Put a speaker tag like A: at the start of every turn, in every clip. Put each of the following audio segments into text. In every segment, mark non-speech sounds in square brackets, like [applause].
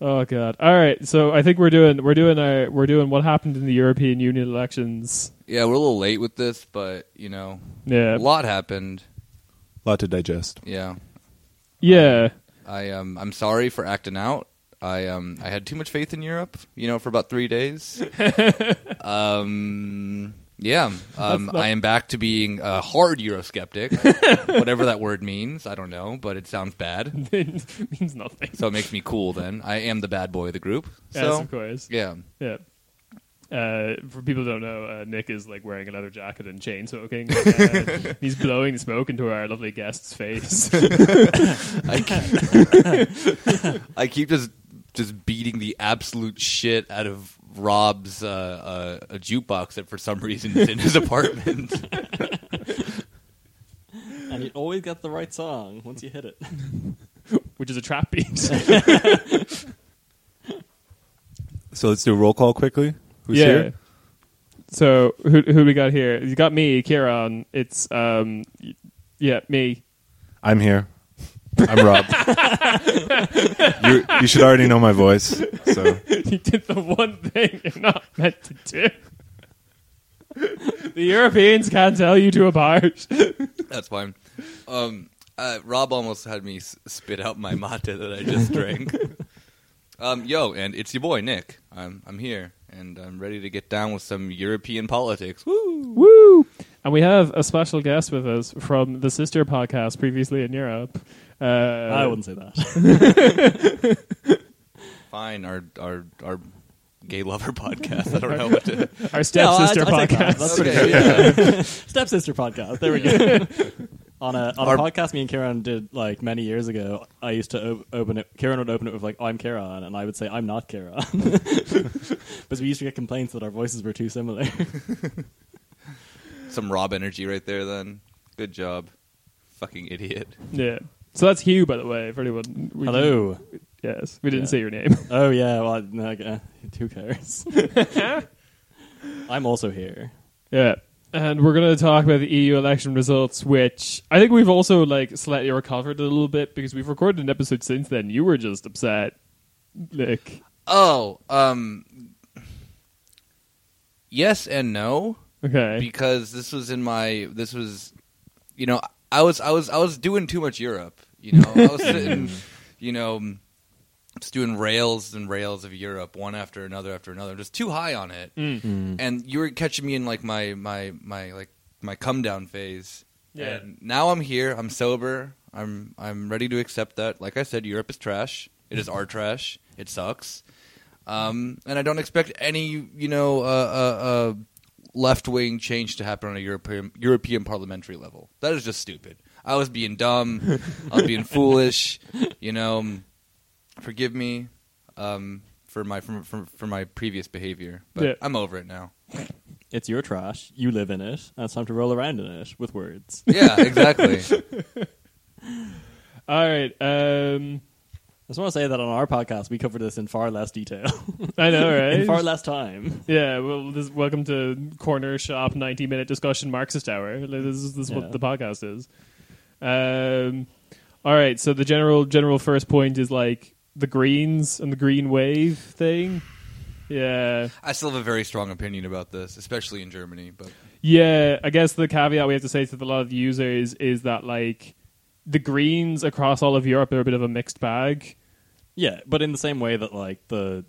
A: Oh god. All right. So I think we're doing we're doing our we're doing what happened in the European Union elections.
B: Yeah, we're a little late with this, but you know,
A: Yeah.
B: a lot happened.
C: lot to digest.
B: Yeah,
A: Yeah. [laughs]
B: I um, I'm sorry for acting out. I um, I had too much faith in Europe. You know, for about
A: [laughs]
B: three days. um, yeah, um, I am back to being a hard
A: [laughs]
B: Eurosceptic, whatever that word means. I don't know, but it sounds bad.
A: means nothing.
B: So it makes me cool. Then I am the bad boy of the group. So
A: yes, of course.
B: yeah,
A: Yeah. Uh, for people who don't know, uh, Nick is like wearing a leather jacket and chain
B: [laughs]
A: smoking. Uh, he's blowing smoke into our lovely guest's
B: [laughs]
A: face.
B: I keep, I keep just just beating the absolute shit out of Rob's uh, uh, a jukebox that for some reason is in his apartment. [laughs]
D: and you always get the right song once you hit it.
A: which is a trap
B: [laughs]
A: beat.
C: So let's do a roll call quickly. Who's here?
A: So who who we got here? You got me, Kieran. It's um, y- yeah, me.
C: I'm here. I'm
B: [laughs]
C: Rob. you, you should already know my voice. So
A: you did the one thing you're not meant to do. the Europeans can't tell you two apart.
B: That's fine. Um, uh, Rob almost had me s- spit out my mate that I just drank. um, yo, and it's your boy Nick. I'm I'm here, and I'm ready to get down with some European politics. Woo!
A: Woo! And we have a special guest with us from the sister podcast previously in Europe. Uh,
D: [laughs] I [laughs] wouldn't say that.
B: Fine, our our our gay lover podcast. I don't know what to.
A: Our stepsister
D: No, I- I take that.
A: podcast. [laughs]
D: [laughs] That's
B: Okay,
D: pretty
B: yeah.
D: Stepsister podcast. There we go. [laughs] on a on
B: Our-
D: a podcast me and Kieran did like many years ago. I used to op- open it. Kieran would open it with like I'm Kieran, and I would say I'm not Kieran. [laughs] because we used to get complaints that our voices were too [laughs] similar.
B: Some Rob energy right there. Then good job, fucking idiot.
A: yeah. So that's Hugh, by the way, for anyone. We-
D: Hello.
A: Yes, we didn't
D: Yeah.
A: say your name. [laughs]
D: Oh yeah. Well, no, uh, who [laughs] cares? I'm also here.
A: Yeah. And we're going to talk about the EU election results, which I think we've also like slightly recovered a little bit because we've recorded an episode since then. You were just upset, Nick.
B: Oh, um, yes and no.
A: Okay.
B: because this was in my this was you know i was i was i was doing too much europe you know
A: [laughs]
B: i was sitting you know just doing rails and rails of europe one after another after another just too high on it
A: Mm.
B: and you were catching me in like my my my like my come down phase
A: Yeah.
B: and now i'm here i'm sober i'm i'm ready to accept that like i said europe is trash it is our trash it sucks um, and I don't expect any, you know, uh, uh, uh, left wing change to happen on a European European parliamentary level. That is just stupid. I was being dumb. I was being foolish. You know, um, forgive me um, for my for, for, for my previous behavior, but
A: Yeah.
B: I'm over it now.
D: It's your trash. You live in it, and it's time to roll around in it with words.
B: Yeah, exactly.
A: All right. Um,
D: I just want to say that on our podcast, we covered this in far less detail,
A: I
D: [laughs]
A: know, right?
D: in far less time.
A: yeah. Well, this, welcome to corner shop ninety minute discussion Marxist hour. Like, This is, this is
D: Yeah.
A: what the podcast is. Um, all right. So the general general first point is like the Greens and the Green Wave thing. Yeah.
B: I still have a very strong opinion about this, especially in Germany. But
A: Yeah, I guess the caveat we have to say to a lot of users is that like the greens across all of Europe are a bit of a mixed bag.
D: Yeah, but in the same way that like the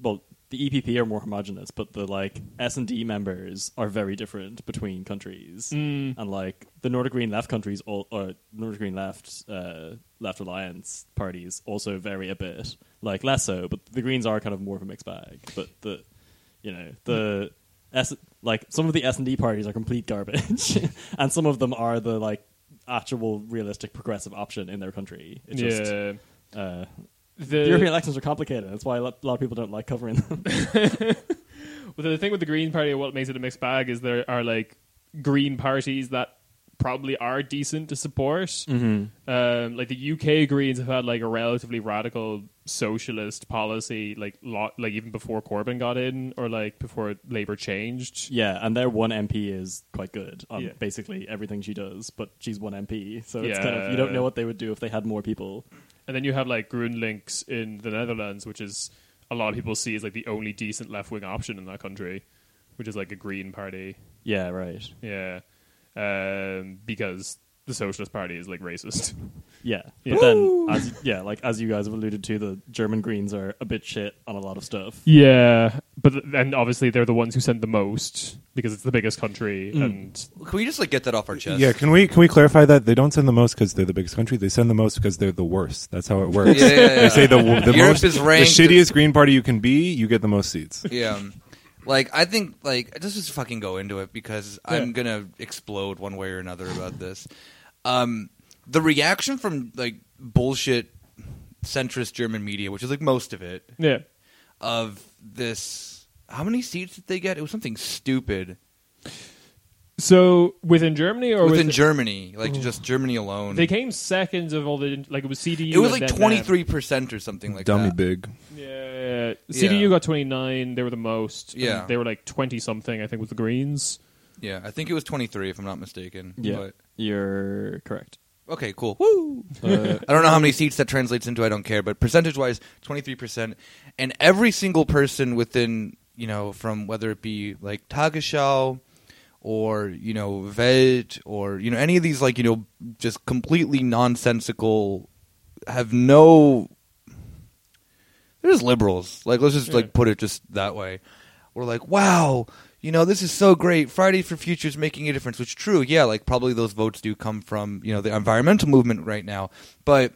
D: well, the EPP are more homogenous, but the like S and D members are very different between countries, and like the Nordic Green Left countries all or Nordic Green Left uh, Left Alliance parties also vary a bit, like less so, but the Greens are kind of more of a mixed bag. But the you know the S like some of the S and D parties are complete garbage, [laughs] and some of them are the like actual realistic progressive option in their country. It's just
A: yeah.
D: uh,
A: The,
D: the European elections are complicated. That's why a lot a lot of people don't like covering [laughs] them.
A: well, the thing with the Green Party, what makes it a mixed bag is there are like green parties that probably are decent to support. Um, like the UK Greens have had like a relatively radical socialist policy, like lot, like even before Corbyn got in, or like before Labour changed.
D: yeah, and their one MP is quite good on
A: Yeah.
D: basically everything she does, but she's one MP, so it's kind of you
A: Yeah.
D: don't know what they would do if they had more people.
A: And then you have like GroenLinks in the Netherlands, which is a lot of people see as like the only decent left wing option in that country, which is like a Green Party.
D: Yeah, right.
A: Yeah. Um, because the Socialist Party is like racist. [laughs]
D: Yeah,
A: Yeah.
D: but then, as, yeah, like as you guys have alluded to, the German Greens are a bit shit on a lot of stuff.
A: Yeah. But then obviously they're the ones who send the most because it's the biggest country
B: Hmm.
A: and
B: Can we just like get that off our chest?
C: Yeah, can we can we clarify that they don't send the most because they're the biggest country? They send the most because they're the worst. That's how it works.
B: Yeah, yeah, yeah.
C: They say the w- the
B: Europe
C: most
B: is
C: the
B: ranked-
C: shittiest Green Party you can be, you get the most seats.
B: yeah. Like I think like let's just fucking go into it because I'm gonna explode one way or another about this. Um, the reaction from like bullshit centrist German media, which is like most of it,
A: yeah.
B: of this. How many seats did they get? It was something stupid
A: So within Germany or
B: within
A: within
B: Germany, like just Germany alone.
A: They came second of all the like it was CDU.
B: it
A: and
B: was like
A: then them.
B: twenty three percent or something like
C: Dummy
B: that.
C: big.
A: Yeah, yeah, yeah. CDU got twenty nine. They were the most. and
B: Yeah.
A: they were like twenty something. I think with the Greens.
B: Yeah, I think it was twenty three if I'm not mistaken.
D: Yeah,
B: But-
D: you're correct.
B: Okay, cool. Woo! [laughs] I don't know how many seats that translates into. I don't care, but percentage wise, twenty three percent, and every single person within you know from whether it be like Tagesschau or you know Welt or you know any of these like you know just completely nonsensical have no. They're just liberals. Like let's just
A: Yeah.
B: like put it just that way. We're like, wow, you know, this is so great. Friday for Future is making a difference, which is true. Yeah, like probably those votes do come from, you know, the environmental movement right now. But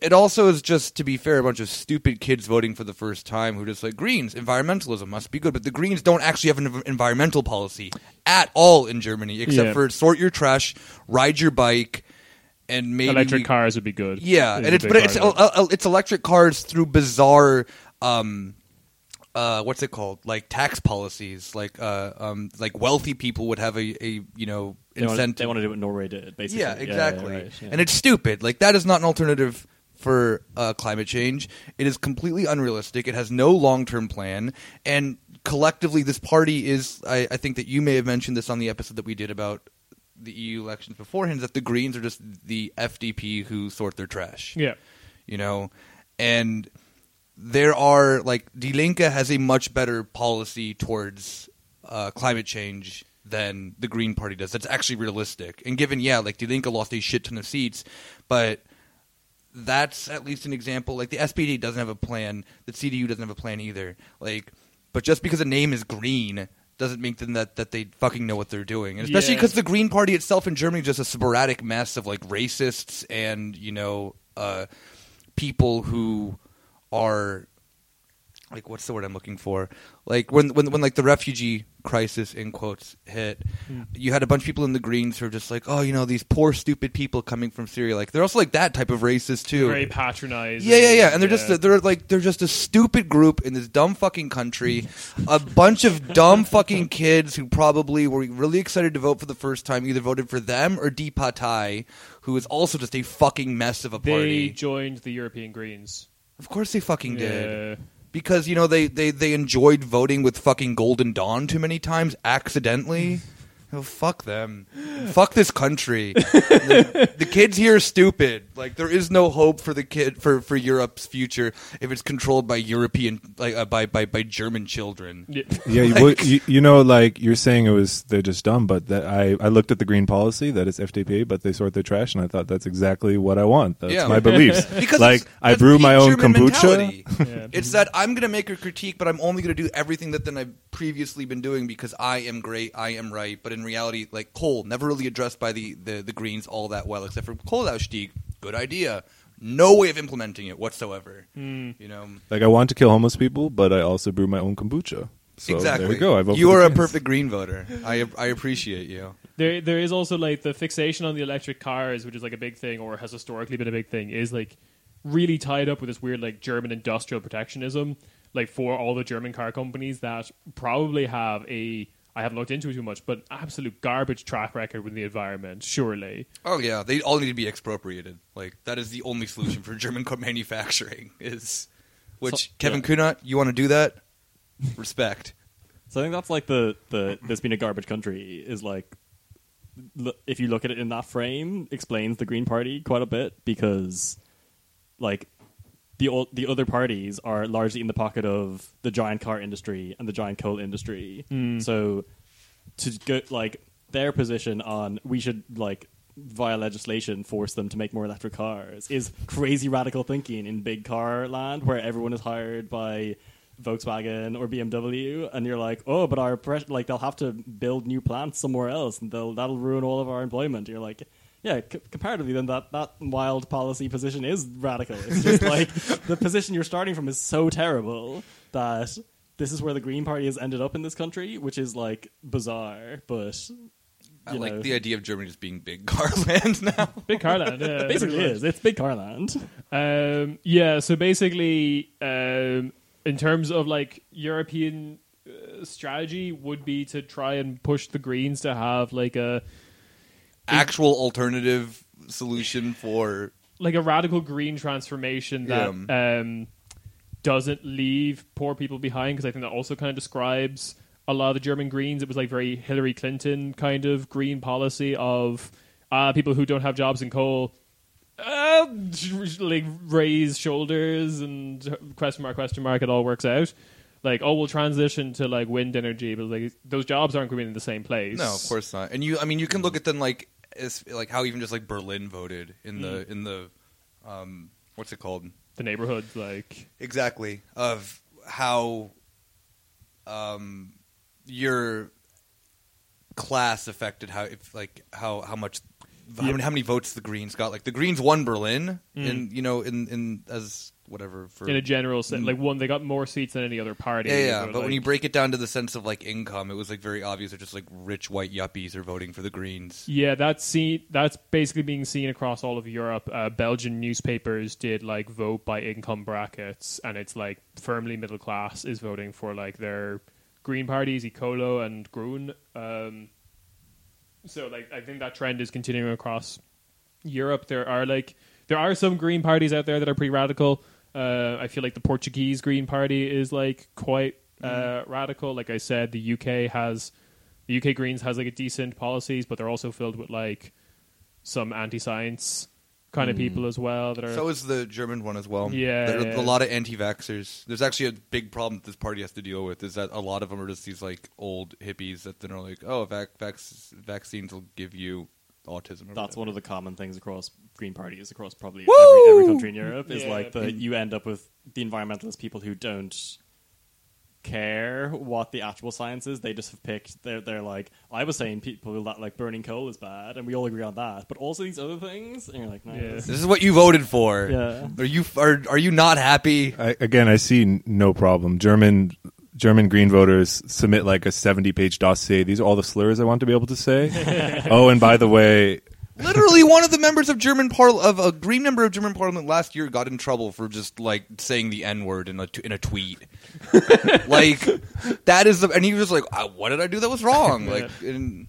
B: it also is just, to be fair, a bunch of stupid kids voting for the first time who just like, Greens, environmentalism must be good. But the Greens don't actually have an env- environmental policy at all in Germany, except
A: Yeah.
B: for sort your trash, ride your bike, and maybe.
A: Electric cars would be good.
B: Yeah,
A: Is
B: and
A: a
B: it's
A: big
B: but it's
A: argument.
B: uh, uh, it's electric cars through bizarre um uh what's it called like tax policies like uh um like wealthy people would have a, a you know
D: They want,
B: incentive
D: they want to do what Norway did, basically.
B: yeah exactly
D: right, yeah.
B: and it's stupid like that is not an alternative for uh, climate change it is completely unrealistic it has no long-term plan and collectively this party is I, I think that you may have mentioned this on the episode that we did about the EU elections beforehand that the Greens are just the FDP who sort their trash
A: yeah.
B: you know and there are like Die Linke has a much better policy towards uh, climate change than the Green Party does. That's actually realistic. And given, yeah, like Die Linke lost a shit ton of seats, but that's at least an example. Like the SPD doesn't have a plan, the CDU doesn't have a plan either. Like, but just because a name is green doesn't make them that that they fucking know what they're doing. And especially
A: Yeah.
B: because the Green Party itself in Germany is just a sporadic mess of like racists and you know uh, people who are like what's the word I'm looking for? Like when when when like the refugee crisis in quotes hit,
A: Hmm.
B: you had a bunch of people in the Greens who were just like, oh, you know, these poor stupid people coming from Syria. Like they're also like that type of racist too.
A: Very patronizing.
B: Yeah, yeah, yeah. And they're just they're like they're just a stupid group in this dumb fucking country. a bunch of dumb fucking kids who probably were really excited to vote for the first time either voted for them or Deep Patai, who is also just a fucking mess of a
A: they
B: party.
A: joined the European Greens.
B: of course they fucking did.
A: Yeah.
B: Because you know they, they they enjoyed voting with fucking Golden Dawn too many times accidentally. Oh, fuck them. Fuck this country. the, the kids here are stupid. Like there is no hope for the kid for, for Europe's future if it's controlled by European like uh, by, by by German children.
A: Yeah.
B: [laughs]
C: Yeah, you, well, you, you know, like you're saying, it was they're just dumb. But that I, I looked at the green policy that is FDP, but they sort their trash, and I thought that's exactly what I want. That's
B: Yeah.
C: my beliefs.
B: [laughs] Because
C: like
B: it's-
C: I
B: that's
C: brew
B: peak
C: my own
B: German
C: kombucha. [laughs]
B: mentality.
A: Yeah.
B: It's that I'm gonna make a critique, but I'm only gonna do everything that then I've previously been doing because I am great, I am right. But in reality, like Cole, never really addressed by the the, the Greens all that well, except for Cole Ausstieg, good idea. No way of implementing it whatsoever. You know
C: Like I want to kill homeless people, but I also brew my own kombucha. So
B: exactly.
C: there you go. I vote
B: you
C: for
B: are
C: the
B: a
C: Greens.
B: perfect Green voter. I I appreciate you.
A: There, there is also like the fixation on the electric cars, which is like a big thing, or has historically been a big thing, is like really tied up with this weird like German industrial protectionism, like for all the German car companies that probably have a I haven't looked into it too much, but absolute garbage track record with the environment. Surely,
B: Oh yeah, they all need to be expropriated. Like that is the only solution for German co- manufacturing is. Which
D: So-
B: Kevin
D: yeah.
B: Kunat, you want to do that? Respect.
D: So I think that's like the the this being a garbage country is like l- if you look at it in that frame, explains the Green Party quite a bit because like the old, the other parties are largely in the pocket of the giant car industry and the giant coal industry. So to go like their position on we should like via legislation force them to make more electric cars is crazy radical thinking in big car land where everyone is hired by Volkswagen or BMW and you're like oh but our pres- like they'll have to build new plants somewhere else and they'll that'll ruin all of our employment you're like yeah c- comparatively then that that wild policy position is radical it's just like the position you're starting from is so terrible that this is where the Green Party has ended up in this country, which is like bizarre, but
B: I
D: you
B: like
D: know.
B: the idea of Germany just being big [laughs] car land now.
A: Big Carland, yeah.
D: basically
A: pretty
D: it
A: much.
D: is. It's big car land.
A: Um, yeah, so basically, um, in terms of like European uh, strategy, would be to try and push the Greens to have like a
B: Actual alternative solution for
A: like a radical green transformation that um, doesn't leave poor people behind because I think that also kind of describes a lot of the German Greens. It was like very Hillary Clinton kind of green policy of uh, people who don't have jobs in coal. Uh, like raise shoulders and question mark question mark it all works out like oh we'll transition to like wind energy but like those jobs aren't going to be in the same place
B: No, of course not. And you, I mean, you can look at them like as, like how even just like Berlin voted in the
D: Hmm.
B: in the um, what's it called
A: the neighborhoods like
B: exactly of how um, your class affected how if like how how much how, many, how many votes the Greens got. Like the Greens won Berlin, in you know, in in as whatever for
A: Mm. in a general sense like one they got more seats than any other party
B: Mm. yeah, yeah,
A: They were,
B: but when
A: like-
B: you break it down to the sense of like income, it was like very obvious that just like rich white yuppies are voting for the Greens.
A: Yeah, that's seen. That's basically being seen across all of Europe. Uh, Belgian newspapers did like vote by income brackets, and it's like firmly middle class is voting for like their Green parties, Ecolo and Groen. Um, so like I think that trend is continuing across Europe. There are like there are some Green parties out there that are pretty radical. Uh, I feel like the Portuguese Green Party is like quite
B: Mm.
A: uh, radical. Like I said, the UK has the UK Greens has like a decent policies, but they're also filled with like some anti-science kind of people as well that are
B: Mm. So is the German one as well.
A: Yeah,
B: there are
A: yeah.
B: a lot of anti-vaxxers. There's actually a big problem that this party has to deal with is that a lot of them are just these like old hippies that then are like, oh, vac- vac- vaccines will give you autism. Or
D: That's
B: whatever.
D: one of the common things across green parties across probably every, every country in Europe is
A: Yeah.
D: like that you end up with the environmentalist people who don't care what the actual science is. They just have picked. They're they're like I was saying people that like burning coal is bad, and we all agree on that. But also these other things, and you're like, no,
A: Yeah.
D: this-
B: This is what you voted for.
D: Yeah.
B: Are you are are you not happy?
C: I, again, I see n- no problem. German German green voters submit like a seventy-page dossier. These are all the slurs I want to be able to say. oh, and by the way,
B: Literally, one of the members of German parl of a green member of German parliament last year got in trouble for just like saying the n word in a t- in
A: [laughs]
B: a tweet. like that is the and he was like, "I- "What did I do that
A: [laughs]
B: was wrong?" Like, and,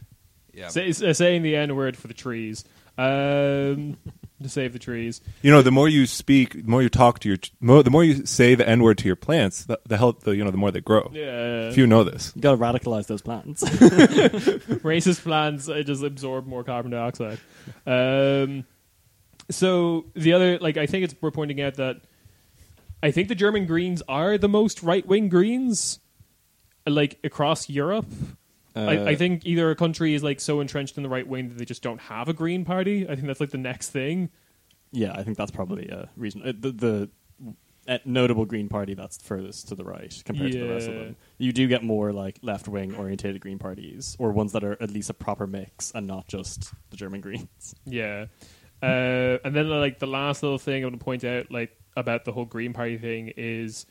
B: yeah,
A: Say, s- uh, saying the N word for the trees um, [laughs] to save the trees.
C: you know, the more you speak, the more you talk to your, mo- the more you say the n-word to your plants, the, the health, the, you know, the more they grow.
A: Yeah,
C: If you know this,
D: you gotta radicalize those [laughs]
A: [laughs]
D: plants.
A: racist plants uh, just absorb more carbon dioxide. Um, so the other, like, I think it's we're pointing out that I think the German Greens are the most right wing Greens, like across Europe. I, I think either a country is like so entrenched in the right wing that they just don't have a Green Party. I think that's like the next thing.
D: Yeah, I think that's probably a reason. Uh, the the uh, notable Green Party that's furthest to the right compared to the rest of
A: Yeah.
D: them. You do get more like left wing orientated Green parties, or ones that are at least a proper mix and not just the German [laughs] Greens.
A: Yeah. Uh, and then like the last little thing I want to point out like about the whole Green Party thing is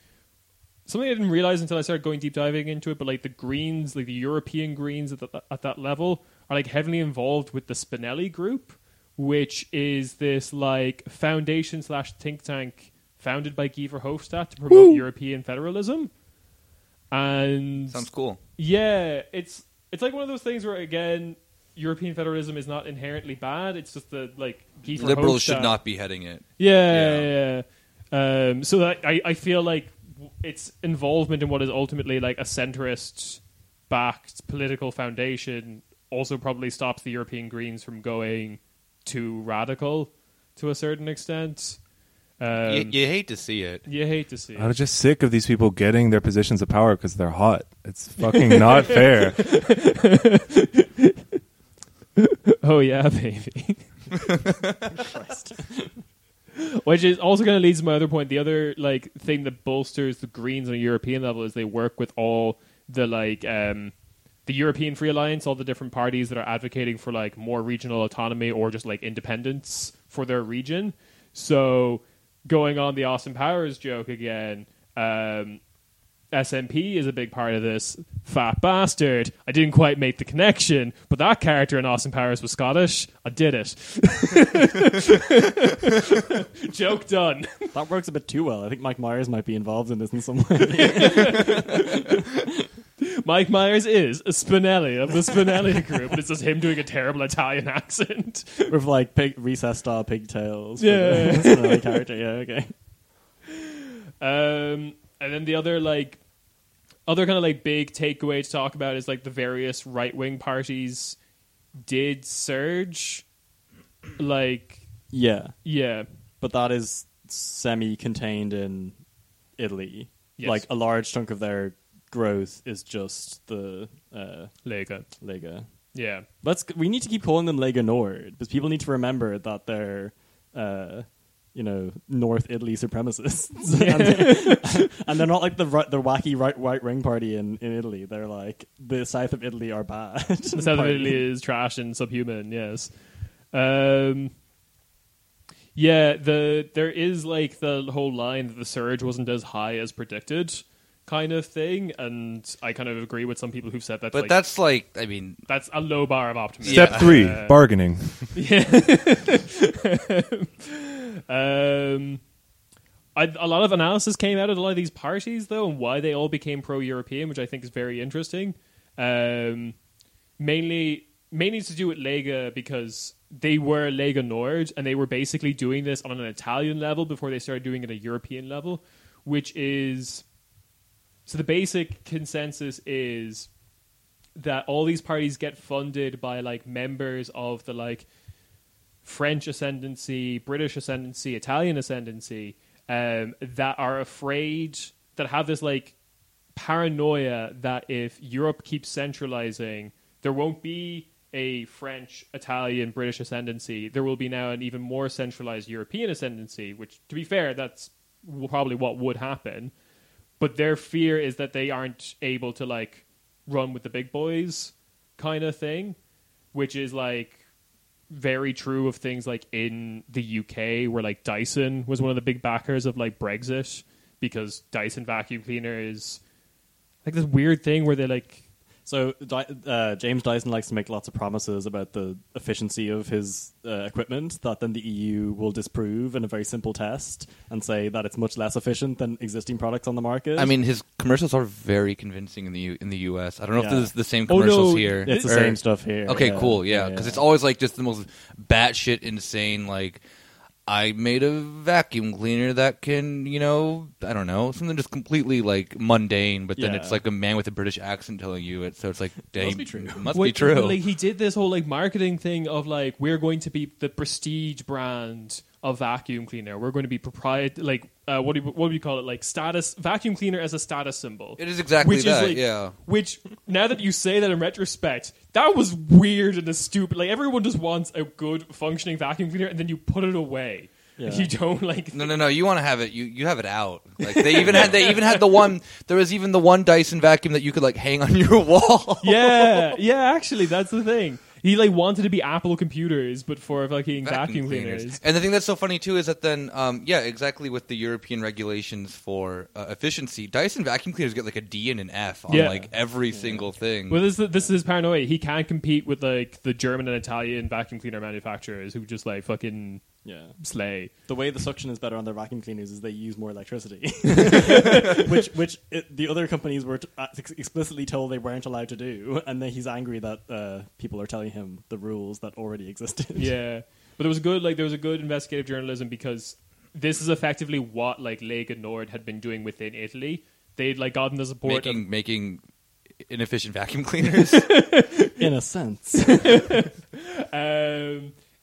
A: something I didn't realize until I started going deep diving into it. But like the Greens, like the European Greens at, the, at that level, are like heavily involved with the Spinelli Group, which is this like foundation slash think tank founded by Guy Verhofstadt to promote European federalism. And
B: sounds cool.
A: yeah, it's it's like one of those things where again, European federalism is not inherently bad. It's just the like Guy Verhofstadt-
B: Liberals should not be heading it.
A: Yeah, yeah. yeah. Um, so that, I I feel like w- its involvement in what is ultimately like a centrist backed political foundation also probably stops the European Greens from going too radical to a certain extent. Um,
B: you, you hate to see it.
A: you hate to see. it.
C: I'm just sick of these people getting their positions of power because they're hot. It's fucking
A: [laughs]
C: not fair.
A: [laughs] Oh yeah, baby. Which is also going to lead to my other point. The other like thing that bolsters the Greens on a European level is they work with all the like um, the European Free Alliance, all the different parties that are advocating for like more regional autonomy or just like independence for their region. So going on the Austin Powers joke again, um, SMP is a big part of this. Fat bastard. I didn't quite make the connection, but that character in Austin Powers was Scottish. I did it. [laughs] Joke done.
D: That works a bit too well. I think Mike Myers might be involved in this in some [laughs] way.
A: Mike Myers is a Spinelli of the Spinelli group, and it's just him doing a terrible Italian [laughs] accent.
D: With like pig, recess star pigtails. for
A: Yeah.
D: the- [laughs] that's another character. Yeah, okay.
A: Um, and then the other like other kind of like big takeaway to talk about is like the various right wing parties did surge. Like
D: Yeah,
A: yeah,
D: but that is semi-contained in Italy.
A: Yes.
D: Like a large chunk of their growth is just the uh,
A: Lega.
D: Lega.
A: Yeah.
D: Let's we need to keep calling them Lega Nord because people need to remember that they're, uh, you know, North Italy
A: [laughs]
D: supremacists, and, they're, [laughs] and they're not like the right, the wacky right right wing party in, in Italy. They're like the south of Italy are bad. [laughs]
A: the south of Italy is trash and subhuman. Yes. Um, yeah. The there is like the whole line that the surge wasn't as high as predicted, kind of thing, and I kind of agree with some people who've said that.
B: But that's like, I mean,
A: that's a low bar of optimism.
C: Step three
A: Uh,
C: bargaining.
A: [laughs] Um, I, a lot of analysis came out of a lot of these parties, though, and why they all became pro-European, which I think is very interesting. Um, mainly, mainly to do with Lega because they were Lega Nord, and they were basically doing this on an Italian level before they started doing it at a European level, which is so the basic consensus is that all these parties get funded by like members of the like French ascendancy, British ascendancy, Italian ascendancy um, that are afraid, that have this like paranoia that if Europe keeps centralizing, there won't be a French, Italian, British ascendancy. There will be now an even more centralized European ascendancy, which, to be fair, that's w- probably what would happen. But their fear is that they aren't able to like run with the big boys kind of thing, which is like very true of things like in the UK where like Dyson was one of the big backers of like Brexit because Dyson vacuum cleaner is like this weird thing where they like
D: So Dy- uh, James Dyson likes to make lots of promises about the efficiency of his uh, equipment that then the EU will disprove in a very simple test and say that it's much less efficient than existing products on the market.
B: I mean, his commercials are very convincing in the U- in the U.S. I don't know
D: Yeah.
B: if this is the same
A: Oh, no,
B: commercials here.
D: it's the
B: or-
D: same stuff here.
B: Okay,
D: yeah.
B: cool. Yeah, because it's always like just the most batshit insane. Like, I made a vacuum cleaner that can, you know, I don't know, something just completely like mundane. But then
D: Yeah.
B: it's like a man with a British accent telling you it. So it's like, dang,
A: Must be true.
B: Must
A: What-
B: be true.
A: Like he did this whole like marketing thing of like we're going to be the prestige brand of vacuum cleaner. We're going to be propriet like uh, what do you, what do you call it like status vacuum cleaner as a status symbol.
B: It is exactly
A: Which is
B: that.
A: like-
B: yeah.
A: Which now that you say that in retrospect, that was weird and a stupid. Like everyone just wants a good functioning vacuum cleaner, and then you put it away.
D: Yeah.
A: You don't like.
B: No, no, no. You want to have it. You you have it out. Like they even had they even had the one. There was even the one Dyson vacuum that you could like hang on your [laughs] wall.
A: [laughs] yeah, yeah. Actually, that's the thing. He like wanted to be Apple computers, but for fucking vacuum, cleaners.
B: And the thing that's so funny too is that then, um, yeah, exactly with the European regulations for uh, efficiency, Dyson vacuum cleaners get like a D and an F on
A: Yeah.
B: like every single thing.
A: Well, this is, this is paranoia. He can't compete with like the German and Italian vacuum cleaner manufacturers who just like fucking
D: Yeah.
A: slay.
D: The way the suction is better on their vacuum cleaners is they use more
B: [laughs]
D: electricity, [laughs] which which it, the other companies were t- uh, ex- explicitly told they weren't allowed to do, and then he's angry that uh, people are telling him the rules that already
B: [laughs]
D: [laughs] existed.
A: Yeah, but there was a good like there was a good investigative journalism because this is effectively what like Lega Nord had been doing within Italy. They'd like gotten the support.
B: making
A: of,
B: making inefficient vacuum cleaners.
D: in a sense.
A: [laughs] um,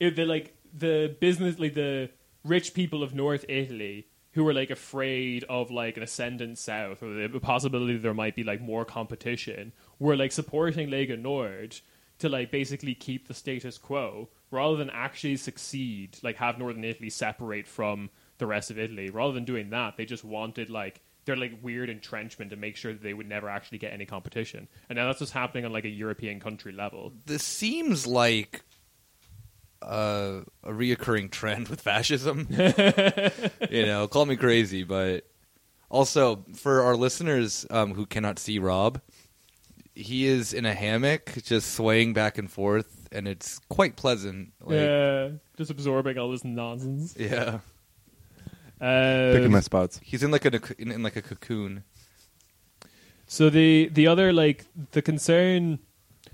A: it, they like the business like the rich people of North Italy who were like afraid of like an ascendant south or the possibility there might be like more competition were like supporting Lega Nord to like basically keep the status quo rather than actually succeed like have northern Italy separate from the rest of Italy rather than doing that they just wanted like their like weird entrenchment to make sure that they would never actually get any competition and now that's just happening on like a European country level
B: this seems like uh, a reoccurring trend with
D: [laughs]
B: fascism. you know, call me crazy, but also for our listeners um, who cannot see Rob, he is in a hammock, just swaying back and forth, and it's quite pleasant. Like,
A: yeah just absorbing all this nonsense
B: yeah.
A: uh,
C: Picking my spots.
B: He's in like a in, in like a cocoon.
A: So the the other like the concern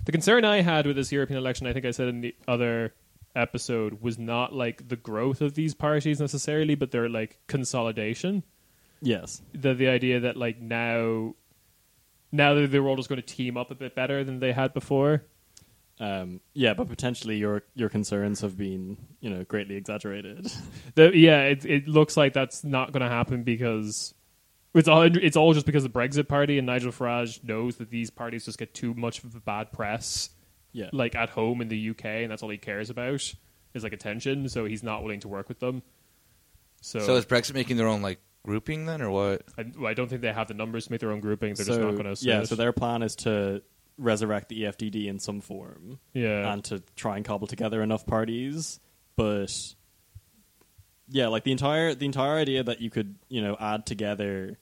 A: the concern I had with this European election, I think I said in the other episode, was not like the growth of these parties necessarily, but their like consolidation.
D: Yes.
A: The the idea that like now now that they're all just going to team up a bit better than they had before.
D: Um, yeah, but potentially your your concerns have been, you know,
B: [laughs]
D: greatly exaggerated.
A: The, yeah, it it looks like that's not going to happen because it's all it's all just because the Brexit party and Nigel Farage knows that these parties just get too much of a bad press.
D: yeah.
A: like at home in the UK, and that's all he cares about is like attention. So he's not willing to work with them. So,
B: So is Brexit making their own like grouping then, or what?
A: I, well, I don't think they have the numbers to make their own groupings. They're just
D: So,
A: not going to.
D: Yeah, so their plan is to resurrect the E EFDD in some form
A: yeah,
D: and to try and cobble together enough parties, but yeah, like the entire the entire idea that you could, you know, add together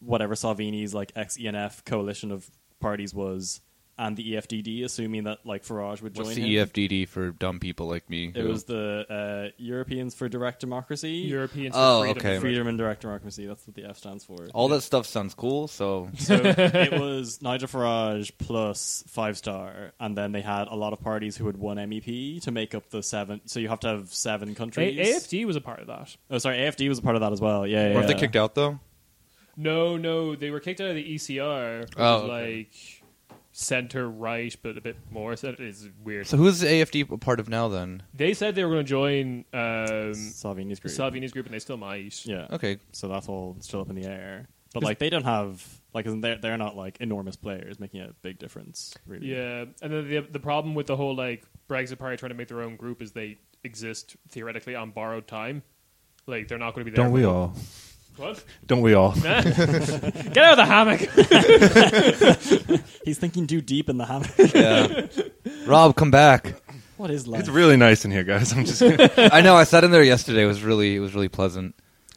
D: whatever Salvini's like ex ENF coalition of parties was and the E EFDD assuming that like Farage would join
B: What's
D: him.
B: the E EFDD for dumb people like me?
D: It
B: who-
D: was the uh, Europeans for Direct Democracy.
A: Europeans.
B: Oh,
A: for freedom.
B: okay.
D: Freedom and Direct Democracy. That's what the F stands for.
B: all that stuff sounds cool. So
D: So
A: [laughs]
D: it was Nigel Farage plus Five Star, and then they had a lot of parties who had one MEP to make up the seven. So you have to have seven countries.
A: A- AFD was a part of that.
D: Oh, sorry, AFD was a part of that as well. Yeah, yeah.
B: weren't they
D: yeah.
B: kicked out though?
A: No, no, they were kicked out of the ECR. Which
B: Oh,
A: is
B: okay.
A: like center right, but a bit more. So it's weird.
B: So who's the AFD a part of now then?
A: they said they were going to join um,
D: Salvini's group.
A: Salvini's group, and they still might.
D: Yeah.
B: Okay,
D: So that's all still up in the air.
A: Is-
D: But like they don't have like isn't they're they're not like enormous players making a big difference really.
A: Yeah, and then the the problem with the whole like Brexit party trying to make their own group is they exist theoretically on borrowed time. Like they're not going to be there.
C: Don't we all?
A: What?
C: Don't we all?
A: Get out of the hammock.
D: He's thinking too deep in the
A: [laughs]
D: hammer.
B: Yeah. Rob, come back.
D: what is life?
C: It's really nice in here, guys. I'm just kidding.
B: I know. I sat in there yesterday. It was really, it was really pleasant.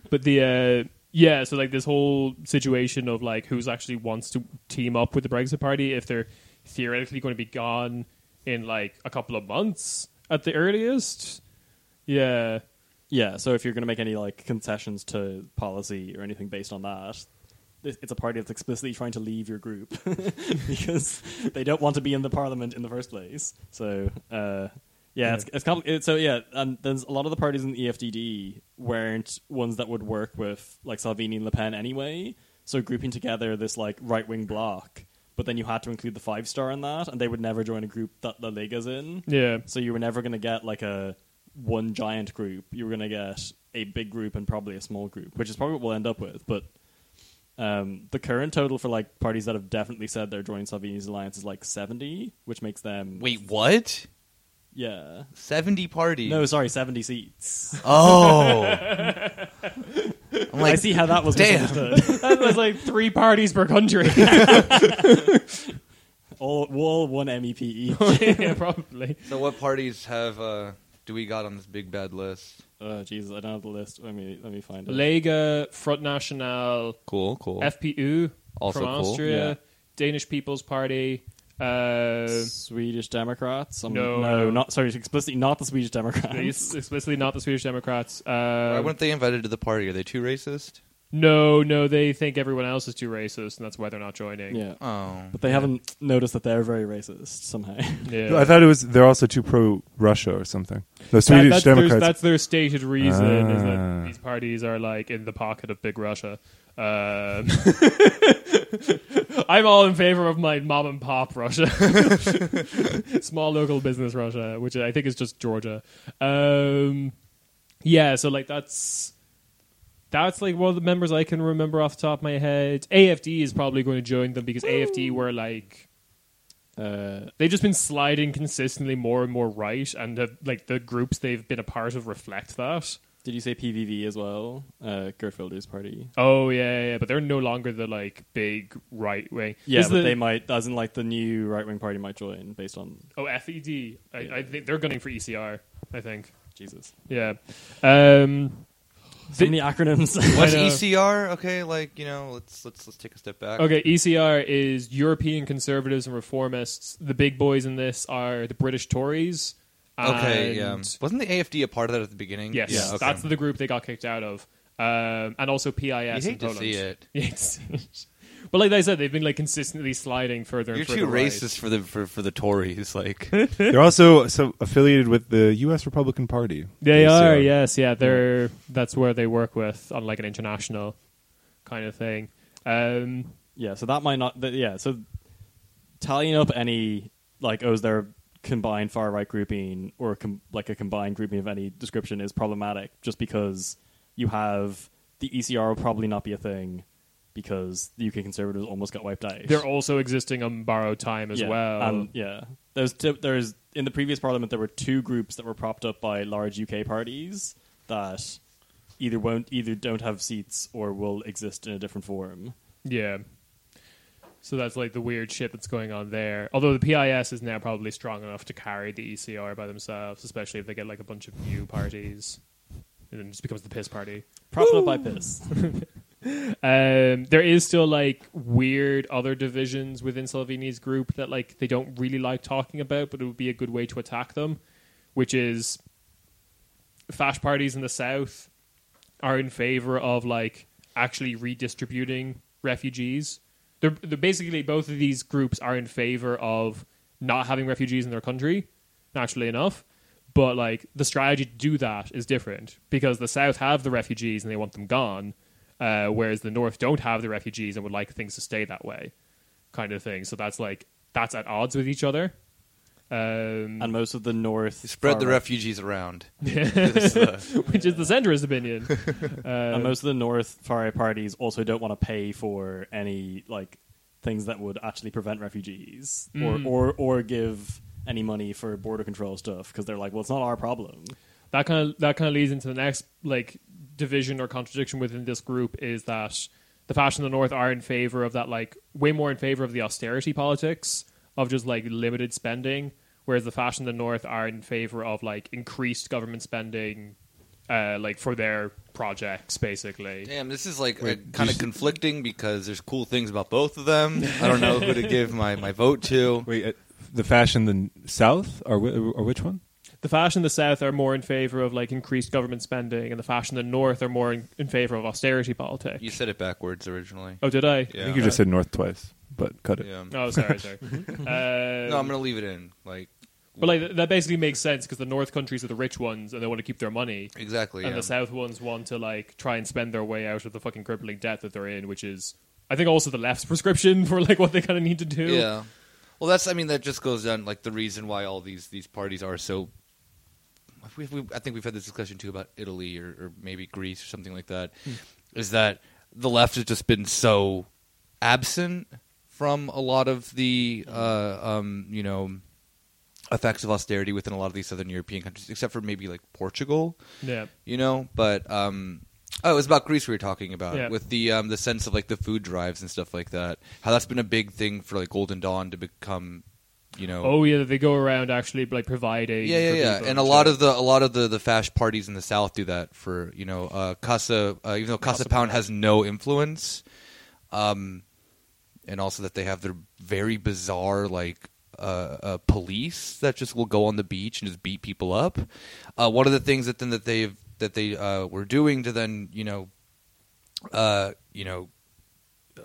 A: But the uh, yeah, so like this whole situation of like who's actually wants to team up with the Brexit party if they're theoretically going to be gone in like a couple of months at the earliest. Yeah.
D: Yeah, so if you're going to make any like concessions to policy or anything based on that, it- it's a party that's explicitly trying to leave your group [laughs] because they don't want to be in the parliament in the first place. So uh, yeah, it's, it's complicated. So yeah, and there's a lot of the parties in the E EFDD weren't ones that would work with like Salvini and Le Pen anyway. So grouping together this like right wing bloc, but then you had to include the five star in that, and they would never join a group that La Liga's in.
A: Yeah. [laughs]
D: So you were never going to get like a one giant group. You were going to get a big group and probably a small group, which is probably what we'll end up with. But um, the current total for like parties that have definitely said they're joining Salvini's alliance is like seventy, which makes them
B: Wait, what?
D: yeah
B: Seventy parties.
D: no sorry seventy seats.
A: [laughs]
B: Oh. [laughs] I'm
D: I
B: like,
D: see how that was
B: damn. [laughs]
D: misunderstood.
A: That was like three parties per country.
D: all, all one E
B: [laughs]
D: MEP each.
A: yeah, probably.
B: so what parties have uh, do we got on this big bad list?
D: Oh Jesus, I don't have the list. Let me let me find it.
A: Lega, Front National,
B: Cool, cool.
A: FPU
B: Also
A: from
B: cool.
A: Austria,
D: Yeah.
A: Danish People's Party. Uh,
D: Swedish Democrats. Um,
A: No.
D: no, not sorry. Explicitly, not the Swedish
A: it's
D: Democrats.
A: explicitly not the Swedish Democrats.
B: Why
A: Uh,
B: weren't they invited to the party? Are they too racist?
A: no, no, they think everyone else is too racist, and that's why they're not joining.
D: [laughs] Yeah,
B: Oh,
D: But they
A: [laughs]
D: haven't noticed that they're very racist somehow. [laughs]
A: Yeah.
C: I thought it was they're also too pro Russia or something. The
A: That-
C: Swedish
A: that's, their-
C: Democrats.
A: that's their stated reason is that
C: Ah.
A: these parties are like in the pocket of big Russia. Um, [laughs] I'm all in favor of my mom and pop Russia, [laughs] small local business Russia, which I think is just Georgia. Um, Yeah, so like that's that's like one of the members I can remember off the top of my head. AFD is probably going to join them because AFD were like
D: Uh,
A: they've just been sliding consistently more and more right, and the, like the groups they've been a part of reflect that.
D: did you say PVV as well? Uh, Gertfelder's party.
A: Oh yeah, yeah, yeah, but they're no longer the like big right wing.
D: Yeah,
A: Is
D: but
A: the-
D: they might, as in like the new right wing party might join based on
A: Oh, FED. I, I think they're gunning for ECR. I think.
D: Jesus.
A: Yeah. Um, E
D: So many acronyms. [laughs]
B: What's
A: I know.
B: ECR? E Okay, like you know, let's let's let's take a step back.
A: okay, ECR is European Conservatives and Reformists. The big boys in this are the British Tories.
B: Okay, yeah.
A: and-
B: Wasn't the AFD a part of that at the beginning?
A: Yes,
B: Yeah, okay.
A: that's the group they got kicked out of, um, and also PIS
B: You
A: in
B: hate to
A: Poland.
B: see it.
A: Yes. [laughs] but like I said, they've been like consistently sliding further. and
B: You're
A: further
B: too
A: right.
B: racist for the for, for the Tories. Like
C: They're also so affiliated with the U.S. Republican Party.
A: They
C: So-
A: are, yes, yeah. They're that's where they work with on like an international kind of thing. Um,
D: yeah, so that might not. That, yeah, so tallying up any like oh, is there combined far right grouping or com- like a combined grouping of any description is problematic just because you have the ECR will probably not be a thing because the UK Conservatives almost got wiped out.
A: they're also existing on borrowed time as
D: yeah,
A: well.
D: and- yeah, there's t- there's in the previous parliament there were two groups that were propped up by large UK parties that either won't either don't have seats or will exist in a different form.
A: yeah. So that's like the weird shit that's going on there. Although the PIS is now probably strong enough to carry the ECR by themselves, especially if they get like a bunch of new parties. And then it just becomes the piss party.
D: Propped up by piss.
A: Um, there is still like weird other divisions within Salvini's group that like they don't really like talking about, but it would be a good way to attack them, which is fash parties in the south are in favor of like actually redistributing refugees. They're, they're basically both of these groups are in favor of not having refugees in their country, naturally enough. But like the strategy to do that is different because the South have the refugees and they want them gone, uh, whereas the North don't have the refugees and would like things to stay that way, kind of thing. So that's like that's at odds with each other. Um, [laughs]
D: and most of the north
B: spread
D: far
B: the
D: right-
B: refugees around. [laughs] This, uh,
A: which is the centrist opinion.
D: uh, and most of the north far right parties also don't want to pay for any like things that would actually prevent refugees
A: Mm.
D: or, or or give any money for border control stuff because they're like, well, it's not our problem.
A: that kind of that kind of leads into the next like division or contradiction within this group is that the fashion of the north are in favor of that like way more in favor of the austerity politics of just like limited spending whereas the fashion of the north are in favor of like increased government spending uh like for their projects basically
B: damn, this is like kind of conflicting because there's cool things about both of them. I don't know who to give my, my vote [laughs] to.
C: Wait, uh, the fashion the South or wh- or which one?
A: the fashion of the south are more in favor of like increased government spending and the fashion of the north are more in, in favor of austerity politics
B: You said it backwards originally.
A: oh did i
B: Yeah.
C: I think you just said North twice, but cut it.
B: Yeah.
A: oh sorry
B: [laughs]
A: sorry uh,
B: No, I'm gonna leave it in. Like
A: But like th- that basically makes sense because the North countries are the rich ones and they want to keep their money,
B: exactly. um,
A: and
B: yeah.
A: the South ones want to like try and spend their way out of the fucking crippling debt that they're in, which is I think also the left's [laughs] prescription for like what they kind of need to do.
B: Yeah. Well, that's. I mean, that just goes down like the reason why all these these parties are so. We, we, I think we've had this discussion too about Italy or, or maybe Greece or something like that. Is that the left has just been so absent from a lot of the uh, um, you know effects of austerity within a lot of these southern European countries, except for maybe like Portugal
A: yeah,
B: you know. But um, oh, it was about Greece we were talking about
A: Yeah.
B: with the um, the sense of like the food drives and stuff like that. How that's been a big thing for like Golden Dawn to become, you know.
A: Oh yeah, they go around actually like provide aid.
B: yeah, yeah,
A: for
B: yeah,
A: people
B: and a lot of the a lot of the the fash parties in the South do that for you know uh, Casa, uh, even though Casa,
A: Casa
B: Pound has no influence, um, and also that they have their very bizarre like uh, uh, police that just will go on the beach and just beat people up. Uh, one of the things that then that they've that they uh, were doing to then you know, uh, you know,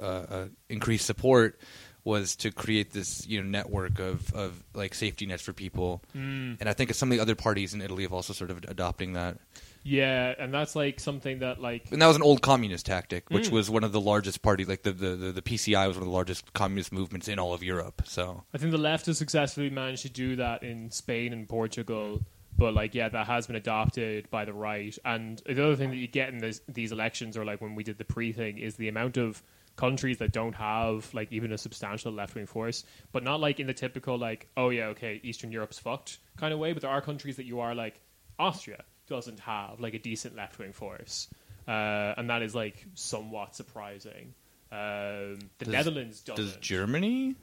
B: uh, uh, increase support was to create this you know network of of like safety nets for people.
A: Mm.
B: And I think some of the other parties in Italy have also sort of adopting that.
A: yeah, and that's like something that like
B: And that was an old communist tactic, which
A: Mm.
B: was one of the largest parties. Like the, the, the, the PCI was one of the largest communist movements in all of Europe. So
A: I think the left has successfully managed to do that in Spain and Portugal, But like, yeah, that has been adopted by the right. And the other thing that you get in this, these elections, or like when we did the pre thing, is the amount of countries that don't have like even a substantial left wing force, but not like in the typical like, oh yeah, okay, Eastern Europe's fucked kind of way. But there are countries that you are like Austria doesn't have like a decent left wing force, uh, and that is like somewhat surprising. Um, the
B: Does-
A: Netherlands doesn't.
B: Does Germany?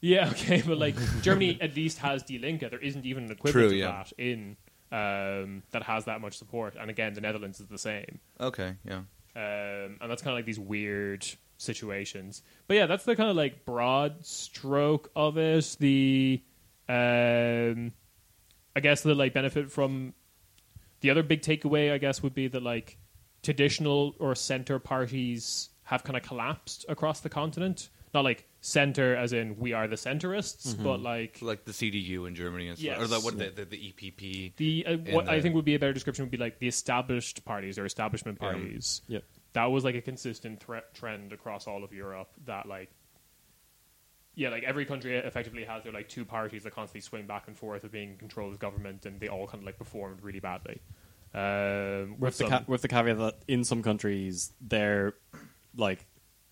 A: Yeah, [laughs] okay, but
B: [laughs]
A: like Germany at least has Die Linke. There isn't even an equivalent
B: True,
A: of
B: yeah.
A: that in um, that has that much support. And again, the Netherlands is the same,
B: Okay, yeah.
A: um, and that's kind of like these weird situations. But yeah, that's the kind of like broad stroke of it. The um, I guess the like benefit from the other big takeaway, I guess, would be that like traditional or center parties have kind of collapsed across the continent. Not like center as in we are the centrists, but like
B: Mm-hmm. Like the CDU in Germany and stuff,
A: Yes.
B: or the, what the, the, the E EPP.
A: the uh, what
B: the-
A: I think would be a better description would be like the established parties or establishment
B: Yeah.
A: parties.
D: Yep.
A: That was like a consistent thre- trend across all of Europe. That like, yeah, like every country effectively has their like two parties that constantly swing back and forth of being in control of government, and they all kind of like performed really badly. Um,
D: with the
A: some-
D: ca- with the caveat that in some countries their like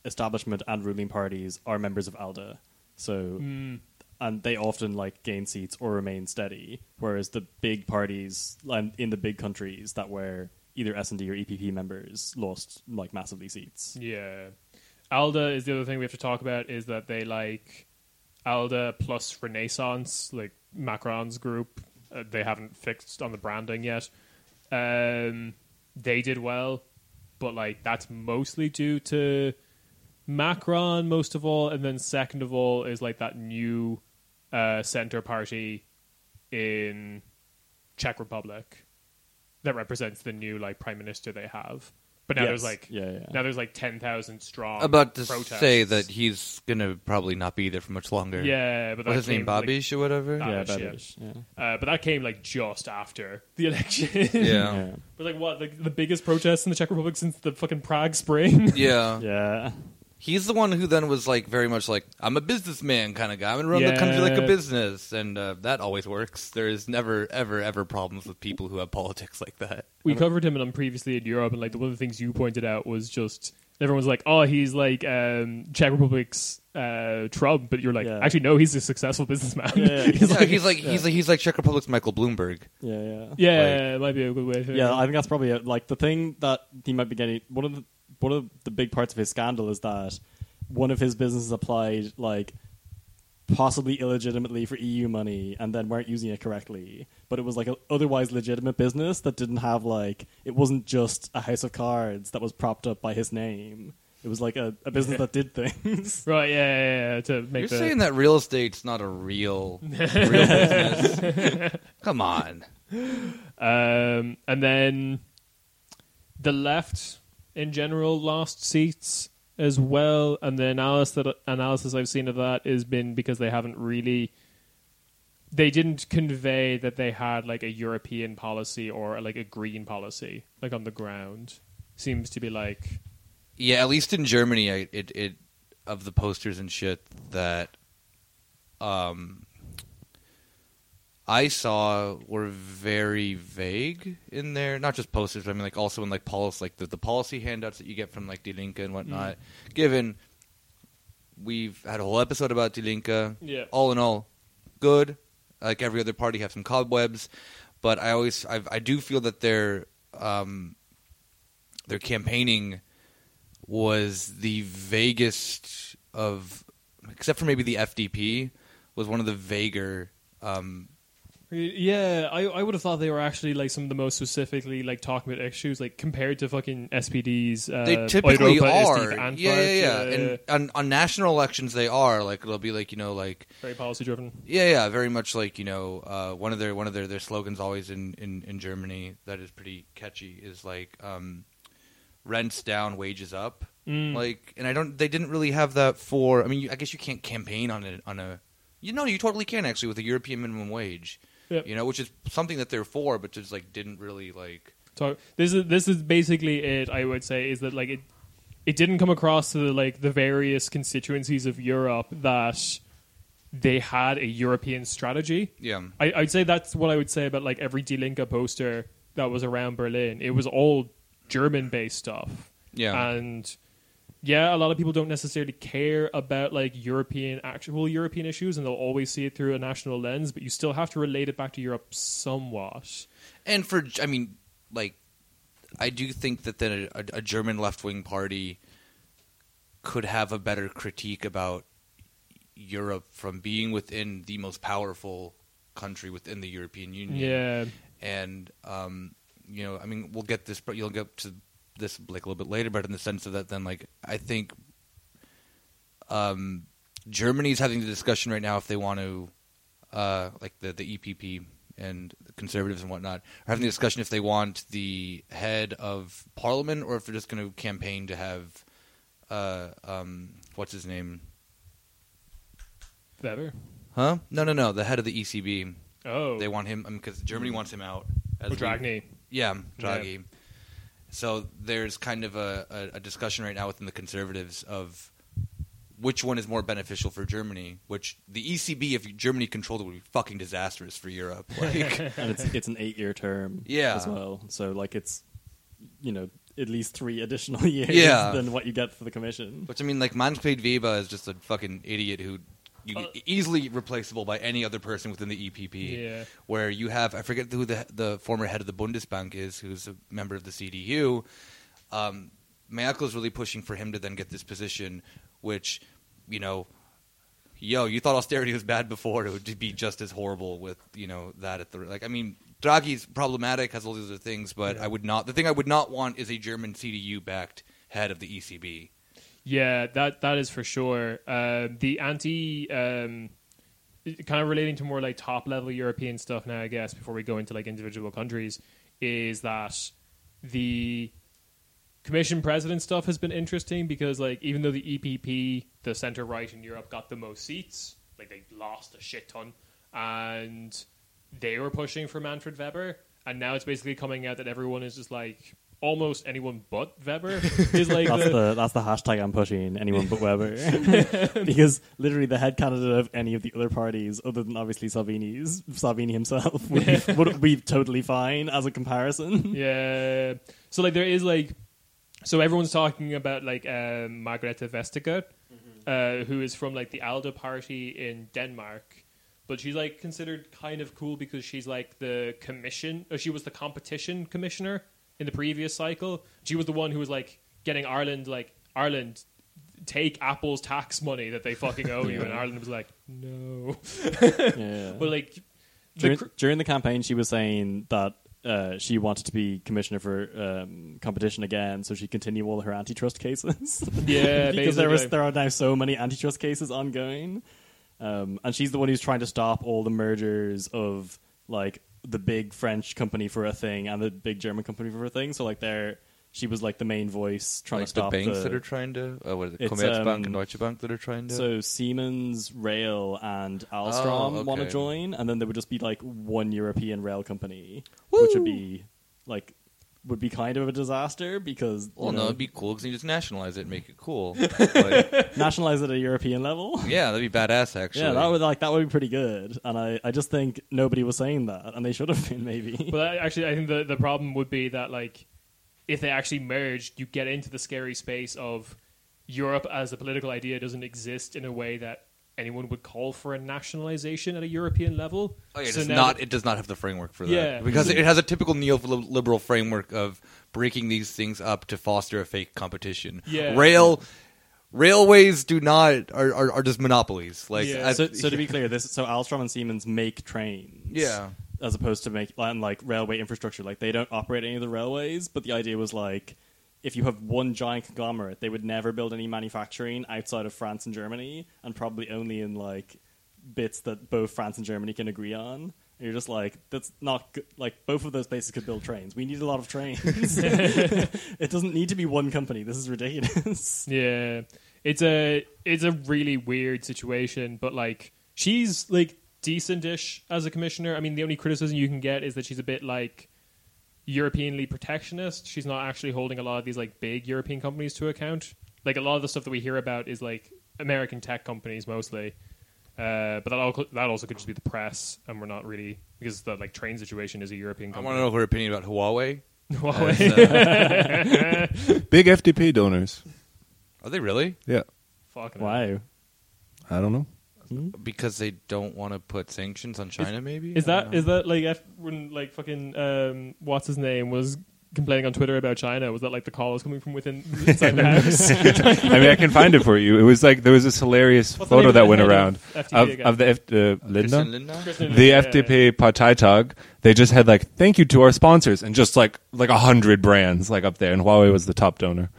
D: establishment and ruling parties are members of ALDA, so
A: Hmm.
D: and they often like gain seats or remain steady, whereas the big parties um, in the big countries that were either S and D or EPP members lost like massively seats.
A: Yeah. Alda is the other thing we have to talk about is that they like Alda plus Renaissance, like Macron's group. Uh, they haven't fixed on the branding yet. Um, they did well, but like that's mostly due to Macron most of all, and then second of all is like that new uh, center party in Czech Republic that represents the new like prime minister they have. But now
D: Yes.
A: there's like
D: Yeah, yeah.
A: now there's like ten thousand strong.
B: About to
A: um, protests.
B: say that he's gonna probably not be there for much longer.
A: yeah, but that
B: What's his name,
A: came, like-
B: Babish or whatever?
A: Ah,
D: yeah,
A: shit.
D: Babish, yeah.
A: uh, but that came like just after the election.
B: [laughs] yeah,
D: yeah,
A: [laughs] but like what the, the biggest protest in the Czech Republic since the fucking Prague Spring.
B: [laughs]
A: [laughs]
B: yeah.
D: yeah.
B: He's the one who then was like very much like I'm a businessman kind of guy. I'm gonna run the country like a
A: Yeah.
B: business, and uh, that always works. There is never, ever, ever problems with people who have politics like that.
A: we covered him and I'm previously in Europe, and like the one of the things you pointed out was just everyone's like, oh, he's like um, Czech Republic's uh, Trump, but you're like,
D: Yeah.
A: actually, no, he's a successful businessman.
D: [laughs] Yeah.
A: he's
B: Yeah,
A: like,
B: [laughs] he's like he's like he's like Czech Republic's Michael Bloomberg.
D: yeah, yeah.
A: [laughs] yeah, it might be a good way. To
D: Yeah, I think that's probably it. like the thing that he might be getting. One of the one of the big parts of his scandal is that one of his businesses applied like possibly illegitimately for EU money and then weren't using it correctly. But it was like an otherwise legitimate business that didn't have like it wasn't just a house of cards that was propped up by his name. It was like a, a business that did things.
A: right. Yeah, yeah, yeah, to make
B: You're
A: the
B: saying that real estate's not
A: [laughs]
B: a real, real business. Come on.
A: Um, and then the left in general lost seats as well. And the analysis that analysis I've seen of that has been because they haven't really they didn't convey that they had like a European policy or like a green policy like on the ground. Seems to be like
B: Yeah, at least in Germany, I, it it of the posters and shit that um I saw were very vague in there. Not just posters, but I mean like also in like policy, like the, the policy handouts that you get from like Die Linke and whatnot. Given we've had a whole episode about Die Linke.
A: Yeah.
B: All in all, good. Like every other party, have some cobwebs, but I always I've, I do feel that their um their campaigning was the vaguest of, except for maybe the FDP, was one of the vaguer. Um,
A: yeah, I I would have thought they were actually like some of the most specifically like talking about issues like compared to fucking SPD's. Uh,
B: they typically
A: Europa is die
B: are, yeah,
A: Antwort,
B: yeah, yeah.
A: uh,
B: And on, on national elections, they are like it'll be like you know like
A: very policy driven.
B: yeah, yeah, very much like you know uh, one of their one of their their slogans always in in in Germany that is pretty catchy is like um, rents down, wages up. Like, and I don't. They didn't really have that for. I mean, you, I guess you can't campaign on it on a. You know, you totally can actually with a European minimum wage.
A: Yep.
B: You know, which is something that they're for, but just like didn't really like.
A: talk. This is this is basically it. I would say is that like it, it didn't come across to the, like the various constituencies of Europe that they had a European strategy.
B: Yeah.
A: I, I'd say that's what I would say about like every Die Linke poster that was around Berlin. It was all German based stuff.
B: Yeah.
A: And yeah, a lot of people don't necessarily care about like European actual European issues and they'll always see it through a national lens, but you still have to relate it back to Europe somewhat.
B: And for, I mean, like, I do think that then a, a German left wing party could have a better critique about Europe from being within the most powerful country within the European Union.
A: Yeah.
B: and um, you know, I mean, we'll get this, but you'll get to this like a little bit later. But in the sense of that, then like I think, um, Germany's having the discussion right now if they want to, uh, like the the EPP and the conservatives and whatnot are having the discussion if they want the head of parliament or if they're just going to campaign to have, uh, um, what's his name?
A: Better.
B: Huh? No, no, no. The head of the ECB.
A: Oh.
B: They want him because Germany wants him out. as
A: Oh,
B: we-
A: Dragny.
B: Yeah,
A: Yeah.
B: Draghi. So there's kind of a, a, a discussion right now within the conservatives of which one is more beneficial for Germany. Which the ECB, if Germany controlled it, would be fucking disastrous for Europe. Like,
D: [laughs] and it's it's an eight year term
B: Yeah.
D: as well. So like it's you know at least three additional [laughs] years
B: Yeah.
D: than what you get for the commission.
B: which I mean, like Manfred Weber is just a fucking idiot who. You, e-, easily replaceable by any other person within the EPP.
A: Yeah.
B: Where you have, I forget who the the former head of the Bundesbank is, who's a member of the CDU. um, Mayako is really pushing for him to then get this position, which, you know, yo, you thought austerity was bad before. It would be just as horrible with, you know, that at the. Like, I mean, Draghi's problematic, has all these other things, but I would not. The thing I would not want is a German CDU backed head of the E ECB.
A: Yeah, that that is for sure. Um, the anti, um, it- kind of relating to more like top level European stuff now, I guess. Before we go into like individual countries, is that the Commission president stuff has been interesting because like even though the EPP, the centre right in Europe, got the most seats, like they lost a shit ton, and they were pushing for Manfred Weber, and now it's basically coming out that everyone is just like. Almost anyone but Weber is like
D: That's
A: the-
D: the that's the hashtag I'm pushing. Anyone but [laughs] Weber, because literally the head candidate of any of the other parties, other than obviously Salvini's Salvini himself, [laughs] would be, would be totally fine as a comparison.
A: Yeah. So like there is like so everyone's talking about like um Margareta Vestager, uh, who is from like the ALDE party in Denmark. But she's like considered kind of cool because she's like the commission or she was the competition commissioner in the previous cycle. She was the one who was like getting Ireland like Ireland take Apple's tax money that they fucking owe
D: [laughs]
A: you and Ireland was like, No.
D: [laughs] Yeah.
A: But like the
D: during,
A: cr-
D: during the campaign, she was saying that uh, she wanted to be commissioner for um, competition again, so she continue all her antitrust cases. [laughs]
A: Yeah,
D: because there, was,
A: basically.
D: there are now so many antitrust cases ongoing, um, and she's the one who's trying to stop all the mergers of like the big French company for a thing and the big German company for a thing. So like there, she was like the main voice trying
B: Like
D: to
B: the
D: stop
B: banks
D: the-
B: that are trying to. Oh, what is it?
D: It's,
B: Commerzbank
D: um,
B: and Deutsche Bank that are trying to.
D: so Siemens, Rail, and Alstom
B: Oh,
D: want to
B: okay.
D: join, and then there would just be like one European rail company, which would be like would be kind of a disaster because you
B: well, no,
D: know,
B: it'd be cool because you just nationalize it and make it cool. Like,
D: nationalize at a European level.
B: yeah, that'd be badass, actually.
D: Yeah, that would like that would be pretty good, and I, I just think nobody was saying that, and they should have been maybe.
A: But I, actually, I think the, the problem would be that like if they actually merged, you get into the scary space of Europe as a political idea doesn't exist in a way that anyone would call for a nationalization at a European level.
B: Oh, yeah, it,
A: So
B: does
A: now
B: not,
A: that-
B: it does not have the framework for that.
A: Yeah.
B: Because it has a typical neoliberal framework of breaking these things up to foster a fake competition.
A: Yeah.
B: Rail, railways do not, are, are, are just monopolies. Like,
A: Yeah.
B: I-
D: so, so
B: [laughs]
D: to be clear, this so Alstom and Siemens make trains,
B: Yeah.
D: as opposed to make and like railway infrastructure. Like they don't operate any of the railways, but the idea was like if you have one giant conglomerate, they would never build any manufacturing outside of France and Germany, and probably only in like bits that both France and Germany can agree on. And you're just like that's not good. like both of those places could build trains. We need a lot of trains. [laughs] it doesn't need to be one company. This is ridiculous.
A: Yeah, it's a it's a really weird situation, but like she's like decentish as a commissioner. I mean, the only criticism you can get is that she's a bit like Europeanly protectionist. She's not actually holding a lot of these like big European companies to account. Like a lot of the stuff that we hear about is like American tech companies mostly. Uh, but that all that also could just be the press, and we're not really because the like train situation is a European
B: I want
A: company.
B: to know her opinion about Huawei.
A: [laughs] Huawei.
C: Big FDP donors.
B: Are they really?
C: Yeah.
A: Fucking hell.
D: Wow.
C: I don't know.
B: Because they don't want to put sanctions on China, maybe?
A: Is
B: I don't
A: that is that like F, when like fucking um, what's his name was complaining on Twitter about China? Was that like the call was coming from within [laughs] inside the house? [laughs]
C: I mean, I can find it for you. It was like there was this hilarious
A: What's the name
C: photo
A: of the
C: that went
A: head of
C: around
A: FDP
C: of,
A: again?
C: of the F, uh,
B: know. Christian
C: Lindner.
B: Lindner?
C: The
A: Yeah.
C: FDP Parteitag, they just had like thank you to our sponsors and just like like a hundred brands like up there, and Huawei was the top donor.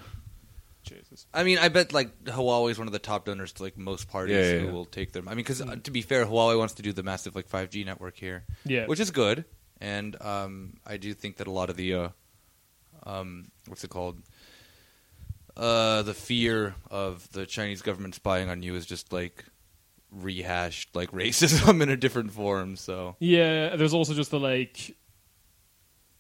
A: Jesus.
B: I mean, I bet like Huawei is one of the top donors to like most parties
C: Yeah, yeah,
B: who
C: yeah.
B: will take them. I mean, because uh, to be fair, Huawei wants to do the massive like 5G network here,
A: Yeah.
B: which is good. And um, I do think that a lot of the uh, um, what's it called? Uh, the fear of the Chinese government spying on you is just like rehashed like [laughs] racism in a different form. So
A: Yeah, there's also just the like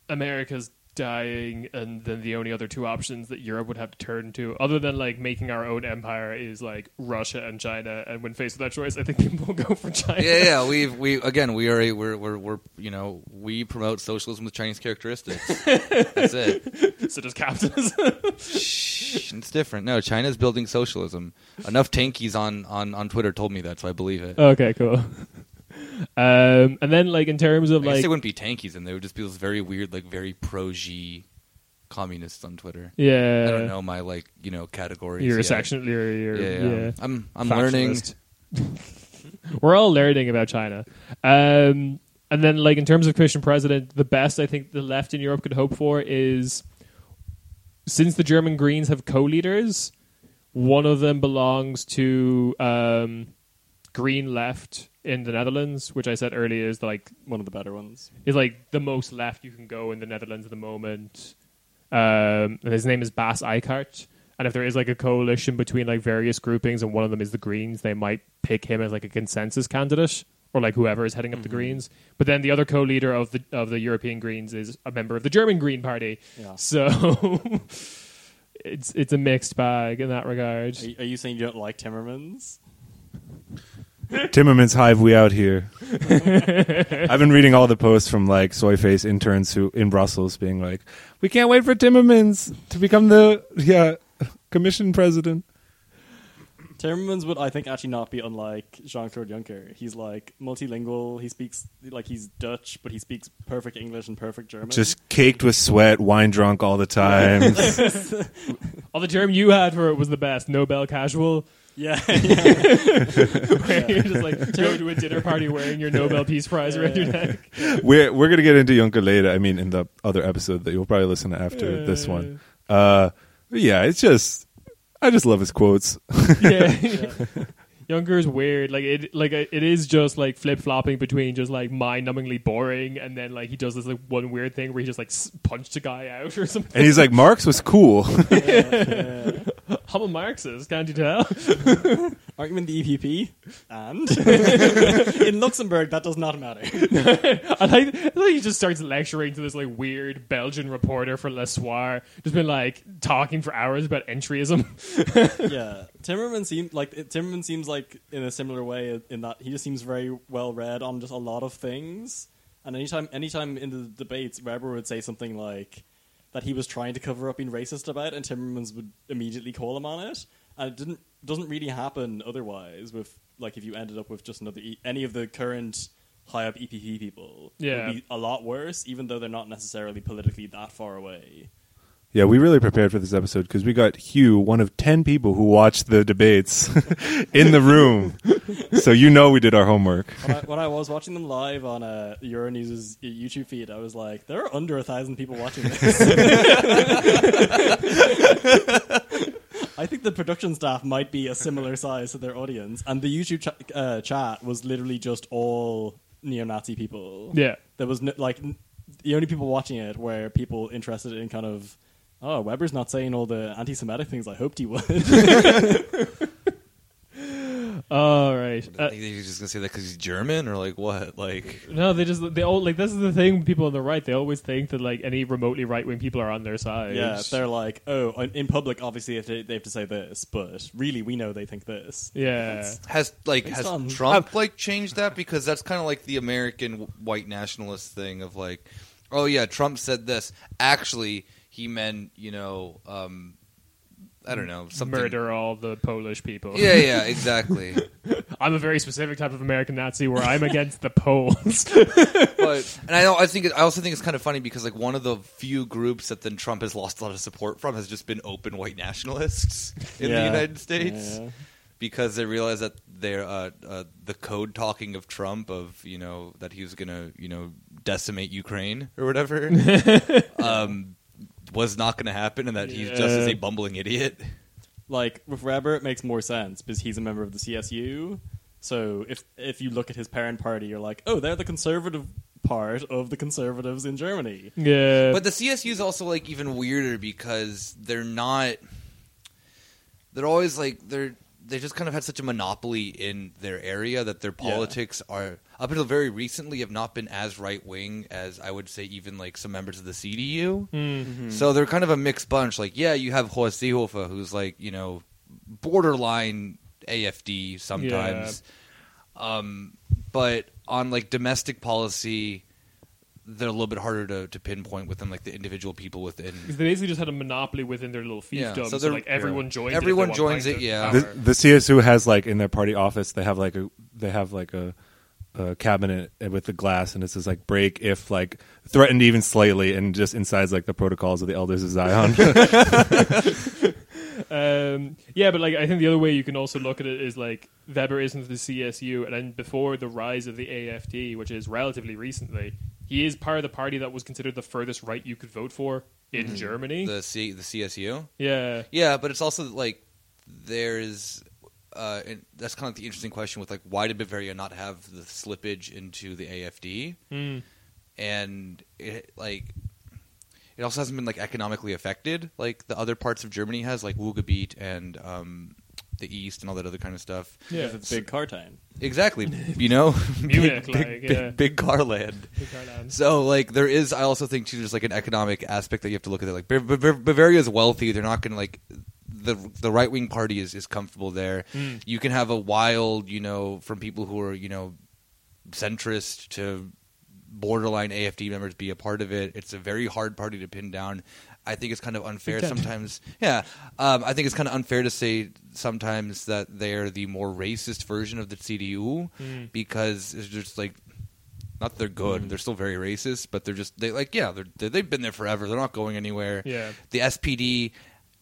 A: America's dying, and then the only other two options that Europe would have to turn to, other than like making our own empire, is like Russia and China. And when faced with that choice, I think people will go for China.
B: yeah, yeah, we've we again we are a, we're, we're we're you know we promote socialism with Chinese characteristics. That's
A: [laughs]
B: it.
A: so does capitalism.
B: Shh, it's different. No, China's building socialism. Enough tankies on, on, on Twitter told me that, so I believe it.
A: okay, cool. [laughs] Um, and then like in terms of
B: I guess
A: like
B: they wouldn't be tankies, and they would just be those very weird, like very pro Xi communists on Twitter.
A: yeah,
B: I don't know my like you know categories.
A: You're a
B: yet.
A: section. You're,
B: Yeah,
A: you're
B: yeah.
A: yeah.
B: I'm I'm
A: Factionalist. We're all learning about China. Um, and then, like in terms of Christian president, the best I think the left in Europe could hope for is since the German Greens have co-leaders, one of them belongs to um, Green Left in the Netherlands, which I said earlier is like
D: One of the better ones.
A: is like the most left you can go in the Netherlands at the moment. Um, and his name is Bas Eichart. And if there is like a coalition between like various groupings and one of them is the Greens, they might pick him as like a consensus candidate or like whoever is heading up the Greens. But then the other co-leader of the of the European Greens is a member of the German Green Party.
D: Yeah.
A: So [laughs] it's it's a mixed bag in that regard.
D: Are, you- are you saying you don't like Timmermans?
C: Timmermans Hive, we out [laughs] here. I've been reading all the posts from like Soyface interns who in Brussels being like, we can't wait for Timmermans to become the yeah commission president.
D: Timmermans would, I think, actually not be unlike Jean Claude Juncker. He's like multilingual. He speaks like he's Dutch, but he speaks perfect English and perfect German.
C: Just caked with sweat, wine drunk all the time.
A: Oh, the term you had for it was the best, Nobel casual. [laughs]
D: yeah, yeah.
A: Where you just like go to a dinner party wearing your Nobel Peace Prize around your neck.
C: we're we're gonna get into Juncker later. I mean, in the other episode that you'll probably listen to after this one. Uh, yeah, it's just I just love his quotes.
A: yeah. [laughs] Younger is weird. Like it, like uh, it is just like flip flopping between just like mind-numbingly boring, and then like he does this like one weird thing where he just like s- punched a guy out or something.
C: And he's like, Marx was cool. [laughs]
A: I'm a Marxist, can't you tell? [laughs]
D: aren't you in the EPP? And in Luxembourg, that does not matter.
A: I like, I like he just starts lecturing to this like weird Belgian reporter for Le Soir, just been like talking for hours about entryism. [laughs]
D: yeah, Timmerman seems like it- Timmerman seems like in a similar way in that he just seems very well read on just a lot of things. And anytime, anytime in the debates, Weber would say something like that he was trying to cover up being racist about, and Timmermans would immediately call him on it. And it didn't doesn't really happen otherwise. With like if you ended up with just another e- any of the current high up EPP people, it
A: Yeah.
D: would be a lot worse, even though they're not necessarily politically that far away.
C: Yeah, we really prepared for this episode because we got Hugh, one of 10 people who watched the debates [laughs] in the room. so you know we did our homework.
D: when, I, when I was watching them live on uh, Euronews's YouTube feed, I was like, there are under a thousand people watching this. I think the production staff might be a similar size to their audience, and the YouTube cha- uh, chat was literally just all neo-Nazi people.
A: yeah,
D: There was no, like n- the only people watching it were people interested in kind of. Oh, Weber's not saying all the anti-Semitic things I hoped he would.
A: All right.
B: I
A: Uh,
B: think he's just gonna say that because he's German or like what? Like
A: no, they just they all like this is the thing. with People on the right, they always think that like any remotely right wing people are on their side.
D: Yeah, they're like, oh, in- in public, obviously if they, they have to say this, but really, we know they think this.
A: yeah.
B: has like
D: Based
B: has
D: on-
B: Trump like changed that because that's kind of like the American w- white nationalist thing of like, oh yeah, Trump said this. Actually, he meant you know, um, I don't know something.
A: Murder all the Polish people.
B: Yeah, yeah, exactly.
A: I'm a very specific type of American Nazi where
B: [laughs]
A: I'm against the Poles.
B: but and I don't- I think it, I also think it's kind of funny because like one of the few groups that then Trump has lost a lot of support from has just been open white nationalists in the
D: Yeah.
B: United States
D: Yeah.
B: because they realize that they're uh, uh, the code talking of Trump of you know that he was gonna you know decimate Ukraine or whatever um, was not gonna happen and that he's just as
D: Yeah.
B: a bumbling idiot.
D: Like with Weber, it makes more sense because he's a member of the CSU. So if if you look at his parent party, you're like, oh, they're the conservative part of the conservatives in Germany.
A: yeah.
B: But the CSU is also like even weirder because they're not. They're always like they're they just kind of had such a monopoly in their area that their
D: Yeah.
B: politics are up until very recently have not been as right wing as I would say even like some members of the CDU. So they're kind of a mixed bunch. Like yeah, you have Horst Seehofer who's like you know borderline AFD sometimes, um, but on like domestic policy they're a little bit harder to, to pinpoint within like the individual
A: [laughs]
B: people within.
A: 'Cause they basically just had a monopoly within their little
B: Yeah,
A: fiefdom,
B: so
A: so,
B: they're-
A: like everyone joins. it if
B: Everyone
A: they want
B: joins
A: pints
B: it,
A: of
B: yeah.
A: power.
C: the, the CSU has like in their party office they have like a they have like a, a cabinet with the glass and it says like break if like threatened even slightly and just insides like the protocols of the elders of Zion.
B: [laughs]
A: Um, yeah, but like I think the other way you can also look at it is like Weber isn't the CSU, and then before the rise of the AFD, which is relatively recently, he is part of the party that was considered the furthest right you could vote for in Germany.
B: Mm-hmm. The C the CSU.
A: yeah,
B: Yeah, but it's also like there's uh, and that's kind of the interesting question with like why did Bavaria not have the slippage into the AFD
A: Mm.
B: and it like it also hasn't been like economically affected like the other parts of Germany has like Wugebiet and um, the East and all that other kind of stuff.
A: yeah.
D: It's a big car town.
B: Exactly, you know, [laughs]
A: Munich,
B: big,
A: like,
B: big,
A: yeah.
B: big, big car land. So like there is, I also think too, there's like an economic aspect that you have to look at. Like Bav- Bav- Bavaria is wealthy; they're not going to like the the right wing party is is comfortable there. You can have a wild, you know, from people who are you know centrist to borderline AFD members be a part of it. It's a very hard party to pin down. I think it's kind of unfair
A: can.
B: sometimes. Yeah, um, I think it's kind of unfair to say sometimes that they're the more racist version of the CDU
A: Hmm.
B: because it's just like not that they're good. They're still very racist, but they're just they like yeah they're, they they've been there forever. They're not going anywhere.
A: Yeah.
B: the SPD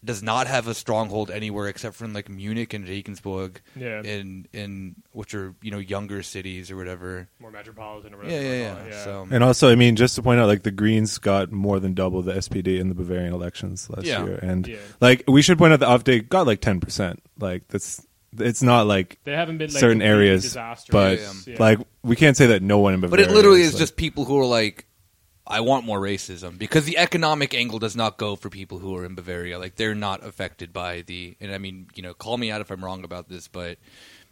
B: does not have a stronghold anywhere except for in like Munich and Regensburg.
A: Yeah.
B: in in which are you know younger cities or whatever.
A: more metropolitan or
B: Yeah,
A: whatever.
B: yeah,
A: they
B: yeah.
A: call it,
B: So
C: And also, I mean, just to point out, like the Greens got more than double the SPD in the Bavarian elections last
B: Yeah.
C: year, and
A: Yeah.
C: like we should point out, the update got like ten percent. Like that's it's not like
A: They haven't been like,
C: certain
A: completely
C: areas,
A: disastrous.
C: but
A: Yeah.
C: like we can't say that no one in
B: But
C: Bavaria.
B: it literally is
C: like-
B: just people who are like, I want more racism because the economic angle does not go for people who are in Bavaria. Like they're not affected by the. And I mean, you know, call me out if I'm wrong about this, but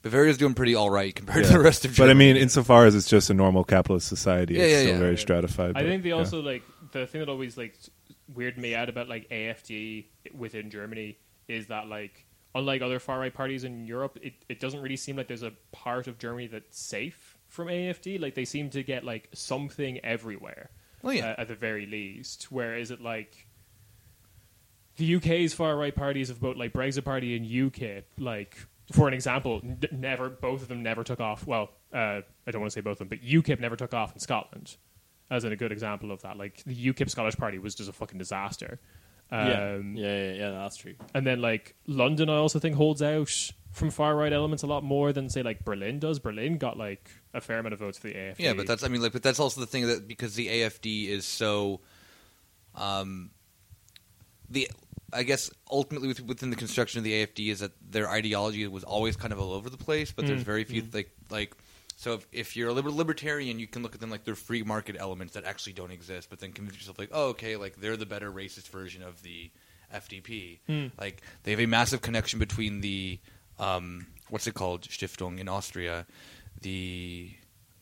B: Bavaria's doing pretty all right compared to
C: Yeah.
B: the rest of.
C: But
B: Germany.
C: I mean, insofar as it's just a normal capitalist society,
B: Yeah,
C: it's
B: yeah,
C: still
B: yeah.
C: very
A: Yeah.
C: stratified.
A: I
C: but,
A: think they
C: yeah.
A: also like the thing that always like s- weirded me out about like AFD within Germany is that like unlike other far right parties in Europe, it, it doesn't really seem like there's a part of Germany that's safe from AFD. Like they seem to get like something everywhere.
B: Well, yeah.
A: uh, at the very least. Whereas it like the UK's far right parties of both like Brexit Party and UKIP, like for an example, n- never both of them never took off. Well, uh, I don't want to say both of them, but UKIP never took off in Scotland, as in a good example of that. Like the UKIP Scottish Party was just a fucking disaster. Um,
D: yeah. yeah, yeah, yeah, no, that's true.
A: And then like London, I also think holds out from far right elements a lot more than say like Berlin does. Berlin got like a fair amount of votes for the AFD.
B: Yeah, but that's I mean like but that's also the thing that because the AFD is so um the I guess ultimately with, within the construction of the AFD is that their ideology was always kind of all over the place, but there's very few like like so if, if you're a liber- libertarian, you can look at them like they're free market elements that actually don't exist, but then convince yourself like, oh, okay, like they're the better racist version of the FDP. Like they have a massive connection between the um, what's it called Stiftung in Austria, the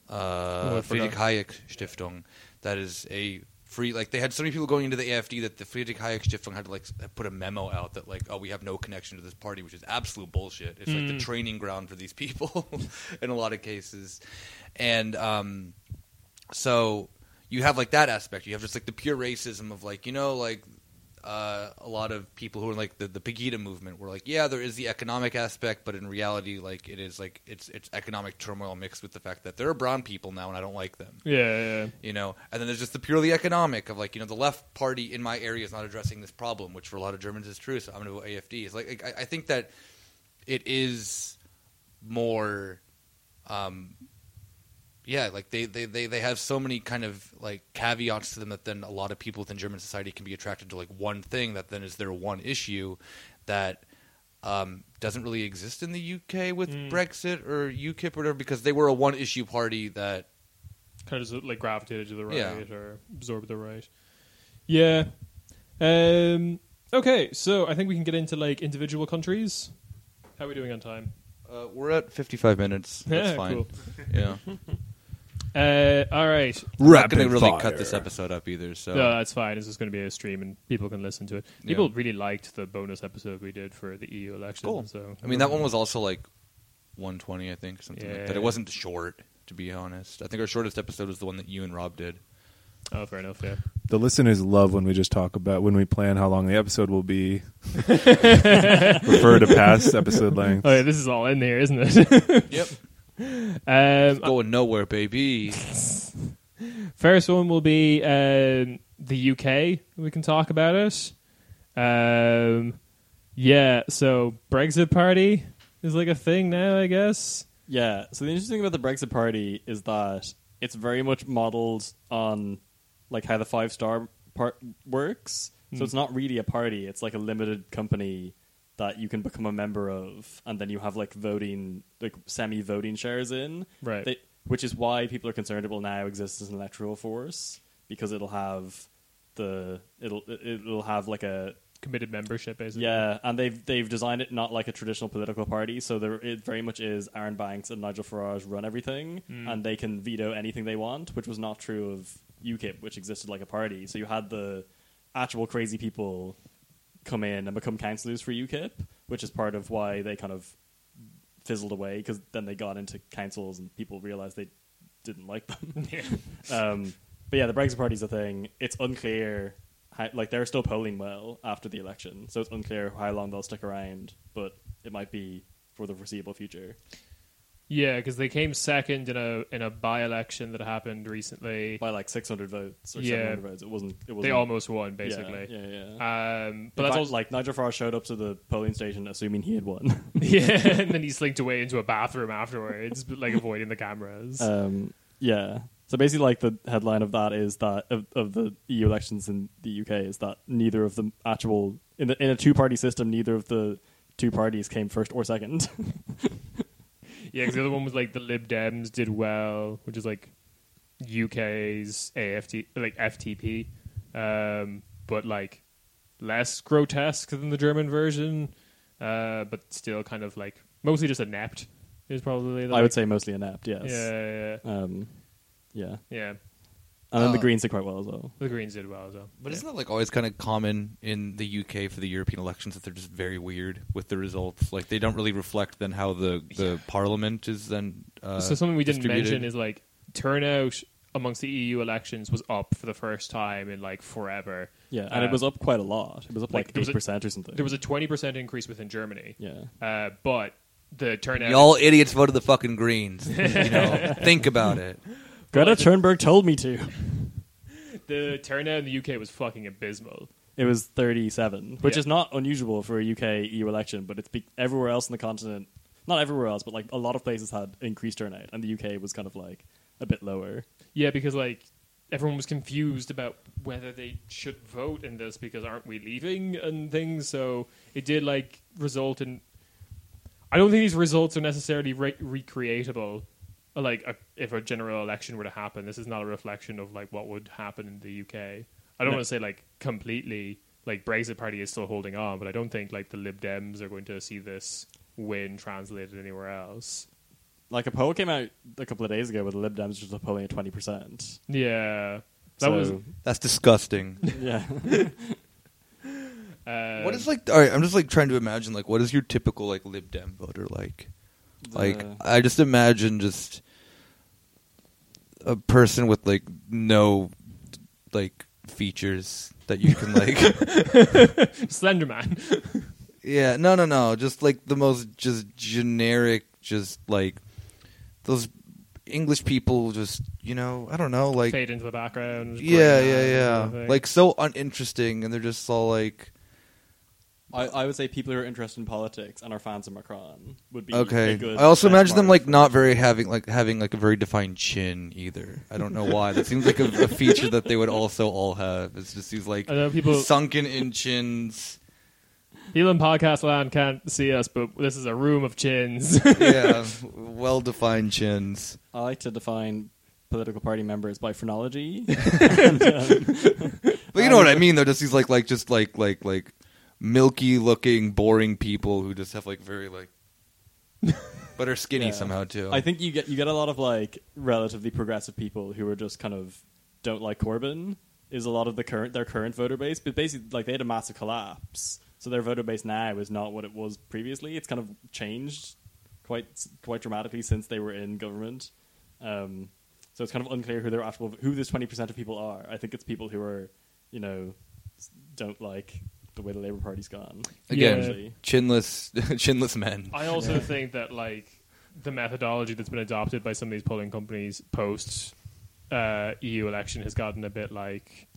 A: Oh,
B: uh,
A: I
B: Friedrich
A: forgot.
B: Hayek Stiftung. That is a free like they had so many people going into the AFD that the Friedrich Hayek Stiftung had to like put a memo out that like oh we have no connection to this party which is absolute bullshit. It's like
A: Hmm.
B: the training ground for these people [laughs] in a lot of cases, and um, so you have like that aspect. You have just like the pure racism of like you know like uh, a lot of people who are like the, the Pegida movement were like, yeah, there is the economic aspect, but in reality, like it is like it's it's economic turmoil mixed with the fact that there are brown people now and I don't like them,
A: Yeah, yeah.
B: you know. And then there's just the purely economic of like you know the left party in my area is not addressing this problem, which for a lot of Germans is true. So I'm going to vote AFD. It's like I, I think that it is more um yeah like they, they they they have so many kind of like caveats to them that then a lot of people within german society can be attracted to like one thing that then is their one issue that um doesn't really exist in the uk with brexit or ukip or whatever because they were a one issue party that
A: Kind of just like gravitated to the right
B: Yeah.
A: or absorbed the right. Yeah. Um, okay, so I think we can get into like individual countries. How are we doing on time?
B: uh, we're at 55 minutes that's
A: Yeah,
B: fine
A: cool.
B: yeah
A: Uh, all right.
B: we're not gonna really cut this episode up either so
A: No, that's fine. This is going to be a stream, and people can listen to it.
B: Oh. Yeah.
A: People really liked the bonus episode we did for the EU election.
B: Cool.
A: So
B: I mean, that one was also like 120, I think, something like that.
A: Yeah.
B: It wasn't short, to be honest. I think our shortest episode was the one that you and
A: [laughs]
B: Rob did.
A: Oh, fair enough. Yeah.
C: The listeners love when we just talk about when we plan how long the episode
A: [laughs]
C: will be. Refer to past episode length.
A: Oh, yeah, this is all in there, isn't it? [laughs]
B: Yep.
A: um,
B: Going
A: [laughs]
B: nowhere, baby.
A: First one will be um, the UK. We can talk about it. Um, yeah, so Brexit Party is like a thing now, I guess.
D: Yeah. So the interesting thing about the Brexit Party is that it's very much modelled on like how the five star part works. So it's not really a party; it's like a limited company that you can become a member of, and then you have like voting, like semi voting shares in.
A: Right.
D: They, which is why people are concerned it will now exist as an electoral force because it'll have the it'll it'll have like a
A: Committed membership, basically.
D: yeah, and they've they've designed it not like a traditional political party, so there it very much is Aaron Banks and Nigel Farage run everything, and they can veto anything they want, which was not true of UKIP, which existed like a party. So you had the actual crazy people come in and become councillors for UKIP, which is part of why they kind of fizzled away because then they got into councils and people realized they didn't like them. um, but yeah, the Brexit Party's a thing. It's unclear. How, like they're still polling well after the election, so it's unclear how long they'll stick around. But it might be for the foreseeable future.
A: [laughs] Yeah, because they came second in a in a by election that happened recently.
D: by like 600 votes or
A: Yeah.
D: 700 votes. It wasn't. It wasn't.
A: they almost won,
D: yeah,
A: basically.
D: Yeah, yeah.
A: Um, but
D: In
A: that's [laughs]
D: fact,
A: also
D: like Nigel Farage showed up to the polling station assuming he had won. [laughs]
A: yeah, and then he slinked away into a bathroom afterwards, but, like avoiding the cameras.
D: um, yeah. So basically, like the headline of that is that of, of the EU elections in the UK is that neither of the actual in the in a two party system, neither of the two parties came first or second. [laughs]
A: Yeah, because the other one was like the Lib Dems did well, which is like UK's AFT, like FTP, um, but like less grotesque than the German version, uh, but still kind of like mostly just inept is probably. The,
D: I would say mostly inept. Yes.
A: Yeah, yeah, yeah.
D: Um, yeah.
A: yeah.
D: And then the
B: Uh,
D: Greens did quite well as well.
A: The Greens did well as well.
B: But
A: yeah.
B: isn't that like always kind of common in the UK for the European elections that they're just very weird with the results? Like they don't really reflect then how the, the parliament is then. Uh,
A: so something we didn't
B: distributed.
A: mention is like turnout amongst the EU elections was up for the first time in like forever.
D: Yeah, and
A: Uh,
D: it was up quite a lot. It was up
A: like,
D: like
A: there was a-
D: eight percent or something.
A: There was a twenty percent increase within Germany.
D: yeah.
A: Uh, but the turnout
B: Y'all idiots voted the fucking Greens.
A: [laughs]
B: You know, think about it.
D: Greta Thunberg told me to.
A: The turnout in the UK was fucking abysmal.
D: It was 37, which
A: Yeah.
D: is not unusual for a UK EU election, but it's be- everywhere else in the continent. Not everywhere else, but like a lot of places had increased turnout, and the UK was kind of like a bit lower.
A: Yeah, because like everyone was confused about whether they should vote in this because aren't we leaving and things. So it did like result in. I don't think these results are necessarily re- recreatable. Uh, Like a, if a general election were to happen, this is not a reflection of like what would happen in the UK. I don't
D: No.
A: want to say like completely like Brexit Party is still holding on, but I don't think like the Lib Dems are going to see this when translated anywhere else.
D: Like a poll came out a couple of days ago where the Lib Dems just polling at twenty percent.
A: Yeah, that
D: so,
A: was
B: That's disgusting.
D: yeah.
A: uh,
B: what is like? All right, I'm just like trying to imagine like what is your typical like Lib Dem voter like? [laughs] Like
D: The-
B: I just imagine just a person with like no like features that you can
A: [laughs]
B: like.
A: Slender Man.
B: yeah, no, no, no. Just like the most just generic, just like those English people. Just you know, I don't know, like
A: fade into the background.
B: yeah,
A: grey man,
B: yeah,
A: kind of
B: yeah.
A: thing.
B: Like so uninteresting, and they're just all like,
D: I, I would say people who are interested in politics and are fans of Macron would be A
B: okay.
D: good
B: I also imagine them
D: benchmark
B: like
D: for-
B: not very having like having like a very defined chin either. I don't know why. that seems like a, a feature that they would also all have. It's just these like
A: I know people.
B: sunken in chins.
A: People in podcast land can't see us, but this is a room of
B: [laughs]
A: chins.
B: Yeah, well defined chins.
D: I like to define political party members
B: [laughs]
D: by phrenology. um,
B: But you know what I mean, though. Just these like like just like like like milky looking, boring people who just have like very like, but are skinny
D: Yeah.
B: somehow too.
D: I think you get you get a lot of like relatively progressive people who are just kind of don't like Corbyn is a lot of the current their current voter base, but basically like they had a massive collapse, so their voter base now is not what it was previously. It's kind of changed quite quite dramatically since they were in government. Um, so it's kind of unclear who their actual who this twenty percent of people are. I think it's people who are you know s- don't like the way the Labour Party's gone.
B: Again,
D: usually.
B: chinless [laughs] chinless men.
A: I also think that like the methodology that's been adopted by some of these polling companies post uh, EU election has gotten a bit like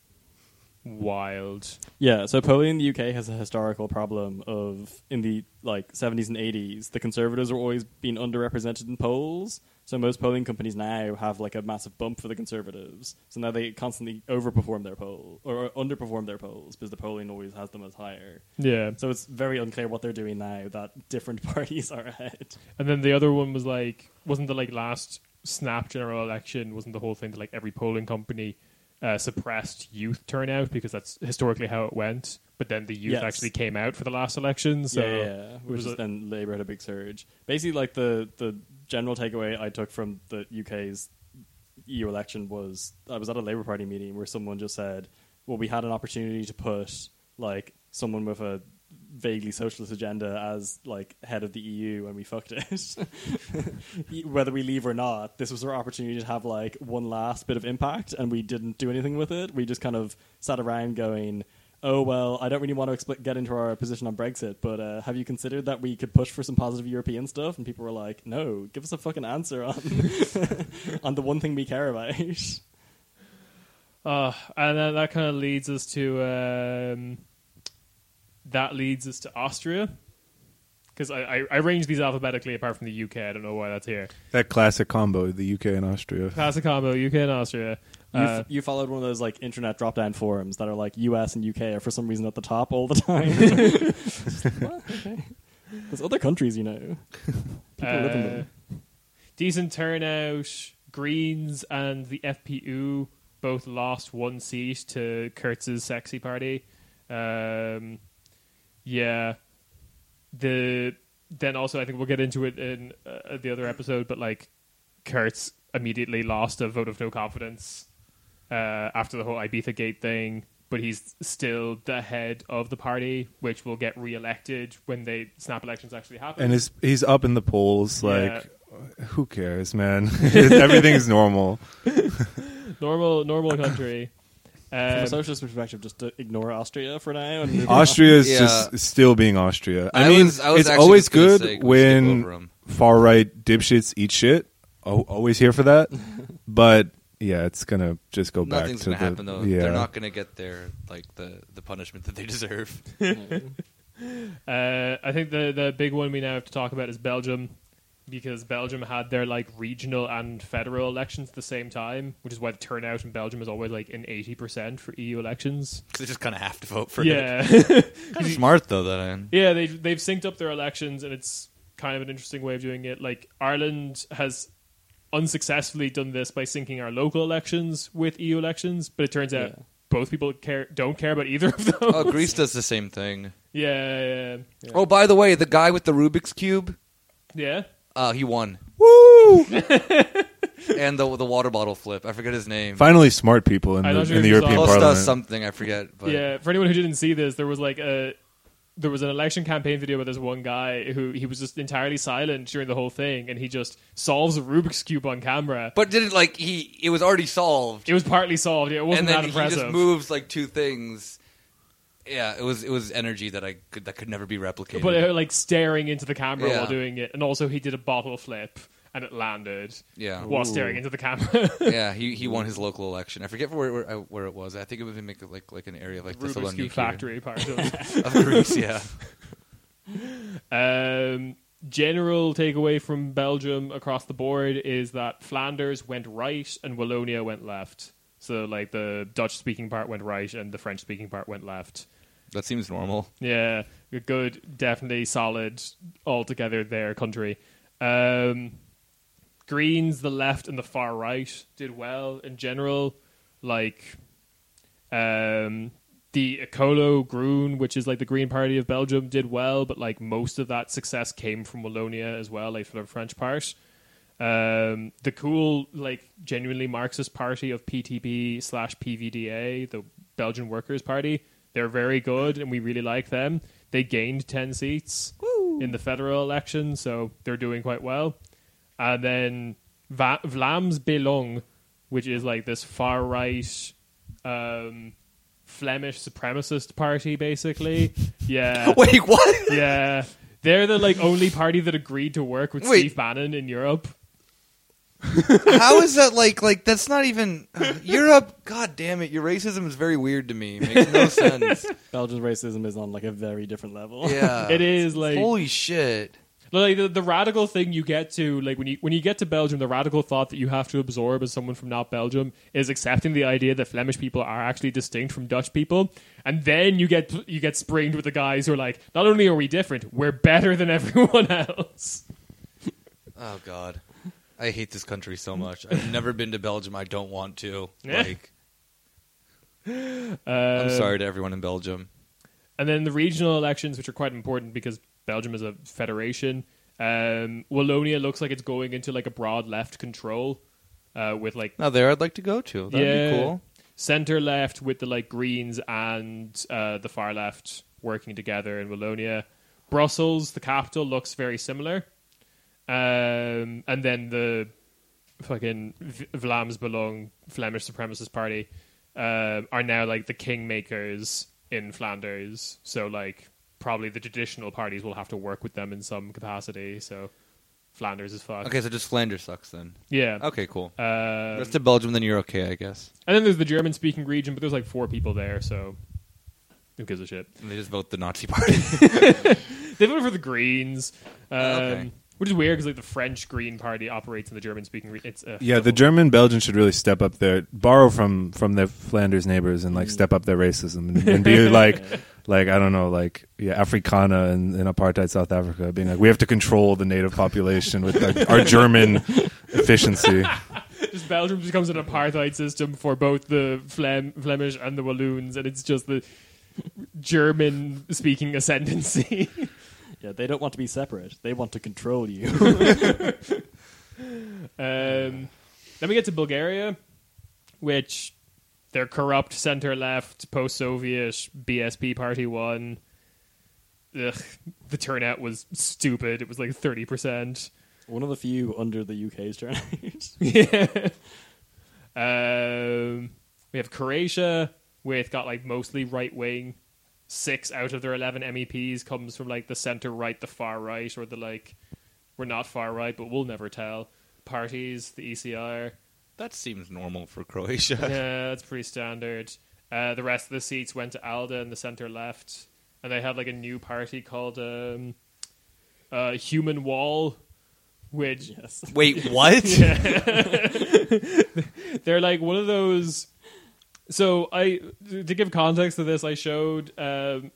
A: wild.
D: Yeah, so polling in the UK has a historical problem of in the like 70s and 80s, the Conservatives were always being underrepresented in polls. So most polling companies now have like a massive bump for the Conservatives. So now they constantly overperform their poll or underperform their polls because the polling always has them as higher.
A: Yeah.
D: So it's very unclear what they're doing now that different [laughs] parties are at.
A: And then the other one was like, wasn't the like last snap general election? Wasn't the whole thing that like every polling company uh, suppressed youth turnout because that's historically how it went. But then the youth
D: Yes.
A: actually came out for the last election, so
D: yeah, yeah, yeah. which
A: was
D: is
A: a-
D: then Labour had a big surge. Basically, like the the general takeaway I took from the UK's EU election was I was at a Labour Party meeting where someone just said, "Well, we had an opportunity to put like someone with a vaguely socialist agenda as like head of the EU, and we fucked [laughs] it. e, Whether we leave or not, this was our opportunity to have like one last bit of impact, and we didn't do anything with it. We just kind of sat around going." oh well i don't really want to expl- get into our position on brexit but uh, have you considered that we could push for some positive european stuff and people were like no give us a fucking answer on [laughs] on the one thing we care about [laughs]
A: Uh, and then that kind of leads us to um, that leads us to Austria because I, I I arranged these alphabetically apart from the UK. I don't know why that's here.
C: That classic combo, the UK and Austria.
A: Classic combo: UK and Austria.
D: you,
A: Uh,
D: f- you followed one of those like internet drop down forums that are like us and uk are for some reason at the top all the time It's like, what? okay. there's other countries you know people live in
A: uh,
D: them
A: decent turnout. Greens and the FPU both lost one seat to Kurtz's sexy party. Um, yeah, the then also I think we'll get into it in uh, the other episode, but like Kurtz immediately lost a vote of no confidence uh, after the whole Ibiza Gate thing, but he's still the head of the party, which will get re-elected when they snap elections actually happen.
C: And he's, he's up in the polls, like, who cares, man? [laughs] Everything's normal.
A: normal normal country.
D: from
A: Um,
D: a socialist perspective just to ignore austria for
B: [laughs]
D: now and move on.
C: Austria is
B: Yeah.
C: just still being Austria. I,
B: I
C: mean,
B: was- I was
C: it's
B: actually
C: always
B: just gonna
C: good
B: say, go skip over 'em.
C: when far right dipshits eat shit. Oh, always here for that. but yeah, it's gonna just go back
B: Nothing's
C: to
B: gonna
C: the,
B: happen though.
C: Yeah.
B: They're not gonna get their like the the punishment that they [laughs] deserve.
A: uh, I think the the big one we now have to talk about is Belgium, because Belgium had their like regional and federal elections at the same time, which is why the turnout in Belgium is always like in eighty percent for EU elections.
B: 'Cause they just kind of have to vote for it.
A: yeah, [laughs]
B: Kind of smart though that end.
A: yeah, they they've synced up their elections, and it's kind of an interesting way of doing it. Like Ireland has unsuccessfully done this by syncing our local elections with EU elections, but it turns out
D: Yeah.
A: both people care don't care about either of [laughs] those.
B: Oh, Greece Oh, does the same thing.
A: Yeah, yeah, yeah.
B: Oh, by the way, the guy with the Rubik's cube,
A: yeah.
B: uh, he won.
A: [laughs]
C: Woo!
B: and the the water bottle flip. I forget his name.
C: Finally, smart people in
A: I
C: the,
A: thought you
C: in the
A: were
C: European
A: just
B: Costa
C: Parliament.
B: something. I forget. But
A: Yeah, for anyone who didn't see this, there was like a there was an election campaign video where there's one guy who he was just entirely silent during the whole thing, and he just solves a Rubik's cube on camera.
B: But did it like he? It was already solved,
A: it was partly solved. It wasn't
B: and then
A: that
B: he
A: impressive.
B: just moves like two things. Yeah, it was it was energy that I could that could never be replicated.
A: but uh, like staring into the camera
B: Yeah.
A: while doing it, and also he did a bottle flip and it landed
B: yeah,
A: while staring into the camera. [laughs]
B: yeah, he he won his local election. I forget where where, I- where it was. I think it was in like like, like an area of like
A: Rubik's
B: Thessaloniki
A: cube factory part of [laughs] it.
B: of Greece. [laughs] Yeah,
A: Um, general takeaway from Belgium across the board is that Flanders went right and Wallonia went left. So like the Dutch speaking part went right and the French speaking part went left.
B: that seems normal.
A: Yeah, a good, definitely solid, all together there country. Um, Greens, the left and the far right did well in general. Like um, the Ecolo Groen, which is like the Green Party of Belgium, did well, but like most of that success came from Wallonia as well, like for the French part. Um, the cool, like genuinely Marxist party of PTB slash PVDA, the Belgian Workers Party, they're very good and we really like them. They gained 10 seats in the federal election, so they're doing quite well. And then Va- Vlaams Belang, which is like this far right um, Flemish supremacist party,
B: [laughs]
A: basically. Yeah.
B: Wait, what?
A: Yeah. They're the like only party that agreed to work with
B: Wait.
A: Steve Bannon in Europe.
B: How is that like like that's not even Europe? God damn it, your racism is very weard to me. It makes no sense.
D: Belgian racism is on like a very different level.
B: [laughs] Yeah,
A: It is like
B: Uh, holy shit.
A: like the, the radical thing you get to like when you when you get to Belgium, the radical thought that you have to absorb as someone from not Belgium is accepting the idea that Flemish people are actually distinct from Dutch people, and then you get you get springed with the guys who are like, not only are we different, we're better than [laughs] everyone else.
B: Oh god, I hate this country so much. I've never been to Belgium. I don't want to. Like,
A: Uh,
B: I'm sorry to everyone in Belgium.
A: And then the regional elections, which are quite important because Belgium is a federation. Um, Wallonia looks like it's going into like a broad left control uh, with like
B: Now there, I'd like to go to. That'd be cool.
A: center left with the like Greens and uh, the far left working together in Wallonia. Brussels, the capital, looks very similar. Um, and then the fucking V- Vlaams Belang Flemish supremacist party uh, are now like the kingmakers in Flanders. So like probably the traditional parties will have to work with them in some capacity. So Flanders is fucked.
B: Okay, so just Flanders sucks then.
A: Yeah.
B: Okay, cool.
A: Um,
B: Rest of Belgium, then you're okay, I guess.
A: and then there's the German speaking region, but there's like four people there, so who gives a shit?
B: And they just vote the Nazi [laughs] party.
A: They voted for the Greens, um,
B: Okay.
A: which is weird because like the French Green Party operates in the German speaking region. It's uh,
C: Yeah, the German Belgians should really step up their borrow from from their Flanders neighbors and like
B: Mm.
C: step up their racism and,
B: [laughs]
C: and be like like I don't know like yeah Africana and, and apartheid South Africa being like we have to control the native population with
B: [laughs]
C: like, our German efficiency.
A: [laughs] just Belgium becomes an apartheid system for both the Flem- Flemish and the Walloons, and it's just the German speaking ascendancy.
D: [laughs]
A: [laughs]
D: Yeah, they don't want to be separate. They want to
B: [laughs]
D: control you.
A: Um, then we get to Bulgaria, which their corrupt center left post Soviet BSP party won. Ugh, the turnout was stupid. It was like 30%.
D: One of the few under the UK's turnout.
A: Yeah. [laughs] um, we have Croatia with got like mostly right wing. Six out of their 11 MEPs comes from like the center right, the far right, or the like, we're not far right, but we'll never tell. Parties, the E ECR.
B: that seems normal for Croatia.
A: yeah, that's pretty standard. Uh, the rest of the seats went to Alda in the center left, and they have like a new party called um, uh, Human Wall, which
D: yes.
B: [laughs] Wait, [laughs] what?
A: they're like one of those. So I to give context to this, I showed um,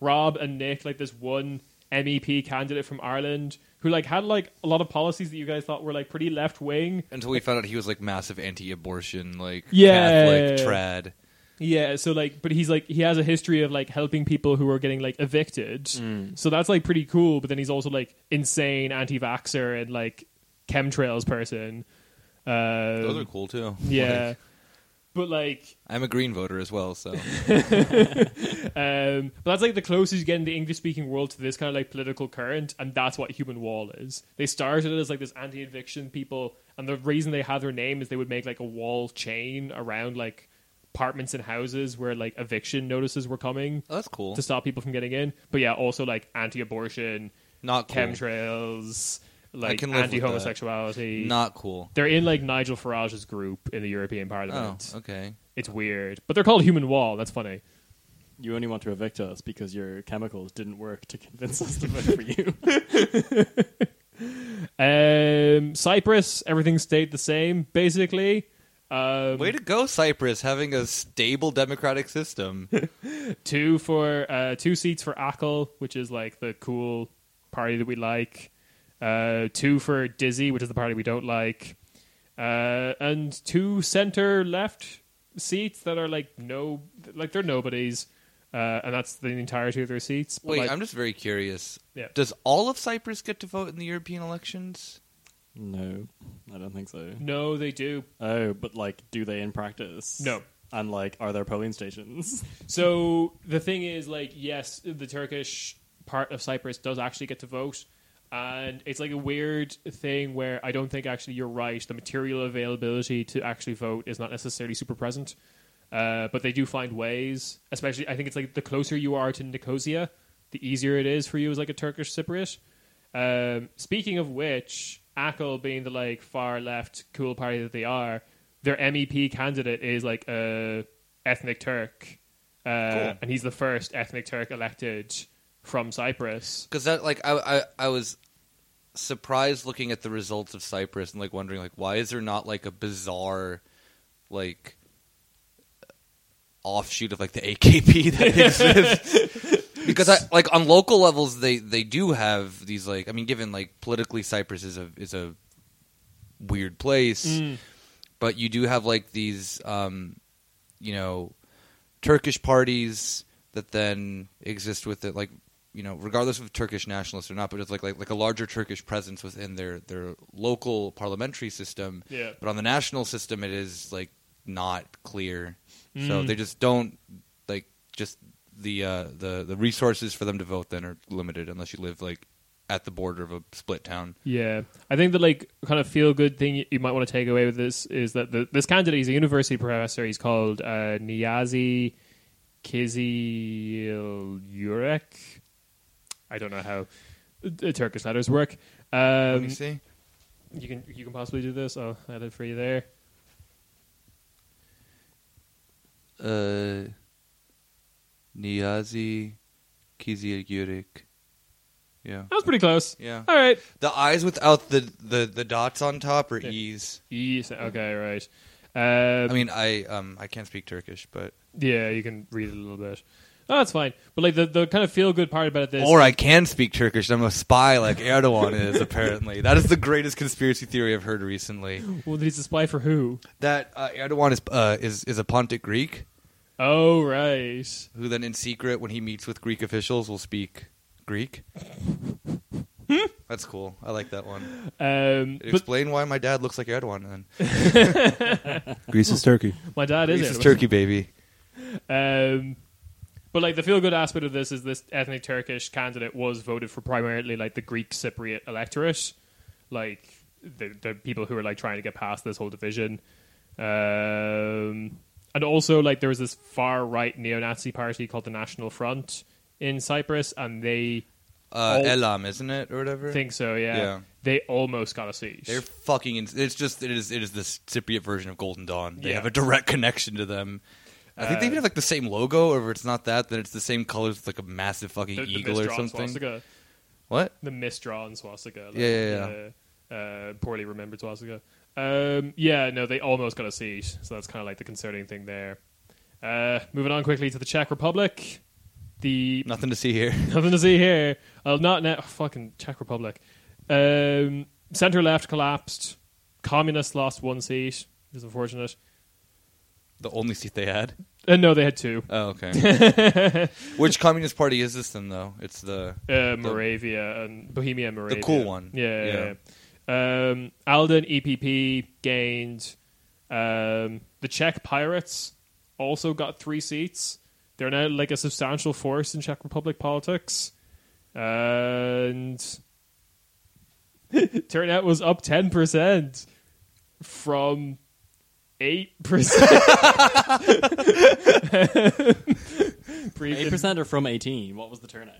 A: Rob and Nick like this one MEP candidate from Ireland who like had like a lot of policies that you guys thought were like pretty left wing,
B: Until we found out he was like massive anti-abortion, like
A: Yeah.
B: Catholic trad.
A: Yeah, so like, but he's like, he has a history of like helping people who are getting like evicted.
B: Mm.
A: So that's like pretty cool. But then he's also like insane anti-vaxer and like chemtrails person. Uh,
B: Those are cool too.
A: yeah,
B: Like,
A: but like,
B: I'm a green voter as well, [laughs] so
A: um, but that's like the closest you get in the English-speaking world to this kind of like political current, and that's what Human Wall is. They started as like this anti-eviction people, and the reason they had their name is they would make like a wall chain around like apartments and houses where like eviction notices were coming.
B: Oh, that's cool.
A: to stop people from getting in. But yeah, also like anti-abortion,
B: Not cool.
A: chemtrails, like
B: can live with that.
A: anti-homosexuality.
B: Not cool.
A: they're in like Nigel Farage's group in the European
B: Oh,
A: Parliament.
B: okay.
A: It's weird, but they're called Human Wall. That's funny.
D: [laughs] You only want to evict us because your chemicals didn't work to convince us to vote for you. [laughs]
A: Um, Cyprus, everything stayed the same basically. Um,
B: Way to go, Cyprus, having a stable
A: [laughs]
B: democratic system.
A: two for uh, two seats for Ackle, which is like the cool party that we like. Uh, two for Dizzy, which is the party we don't like, uh, and two center left seats that are like no, like they're nobodies, uh, and that's the entirety of their seats. But,
B: Wait,
A: like,
B: I'm just very curious.
A: Yeah.
B: Does all of Cyprus get to vote in the European elections?
D: no, I don't think so.
A: no, they do.
D: Oh, but like, do they in practice?
A: No.
D: And like, are there
B: [laughs]
D: polling stations?
A: So the thing is, like, yes, the Turkish part of Cyprus does actually get to vote, and it's like a weird thing where I don't think actually you're right. The material availability to actually vote is not necessarily super present, uh, but they do find ways. Especially, I think it's like the closer you are to Nicosia, the easier it is for you as like a Turkish Cypriot. Um, speaking of which, AKL being the like far left cool party that they are, their MEP candidate is like a ethnic Turk, uh, and he's the first ethnic Turk elected from Cyprus.
B: Because that, like, I, I, I was surprised looking at the results of Cyprus and like wondering, like, why is there not like a bizarre, like, offshoot of like the AKP [laughs] that exists? because I, like, on local levels, they they do have these like, I mean, given like politically, Cyprus is a is a weird place, but you do have like these, um, you know, Turkish parties that then exist with it, like you know, regardless of Turkish nationalists or not, but it's like like, like a larger Turkish presence within their their local parliamentary system.
A: Yeah.
B: But on the national system, it is like not clear, so they just don't like just the uh, the the resources for them to vote then are limited unless you live like at the border of a split town.
A: Yeah, I think the like kind of feel good thing you- you might want to take away with this is that the, this candidate is a university professor. He's called uh, Niazi Kizilyurek. I don't know how uh, Turkish letters work. Um,
B: Let me see.
A: You can you can possibly do this. Oh, I had it for you there.
B: uh, Niazi Kiziagurik. Yeah.
A: That was pretty close.
B: Yeah.
A: All right.
B: The eyes without the, the, the dots on top are
A: Yeah.
B: E's.
A: Yes. Okay. Right. Um,
B: I mean, I um I can't speak Turkish, but
A: yeah, you can read it a little bit. Oh, that's fine. But like the, the kind of feel good part about this,
B: or I can speak Turkish. I'm a spy like Erdogan is apparently. That is the greatest conspiracy theory I've heard recently.
A: well, he's a spy for who?
B: That uh, Erdogan is uh, is is a Pontic Greek
A: Oh, right.
B: who then in secret when he meets with Greek officials will speak Greek. That's cool. I like that one.
A: Um,
B: It
A: Hmm? but
B: explain why my dad looks like Erdogan then.
A: [laughs]
C: Greece is Turkey.
A: my dad is
B: Greece is
A: it.
B: turkey, baby.
A: Um, but like the feel good aspect of this is this ethnic Turkish candidate was voted for primarily like the Greek Cypriot electorate, like the, the people who are like trying to get past this whole division. Um, and also like there was this far right neo Nazi party called the National Front in Cyprus, and they
B: Uh,
A: Oh.
B: Elam, isn't it, or whatever?
A: think so. Yeah,
B: Yeah.
A: they almost got a seat.
B: They're fucking. Ins- it's just it is it is the Cypriot version of Golden Dawn.
A: Yeah.
B: They
A: Uh,
B: have a direct connection to them. I think they even have like the same logo, or if it's not that, then it's the same colors with like a massive fucking
A: the, the
B: eagle or
A: misdrawn
B: something.
A: swastika.
B: What?
A: the misdrawn swastika. like,
B: Yeah, yeah, yeah.
A: Uh, uh, poorly remembered swastika. Um, yeah, no, they almost got a seat, so that's kind of like the concerning thing there. Uh, moving on quickly to the Czech Republic. The
B: Nothing to see here.
A: nothing to see here. Uh, not net. oh, fucking Czech Republic. Um, Center left collapsed. Communists lost one seat. It's unfortunate.
B: the only seat they had?
A: Uh, no, they had two.
B: Oh, okay. [laughs] Which communist party is this then, though? It's the
A: Uh, Moravia and Bohemia and Moravia.
B: cool one.
A: Yeah. yeah,
B: Yeah.
A: yeah. Um, Alden EPP gained. Um, the Czech Pirates also got three seats. They're now like a substantial force in Czech Republic politics. And [laughs] turnout was up 10% from [laughs] 8%. Pre-
D: Eight percent or from eighteen? What was the turnout?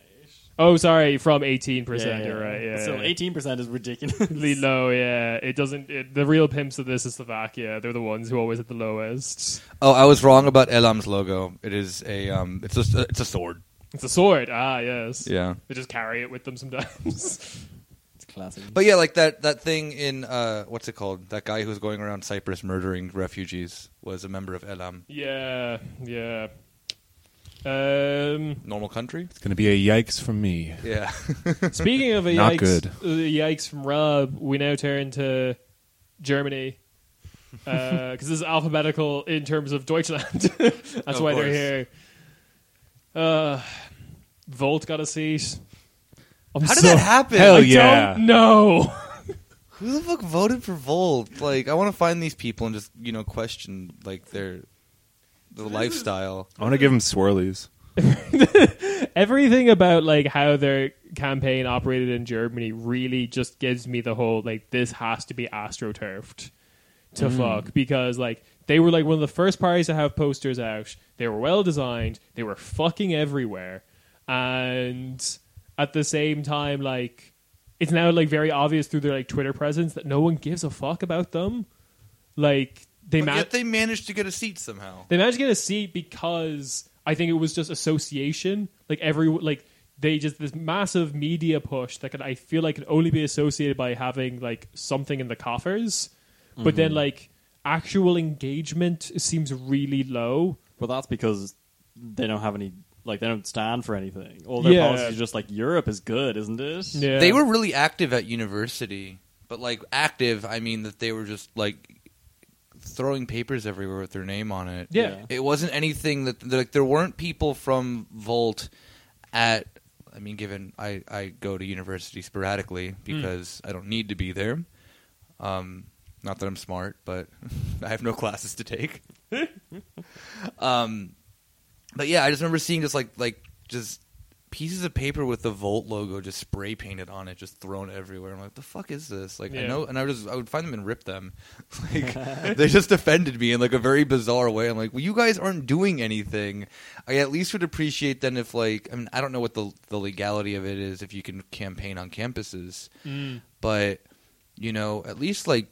A: Oh, sorry, from 18%. You're right. Yeah.
D: So
A: yeah.
D: eighteen percent is
A: [laughs]
D: ridiculously
A: Really low, yeah. It doesn't. It, the real pimps of this is Slovakia. They're the ones who always at the lowest.
B: Oh, I was wrong about Elam's logo. It is a um, it's a it's a sword.
A: It's a sword. Ah, yes.
B: Yeah.
A: They just carry it with them sometimes. [laughs]
D: It's classic.
B: But yeah, like that that thing in uh, what's it called? That guy who was going around Cyprus murdering refugees was a member of Elam.
A: yeah, yeah. Um,
B: Normal country.
C: It's gonna be a yikes from me.
B: [laughs] Yeah.
A: speaking of a
C: Not
A: yikes,
C: good.
A: uh, yikes from Rob, we now turn to Germany because
C: [laughs]
A: this is alphabetical in terms of Deutschland. [laughs] That's
B: Of
A: why
B: course.
A: they're here. Uh, Volt got a seat. I'm
B: How did
A: so-
B: that happen?
C: Hell
A: I
B: Like,
C: yeah.
A: don't know.
B: Who the fuck voted for Volt? Like, I want to find these people and just you know question like their the lifestyle.
C: I want to give him swirlies.
A: Everything about like how their campaign operated in Germany really just gives me the whole like this has to be astroturfed to fuck because like they were like one of the first parties to have posters out. They were well designed. They were fucking everywhere, and at the same time, like it's now like very obvious through their like Twitter presence that no one gives a fuck about them. Like they
B: But
A: ma-
B: yet they managed to get a seat somehow.
A: They managed to get a seat because I think it was just association. Like every like they just this massive media push that could I feel like could only be associated by having like something in the coffers. But then like actual engagement seems really low.
D: Well, that's because they don't have any, like, they don't stand for anything. All their
A: Yeah.
D: policies are just like Europe is good, isn't it?
A: Yeah.
B: They were really active at university, but like active, I mean that they were just like throwing papers everywhere with their name on it.
A: Yeah.
D: Yeah.
B: It wasn't anything that like there weren't people from Volt at I mean given I I go to university sporadically
A: Hmm.
B: because I don't need to be there. Um not that I'm smart, but [laughs] I have no classes to take. um but yeah, I just remember seeing just like like just pieces of paper with the Volt logo just spray painted on it, just thrown everywhere. I'm like, the fuck is this? Like I
A: Yeah.
B: know, and I would just I would find them and rip them. [laughs] Like they just offended me in like a very bizarre way. I'm like, well, you guys aren't doing anything. I at least would appreciate then if like I mean I don't know what the the legality of it is if you can campaign on campuses, but you know at least like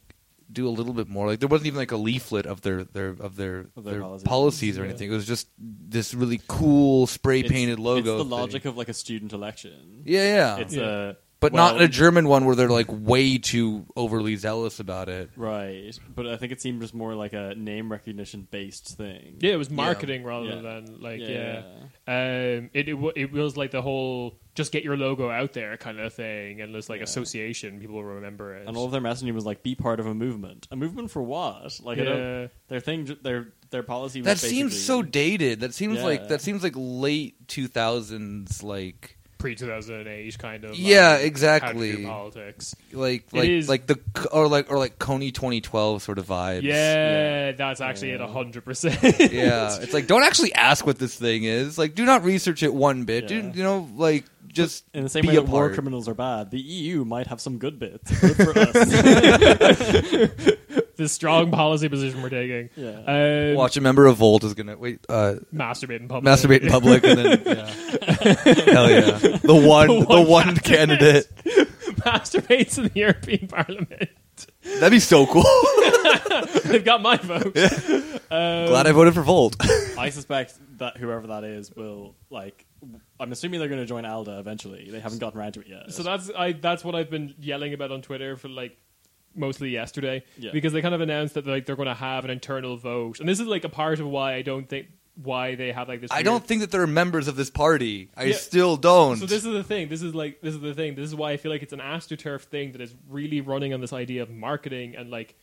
B: do a little bit more like there wasn't even like a leaflet of their their of their,
D: Of
B: their,
D: their
B: policies,
D: policies,
B: or
D: yeah.
B: anything it was just this really cool spray
D: It's-
B: painted logo
D: It's the
B: thing.
D: logic of like a student election.
B: Yeah, yeah.
D: It's
A: Yeah.
D: a.
B: but
D: well,
B: not in a German one where they're like way too overly zealous about it.
D: Right. But I think it seemed just more like a name recognition based thing.
A: Yeah, it was marketing rather
D: Yeah.
A: than like
D: Yeah,
A: yeah. Um, it it, wa- it was like the whole just get your logo out there kind of thing, and there's like
D: Yeah.
A: association. People will remember it.
D: And all of their messaging was like, be part of a movement. A movement for what? Like, I
A: Yeah.
D: don't, their thing, ju- their their policy. Was
B: That seems so
D: basically-
B: dated. That seems like
D: Yeah.
B: that seems like late two thousands like
A: pre 2008 kind of like,
B: Yeah,
A: how to do
B: exactly.
A: politics.
B: like
A: It
B: like
A: is-
B: like the or like or like Coney twenty twelve sort of vibes.
A: Yeah, that's actually at hundred percent. [laughs]
B: Yeah. It's like don't actually ask what this thing is. Like do not research it one bit.
D: Yeah.
B: Do you know like just
D: In the same
B: be
D: way
B: a
D: that war
B: part.
D: criminals are bad, the EU might have some
B: [laughs]
D: good bits. Good for us.
A: the strong policy position we're taking. [laughs]
D: yeah.
A: Um,
B: Watch a member of Volt is gonna wait uh
A: masturbate in public.
B: masturbate in public and then yeah. Hell yeah. The one the one,
A: one
B: candidate.
A: [laughs] Masturbates in the European Parliament. [laughs]
B: That'd be so cool.
A: They've got my vote.
B: Glad I voted for Volt.
D: I suspect that whoever that is will like. w- I'm assuming they're going to join Alda eventually. They haven't gotten around to it yet.
A: So that's I. That's what I've been yelling about on Twitter for like mostly yesterday
D: Yeah.
A: because they kind of announced that like they're going to have an internal vote, and this is like a part of why I don't think why they have like this.
B: I
A: weird-
B: don't think that there are members of this party. I
A: Yeah.
B: still don't.
A: So this is the thing. This is like this is the thing. This is why I feel like it's an astroturf thing that is really running on this idea of marketing and like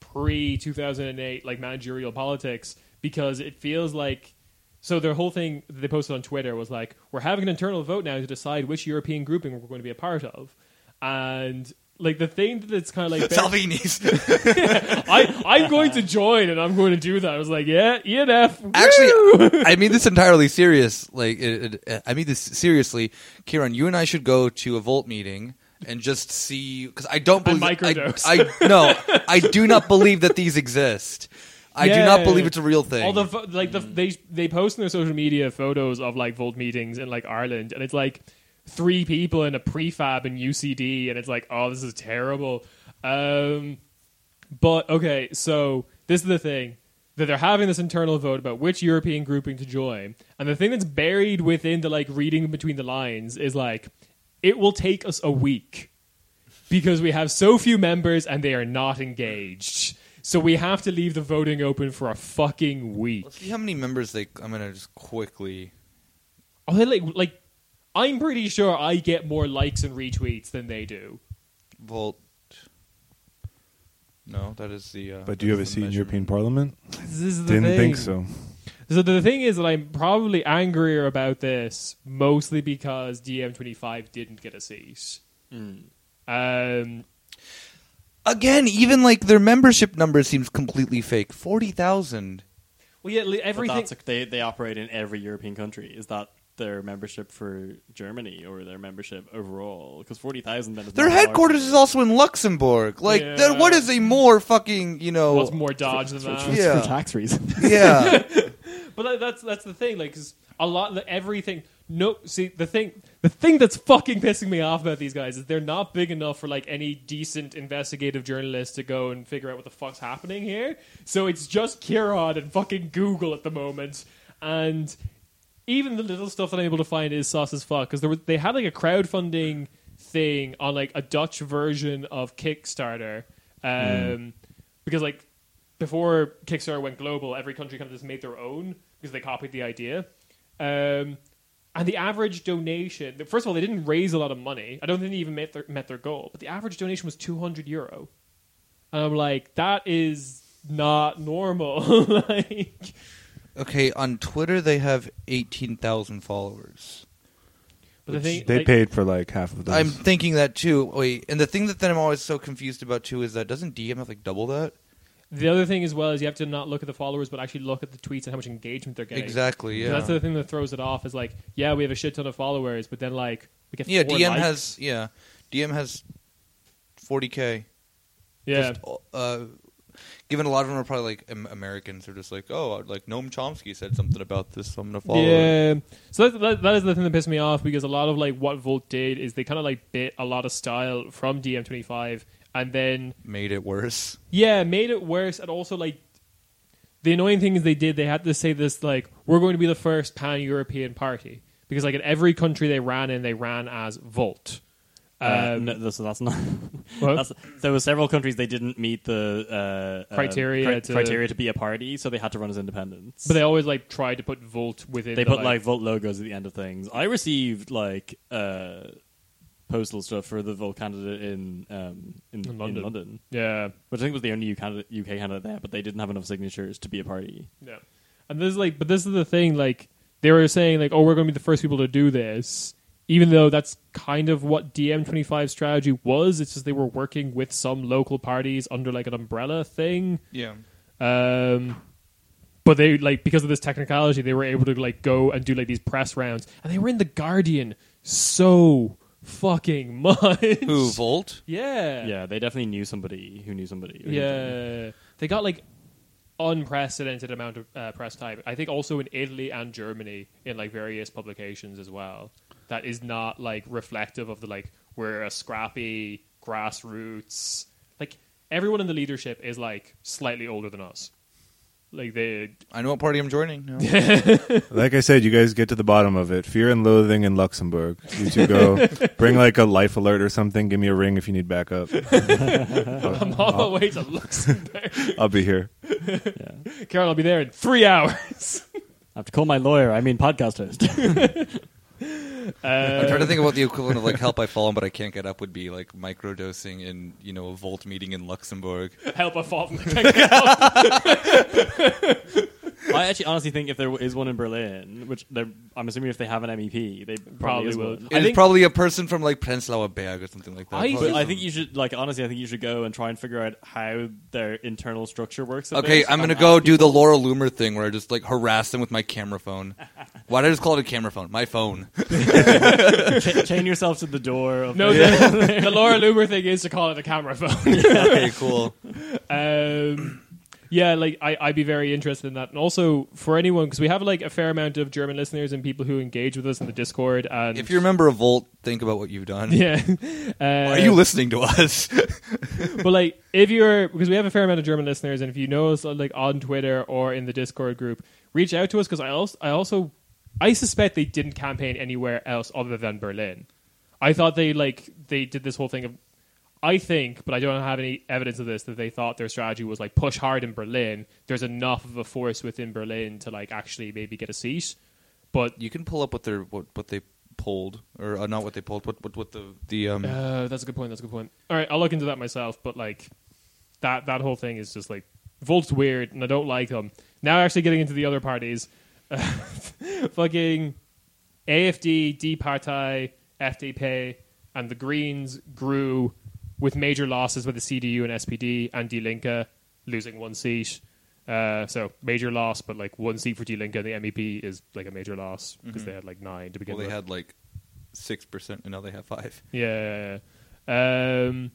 A: pre 2008 like managerial politics because it feels like so their whole thing that they posted on Twitter was like we're having an internal vote now to decide which European grouping we're going to be a part of, and like the thing that's kind
B: [laughs]
A: of like
B: Salvini's.
A: I I'm going to join and I'm going to do that. I was like, yeah, ENF. woo!
B: Actually, I mean this entirely serious. Like, it, it, I mean this seriously, Kieran. You and I should go to a Volt meeting and just see because I don't
A: And
B: believe. I,
A: microdose.
B: I no, I do not believe that these exist. I do
A: Yeah.
B: not believe it's a real thing.
A: All the pho- like the, they they post on their social media photos of like Volt meetings in like Ireland, and it's like three people in a prefab in UCD, and it's like, oh, this is terrible. Um, but okay, so this is the thing that they're having this internal vote about which European grouping to join, and the thing that's buried within the like reading between the lines is like, it will take us a week because we have so few members and they are not engaged. So we have to leave the voting open for a fucking week.
B: Let's see how many members they. I'm gonna just quickly.
A: Oh, they like like I'm pretty sure I get more likes and retweets than they do.
B: Volt. No, that is the. Uh,
C: But do you have a
B: that's the
C: seat in
B: measurement.
C: European Parliament?
A: This is the
C: Didn't
A: thing.
C: think so.
A: So the thing is that I'm probably angrier about this mostly because DM25 didn't get a seat. Hmm. Um,
B: Again, even like their membership number seems completely fake. Forty thousand.
A: well, yeah, li-
D: But
A: everything.
D: that's they they operate in every European country. Is that their membership for Germany or their membership overall? Because forty thousand then is
B: Their
D: not large.
B: headquarters is also in Luxembourg. Like,
A: Yeah.
B: that, what is a more fucking you know?
A: What's more [laughs] dodge than that?
D: It's
B: Yeah.
D: for tax reasons.
B: [laughs]
A: [laughs]
B: yeah,
A: But that, that's that's the thing, like 'cause a lot, the, everything. No, see the thing, the thing that's fucking pissing me off about these guys is they're not big enough for like any decent investigative journalist to go and figure out what the fuck's happening here. So it's just Kiron and fucking Google at the moment, and even the little stuff that I'm able to find is sauce as fuck because there was they had like a crowdfunding thing on like a Dutch version of Kickstarter, um, because like before Kickstarter went global, every country kind of just made their own because they copied the idea. Um, and the average donation, first of all, they didn't raise a lot of money. I don't think they even met their, met their goal, but the average donation was 200 euro. And I'm like, that is not normal. [laughs] like,
B: Okay, on Twitter they have eighteen thousand followers.
A: but the thing,
C: They
A: like,
C: paid for like half of those.
B: I'm thinking that too. Wait, and the thing that then I'm always so confused about too is that doesn't DM have like double that?
A: The other thing as well is you have to not look at the followers, but actually look at the tweets and how much engagement they're getting.
B: Exactly.
A: So
B: Yeah.
A: that's the thing that throws it off is like, yeah, we have a shit ton of followers, but then like we get
B: yeah.
A: four
B: DM
A: likes.
B: has yeah. DM has forty k.
A: yeah.
B: Just, uh, given a lot of them are probably like Am- Americans who are just like, oh, like Noam Chomsky said something about this, so I'm gonna follow. it.
A: Yeah. So that, that, that is the thing that pissed me off because a lot of like what Volt did is they kind of like bit a lot of style from DM25 and then
B: Made it worse.
A: yeah, made it worse and also like the annoying thing is they did they had to say this like we're going to be the first pan-European party because like in every country they ran in they ran as Volt.
D: Uh,
A: Um,
D: no, th- so that's not.
A: What?
D: that's, there were several countries they didn't meet the uh, uh,
A: Criteria
D: cri-
A: to-
D: criteria to be a party, so they had to run as independents.
A: But they always like tried to put Volt within.
D: they
A: the,
D: put like, Volt logos at the end of things. I received like uh, postal stuff for the Volt candidate in um, in,
A: In London.
D: in London,
A: yeah,
D: which I think was the only UK candidate, UK candidate there. But they didn't have enough signatures to be a party.
A: yeah. And this is like, but this is the thing. Like they were saying, like, oh, we're going to be the first people to do this, even though that's kind of what DM 25s strategy was. It's just they were working with some local parties under like an umbrella thing.
B: Yeah.
A: Um, but they like because of this technicality, they were able to like go and do like these press rounds, and they were in the Guardian so fucking [laughs] much.
B: Who Volt?
A: Yeah.
D: Yeah, they definitely knew somebody who knew somebody. or something.
A: Yeah, they got like unprecedented amount of uh, press time. I think also in Italy and Germany in like various publications as well. That is not like reflective of the like we're a scrappy grassroots. Like everyone in the leadership is like slightly older than us. Like they [laughs]
B: I know what party I'm joining. now.
C: like I said, you guys get to the bottom of it. Fear and loathing in Luxembourg. You
A: [laughs]
C: two go bring like a life alert or something. Give me a ring if you
A: [laughs]
C: need backup.
A: I'm all the way to Luxembourg.
C: I'll be here.
D: yeah.
A: Carol, I'll be there in three hours. [laughs]
D: I have to call my lawyer. I mean, podcast host. [laughs]
B: I'm trying to think of what the equivalent of like help I fallen but I can't get up would be like microdosing in you know a Volt meeting in Luxembourg.
A: Help a fault.
D: I actually honestly think if there is one in Berlin, which they're- I'm assuming if they have an MEP, they probably,
A: Probably
D: is
A: will.
D: one.
A: I
B: It's
A: think-
B: probably a person from like Prenzlauer Berg or something like that.
A: I-
B: Probably
D: But I
B: some-
D: think you should like honestly. I think you should go and try and figure out how their internal structure works. at
B: Okay,
D: this
B: I'm gonna
D: and
B: go
D: ask
B: do the
D: people-
B: Laura Loomer thing where I just like harass them with my camera phone. Why did I just call it a camera phone? My phone.
D: [laughs] Cha- chain yourself to the door. Of
A: No,
D: the-
A: the, the Laura Loomer thing is to call it a camera phone.
B: okay, cool.
A: um, yeah, like I, I'd be very interested in that, and also for anyone because we have like a fair amount of German listeners and people who engage with us in the Discord. And
B: If you're a member of Volt, think about what you've done.
A: [laughs] yeah, uh,
B: Why are you listening to us? [laughs]
A: [laughs] but like if you're because we have a fair amount of German listeners, and if you know us uh, like on Twitter or in the Discord group, reach out to us because I also I also I suspect they didn't campaign anywhere else other than Berlin. I thought they like they did this whole thing of I think, but I don't have any evidence of this that they thought their strategy was like push hard in Berlin. There's enough of a force within Berlin to like actually maybe get a seat, but
B: you can pull up what they're what, what they pulled or uh, not what they pulled. What what what the the um.
A: Uh, that's a good point. That's a good point. All right, I'll look into that myself. But like that that whole thing is just like Volt's weird, and I don't like him. Now, actually, getting into the other parties, [laughs] fucking AFD, D Partei, FDP, and the Greens grew with major losses with the CDU and SPD and Die Linke losing one seat. Uh, so major loss, but like one seat for Die Linke and the MEP is like a major loss because they had like nine to begin
B: Mm-hmm. well, they
A: with.
B: had like six percent, and now they have five.
A: Yeah. Um,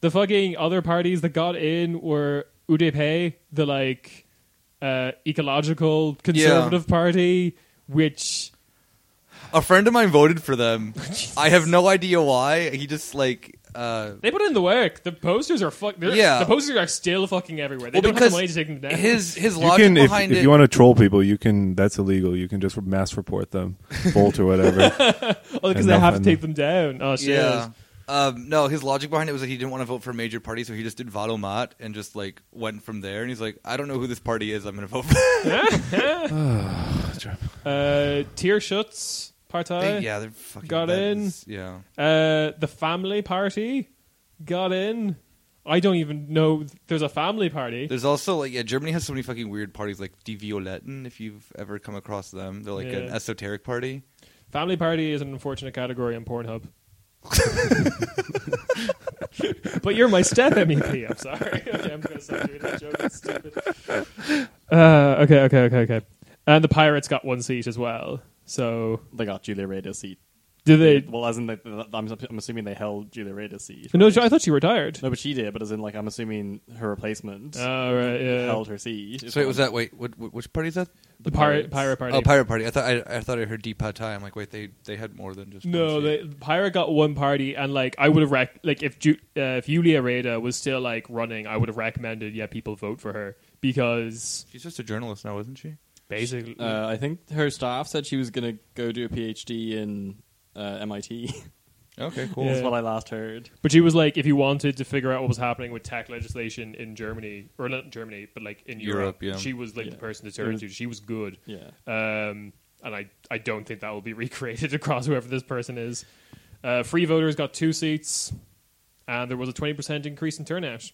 A: the fucking other parties that got in were UDP, the like uh, ecological conservative party, which
B: A friend of mine voted for them. I have no idea why. He just like uh
A: they put in the work. The posters are fuck. they're-
B: Yeah.
A: the posters are still fucking everywhere. They
B: well
A: don't have
B: because
A: the money to take them down.
B: his his
C: You
B: logic
C: can, if,
B: behind
C: if
B: it.
C: you want to troll people, you can. That's illegal. You can just mass report them, bolt or
A: [laughs]
C: whatever.
A: oh, because they have to
C: enough,
A: take them down. Oh shit.
B: yeah. Um, no, his logic behind it was that he didn't want to vote for a major party, so he just did Vadomat and just like went from there. And he's like, I don't know who this party is. I'm going to vote for.
A: Uh, Tier Schutz
B: They-
A: Partei.
B: yeah, they're fucking
A: Got
B: that
A: in.
B: is- yeah,
A: Uh, the family party got in. I don't even know. There's a family party.
B: there's also like yeah, Germany has so many fucking weird parties like Die Violetten. If you've ever come across them, they're like an
A: Yeah.
B: esoteric party.
A: Family party is an unfortunate category on [laughs] Pornhub. but you're my step MEP. I'm sorry. [laughs] Okay, I'm going to stop doing that joke. It's stupid. Uh, okay, okay, okay, okay. And the Pirates got one seat as well. So
D: they got Julia Rada's seat.
A: do they?
D: Well, as in, they, I'm, I'm assuming they held Julia Rada's seat.
A: No, I thought she retired.
D: No, but she did. But as in, like, I'm assuming her replacement
A: All right, Uh, yeah.
D: held her seat.
B: So it was that. Wait, what, what, which party is that?
A: The pirate pirate party.
B: Oh, pirate party. I thought I, I thought I heard Deep Pad Thai. I'm like, wait, they they had more than just
A: No,
B: One seat.
A: the pirate got one party, and like I would have rec- like if Ju- uh, if Julia Reda was still like running, I would have recommended yeah people vote for her because
B: she's just a journalist now, isn't she?
A: basically
D: Uh, I think her staff said she was going to go do a PhD in uh, [laughs] MIT.
B: Okay, cool.
A: Yeah.
D: That's what I last heard.
A: But she was like, if you wanted to figure out what was happening with tech legislation in Germany, or not in Germany, but like in Europe,
B: Europe, yeah.
A: she was like the
D: Yeah.
A: person to turn to. She was good.
D: Yeah.
A: Um, and I, I don't think that will be [laughs] recreated across whoever this person is. Uh, free voters got two seats, and there was a 20% increase in turnout.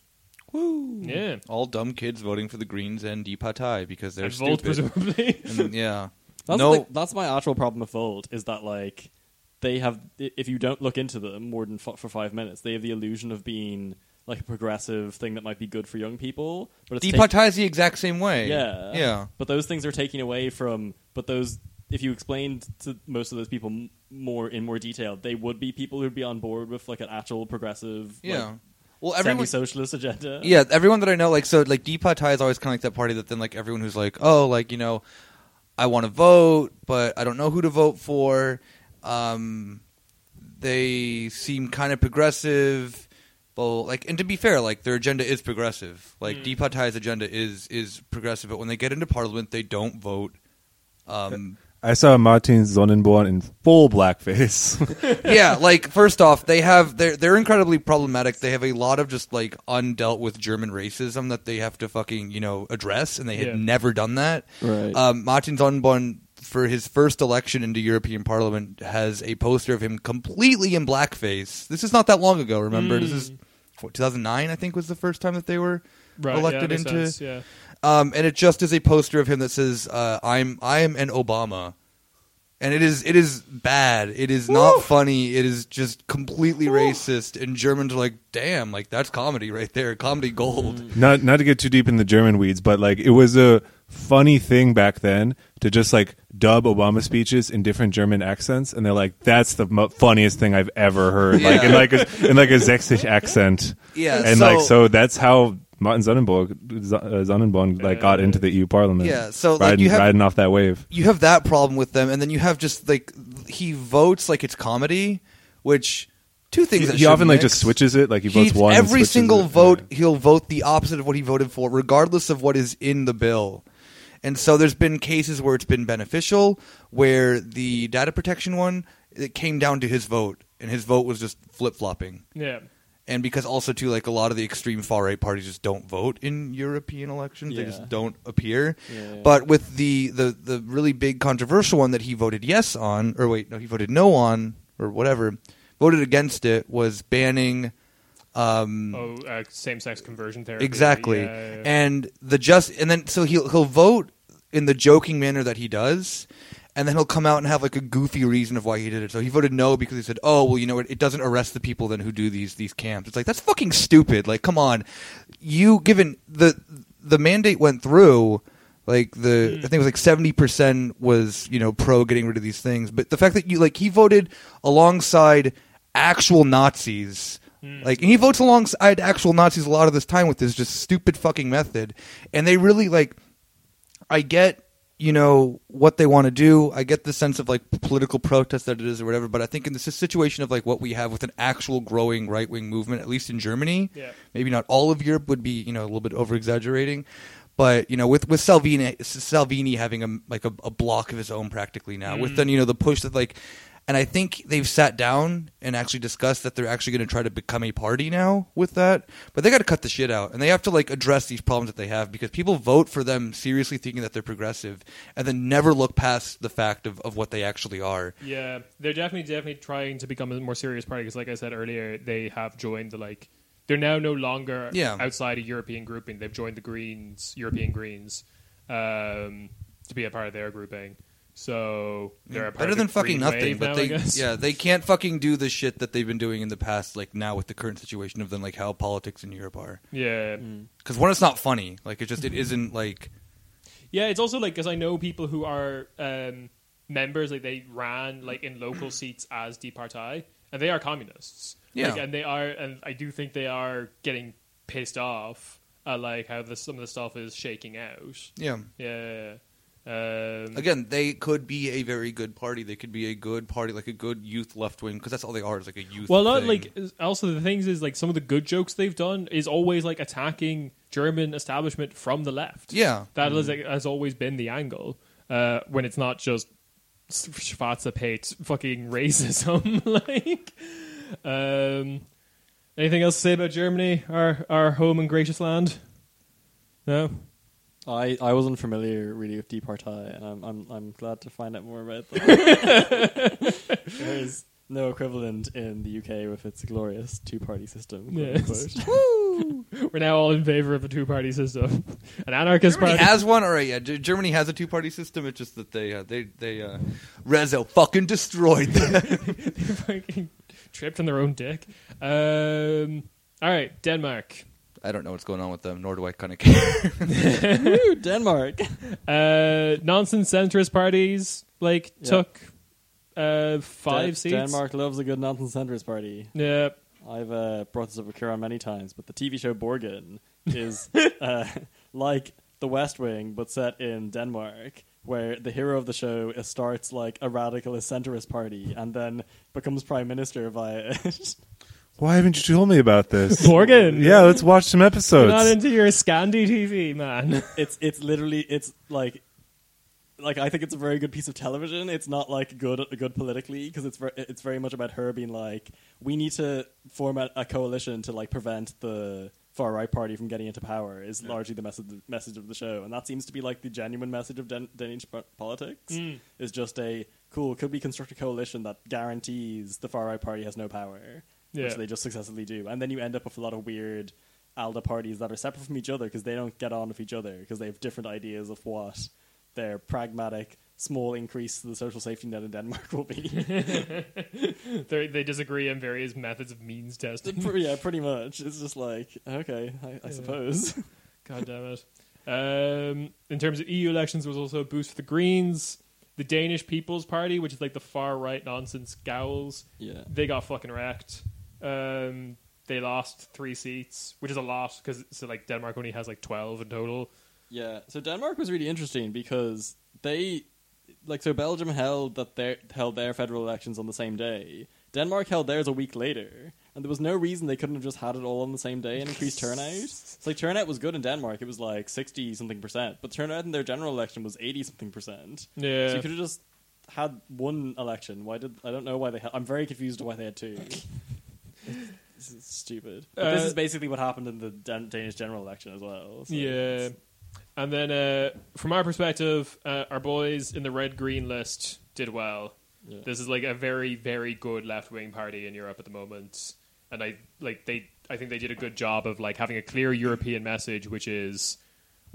A: Woo! Yeah.
B: All dumb kids voting for the Greens and Deep Pad Thai because they're
A: and Volt,
B: stupid.
A: presumably.
B: And- yeah.
D: That's
B: no,
D: the- that's my actual problem with Volt is that like they have i- if you don't look into them more than f- for five minutes, they have the illusion of being like a progressive thing that might be good for young people, but it's
B: Deep
D: tak-
B: Pad Thai is the exact same way.
D: yeah,
B: Yeah.
D: But those things are taken away from. But those if you explained to most of those people m- more in more detail, they would be people who'd be on board with like an actual progressive,
B: Yeah. well,
D: like,
B: everyone.
D: semi-socialist agenda.
B: Yeah, everyone that I know, like, so, like, Deep Pad Thai is always kind of like that party that then, like, everyone who's like, oh, like, you know, I want to vote, but I don't know who to vote for. Um, they seem kind of progressive. Well, like, and to be fair, like, their agenda is progressive. Like, Deep Pad Thai's agenda is is progressive, but when they get into parliament, they don't vote. [laughs] Um,
C: I saw Martin Sonnenborn in
A: [laughs]
C: full blackface.
B: yeah, like first off, they have they're they're incredibly problematic. They have a lot of just like undealt with German racism that they have to fucking you know address, and they had
A: Yeah.
B: never done that.
D: Right.
B: Um, Martin Sonnenborn for his first election into European Parliament has a poster of him completely in blackface. This is not that long ago. Remember, this is four- 2009, I think, was the first time that they were
A: [laughs] Hmm. Right, yeah,
B: elected
A: that makes
B: into.
A: sense, yeah.
B: Um, and it just is a poster of him that says, uh, "I'm I am an Obama," and it is it is bad. It is not funny. It is just completely racist. And Germans are like, "Damn, like that's comedy right there, comedy gold."
A: Hmm.
C: not not to get too deep in the German weeds, but like it was a funny thing back then to just like dub Obama speeches in different German accents, and they're like, "That's the mo- funniest thing I've ever heard," like in
B: Yeah.
C: like a, in like a Zexish accent,
B: Yeah,
C: and
B: so-
C: like so that's how Martin Sonnenborg Z- uh, Sonnenborn like got into the EU Parliament,
B: Yeah, so, like,
C: riding
B: you have-
C: riding off that wave.
B: you have that problem with them, and then you have just like he votes like it's comedy, which two things
C: He,
B: that
C: he often
B: shouldn't
C: like
B: mix.
C: just switches it, like he
B: He-
C: votes one. and
B: every
C: switches
B: single
C: it.
B: vote he'll vote the opposite of what he voted for, regardless of what is in the bill. And so there's been cases where it's been beneficial, where the data protection one it came down to his vote, and his vote was just flip flopping.
A: Yeah.
B: And because also too, like a lot of the extreme far right parties just don't vote in European elections; they
D: Yeah.
B: just don't appear.
D: Yeah.
B: But with the, the the really big controversial one that he voted yes on, or wait, no, he voted no on, or whatever, voted against it was banning. Um,
A: Oh, uh, same sex conversion therapy.
B: exactly,
A: Yeah, yeah, yeah.
B: and the just and then so he'll he'll vote in the joking manner that he does. And then he'll come out and have like a goofy reason of why he did it. So he voted no because he said, "Oh, well, you know what? It doesn't arrest the people then who do these these camps." It's like that's fucking stupid. Like, come on, you given the the mandate went through, like the I think it was like seventy percent was you know pro getting rid of these things, but the fact that you like he voted alongside actual Nazis. Like and he votes alongside actual Nazis a lot of this time with this just stupid fucking method, and they really like. I get you know what they want to do. I get the sense of like political protest that it is or whatever. But I think in this situation of like what we have with an actual growing right wing movement, at least in Germany,
A: Yeah.
B: maybe not all of Europe would be you know a little bit over exaggerating. But you know, with with Salvini, Salvini having a like a, a block of his own practically now, with then you know the push that like, and I think they've sat down and actually discussed that they're actually going to try to become a party now with that. But they got to cut the shit out, and they have to like address these problems that they have because people vote for them seriously thinking that they're progressive, and then never look past the fact of, of what they actually are.
A: Yeah, they're definitely definitely trying to become a more serious party because, like I said earlier, they have joined the like. They're now no longer
B: Yeah.
A: outside a European grouping. They've joined the Greens, European Greens, um, to be a part of their grouping. So they're a part
B: Better
A: of the
B: than fucking
A: Green
B: nothing,
A: wave
B: but
A: now, I
B: they
A: guess.
B: yeah they can't fucking do the shit that they've been doing in the past. Like now with the current situation of them, like how politics in Europe are.
A: [laughs] yeah.
B: because one, it's not funny. Like it just it isn't like
A: Yeah, it's also like because I know people who are um, members, like they ran like in
B: [clears throat]
A: local seats as Die Partei, and they are communists.
B: Yeah.
A: Like, and they are, and I do think they are getting pissed off at like how the, some of the stuff is shaking out.
B: yeah.
A: Yeah. Um,
B: Again, they could be a very good party. They could be a good party, like a good youth left wing, because that's all they are is like a youth.
A: well, not
B: thing.
A: like is- also the things is like some of the good jokes they've done is always like attacking German establishment from the left.
B: yeah,
A: That
D: Mm.
A: is like, has always been the angle uh, when it's not just s- schwarzepate fucking racism. [laughs] like, um, anything else to say about Germany, our our home and gracious land? No.
D: I, I wasn't familiar really with Deep Partai, and I'm, I'm I'm glad to find out more about that.
B: [laughs]
D: there is no equivalent in the UK with its glorious two party system. quote
A: Yes.
D: unquote.
A: We're now all in favor of a two party system, [laughs] an anarchist
B: Germany
A: party.
B: has one. All right, yeah, G- Germany has a two party system. It's just that they uh, they they uh, Rezo fucking destroyed
A: [laughs]
B: them. [laughs]
A: fucking tripped on their own dick. Um, all right, Denmark.
B: I don't know what's going on with them, nor do I kind of care.
D: Woo, [laughs] Denmark.
A: Uh, nonsense centrist parties like
D: Yeah.
A: took uh, five
D: Den-
A: seats.
D: Denmark loves a good nonsense centrist party.
A: Yeah.
D: I've uh, brought this up with Kieran many times, but the TV show Borgen is uh, like The West Wing, but set in Denmark, where the hero of the show is- starts like a radicalist centrist party and then becomes prime minister via [laughs] it.
C: Why haven't you told me about this?
B: [laughs]
A: Morgan.
C: yeah, let's watch some
A: You're
C: episodes.
A: not into your Scandi TV, [laughs] man.
D: it's it's literally it's like. Like I think it's a very good piece of television. It's not like good good politically because it's ver- it's very much about her being like we need to form a, a coalition to like prevent the far right party from getting into power is largely the message message of the show, and that seems to be like the genuine message of Den- Danish po- politics
A: Mm.
D: is just a cool could we construct a coalition that guarantees the far right party has no power
A: Yeah.
D: which they just successfully do, and then you end up with a lot of weird ALDA parties that are separate from each other because they don't get on with each other because they have different ideas of what their pragmatic small increase to the social safety net in Denmark [laughs] will be.
A: They they disagree on various methods of means [laughs] testing.
D: Pre- yeah, pretty much. It's just like okay, I, I suppose. [laughs]
A: God damn it. Um, in terms of EU elections, there was also a boost for the Greens. The Danish People's Party, which is like the far right nonsense gowls,
D: yeah,
A: they got fucking wrecked. Um, they lost three seats, which is a lot because so like Denmark only has like twelve in total.
D: yeah. So Denmark was really interesting because they, like, so Belgium held that their held their federal elections on the same day. Denmark held theirs a week later, and there was no reason they couldn't have just had it all on the same day and increased turnout.
A: [laughs]
D: It's like turnout was good in Denmark; it was like sixty something percent, but turnout in their general election was eighty something percent.
A: Yeah,
D: So you could have just had one election. Why did I don't know why they? Ha- I'm very confused why they had
A: [laughs]
D: two. this is stupid. But this
A: Uh,
D: is basically what happened in the Dan- Danish general election as well. so
A: yeah.
D: it's-
A: And then uh, from our perspective, uh, our boys in the red green list did well.
D: yeah.
A: This is like a very very good left wing party in Europe at the moment, and I like they I think they did a good job of like having a clear European message, which is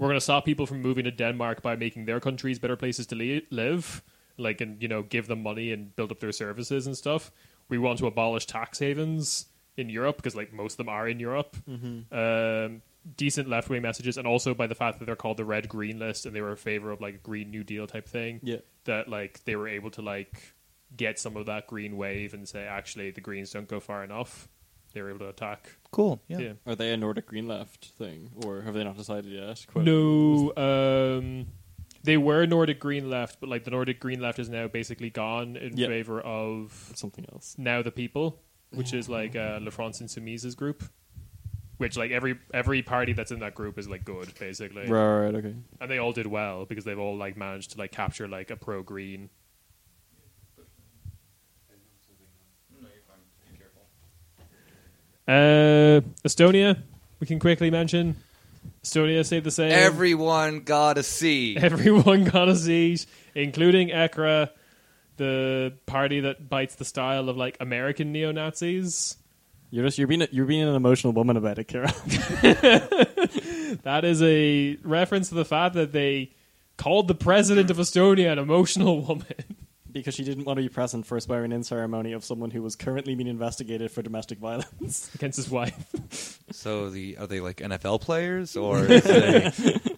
A: we're going to stop people from moving to Denmark by making their countries better places to li- live, like and you know give them money and build up their services and stuff. We want to abolish tax havens in Europe because like most of them are in Europe.
D: Hmm. Mm-hmm.
A: Um, decent left wing messages, and also by the fact that they're called the Red Green List and they were in favor of like a Green New Deal type thing
D: Yeah.
A: that like they were able to like get some of that green wave and say actually the greens don't go far enough they were able to attack
B: Cool.
A: yeah,
D: Are they a Nordic Green Left thing, or have they not decided yet? Quote.
A: no um they were nordic green left but like the nordic green left is now basically gone in
D: Yeah.
A: favor of
D: something else.
A: now the people which is like uh
D: Mm.
A: la france and Soumise's group which like every every party that's in that group is like good basically
D: Right, right, okay.
A: and they all did well because they've all like managed to like capture like a pro green Uh, Estonia, we can quickly mention. Estonia stayed the same.
B: Everyone got a
A: [laughs]
B: C.
A: Everyone got a seat, including ECRA, the party that bites the style of like American neo Nazis.
D: You're just you're being a, you're being an emotional woman about it, Kira. [laughs]
A: That is a reference to the fact that they called the president of Estonia an emotional [laughs] woman.
D: because she didn't want to be present for a swearing-in ceremony of someone who was currently being investigated for domestic violence.
A: Against his wife.
B: So the are they like NFL
A: [laughs]
B: players or? Is they, that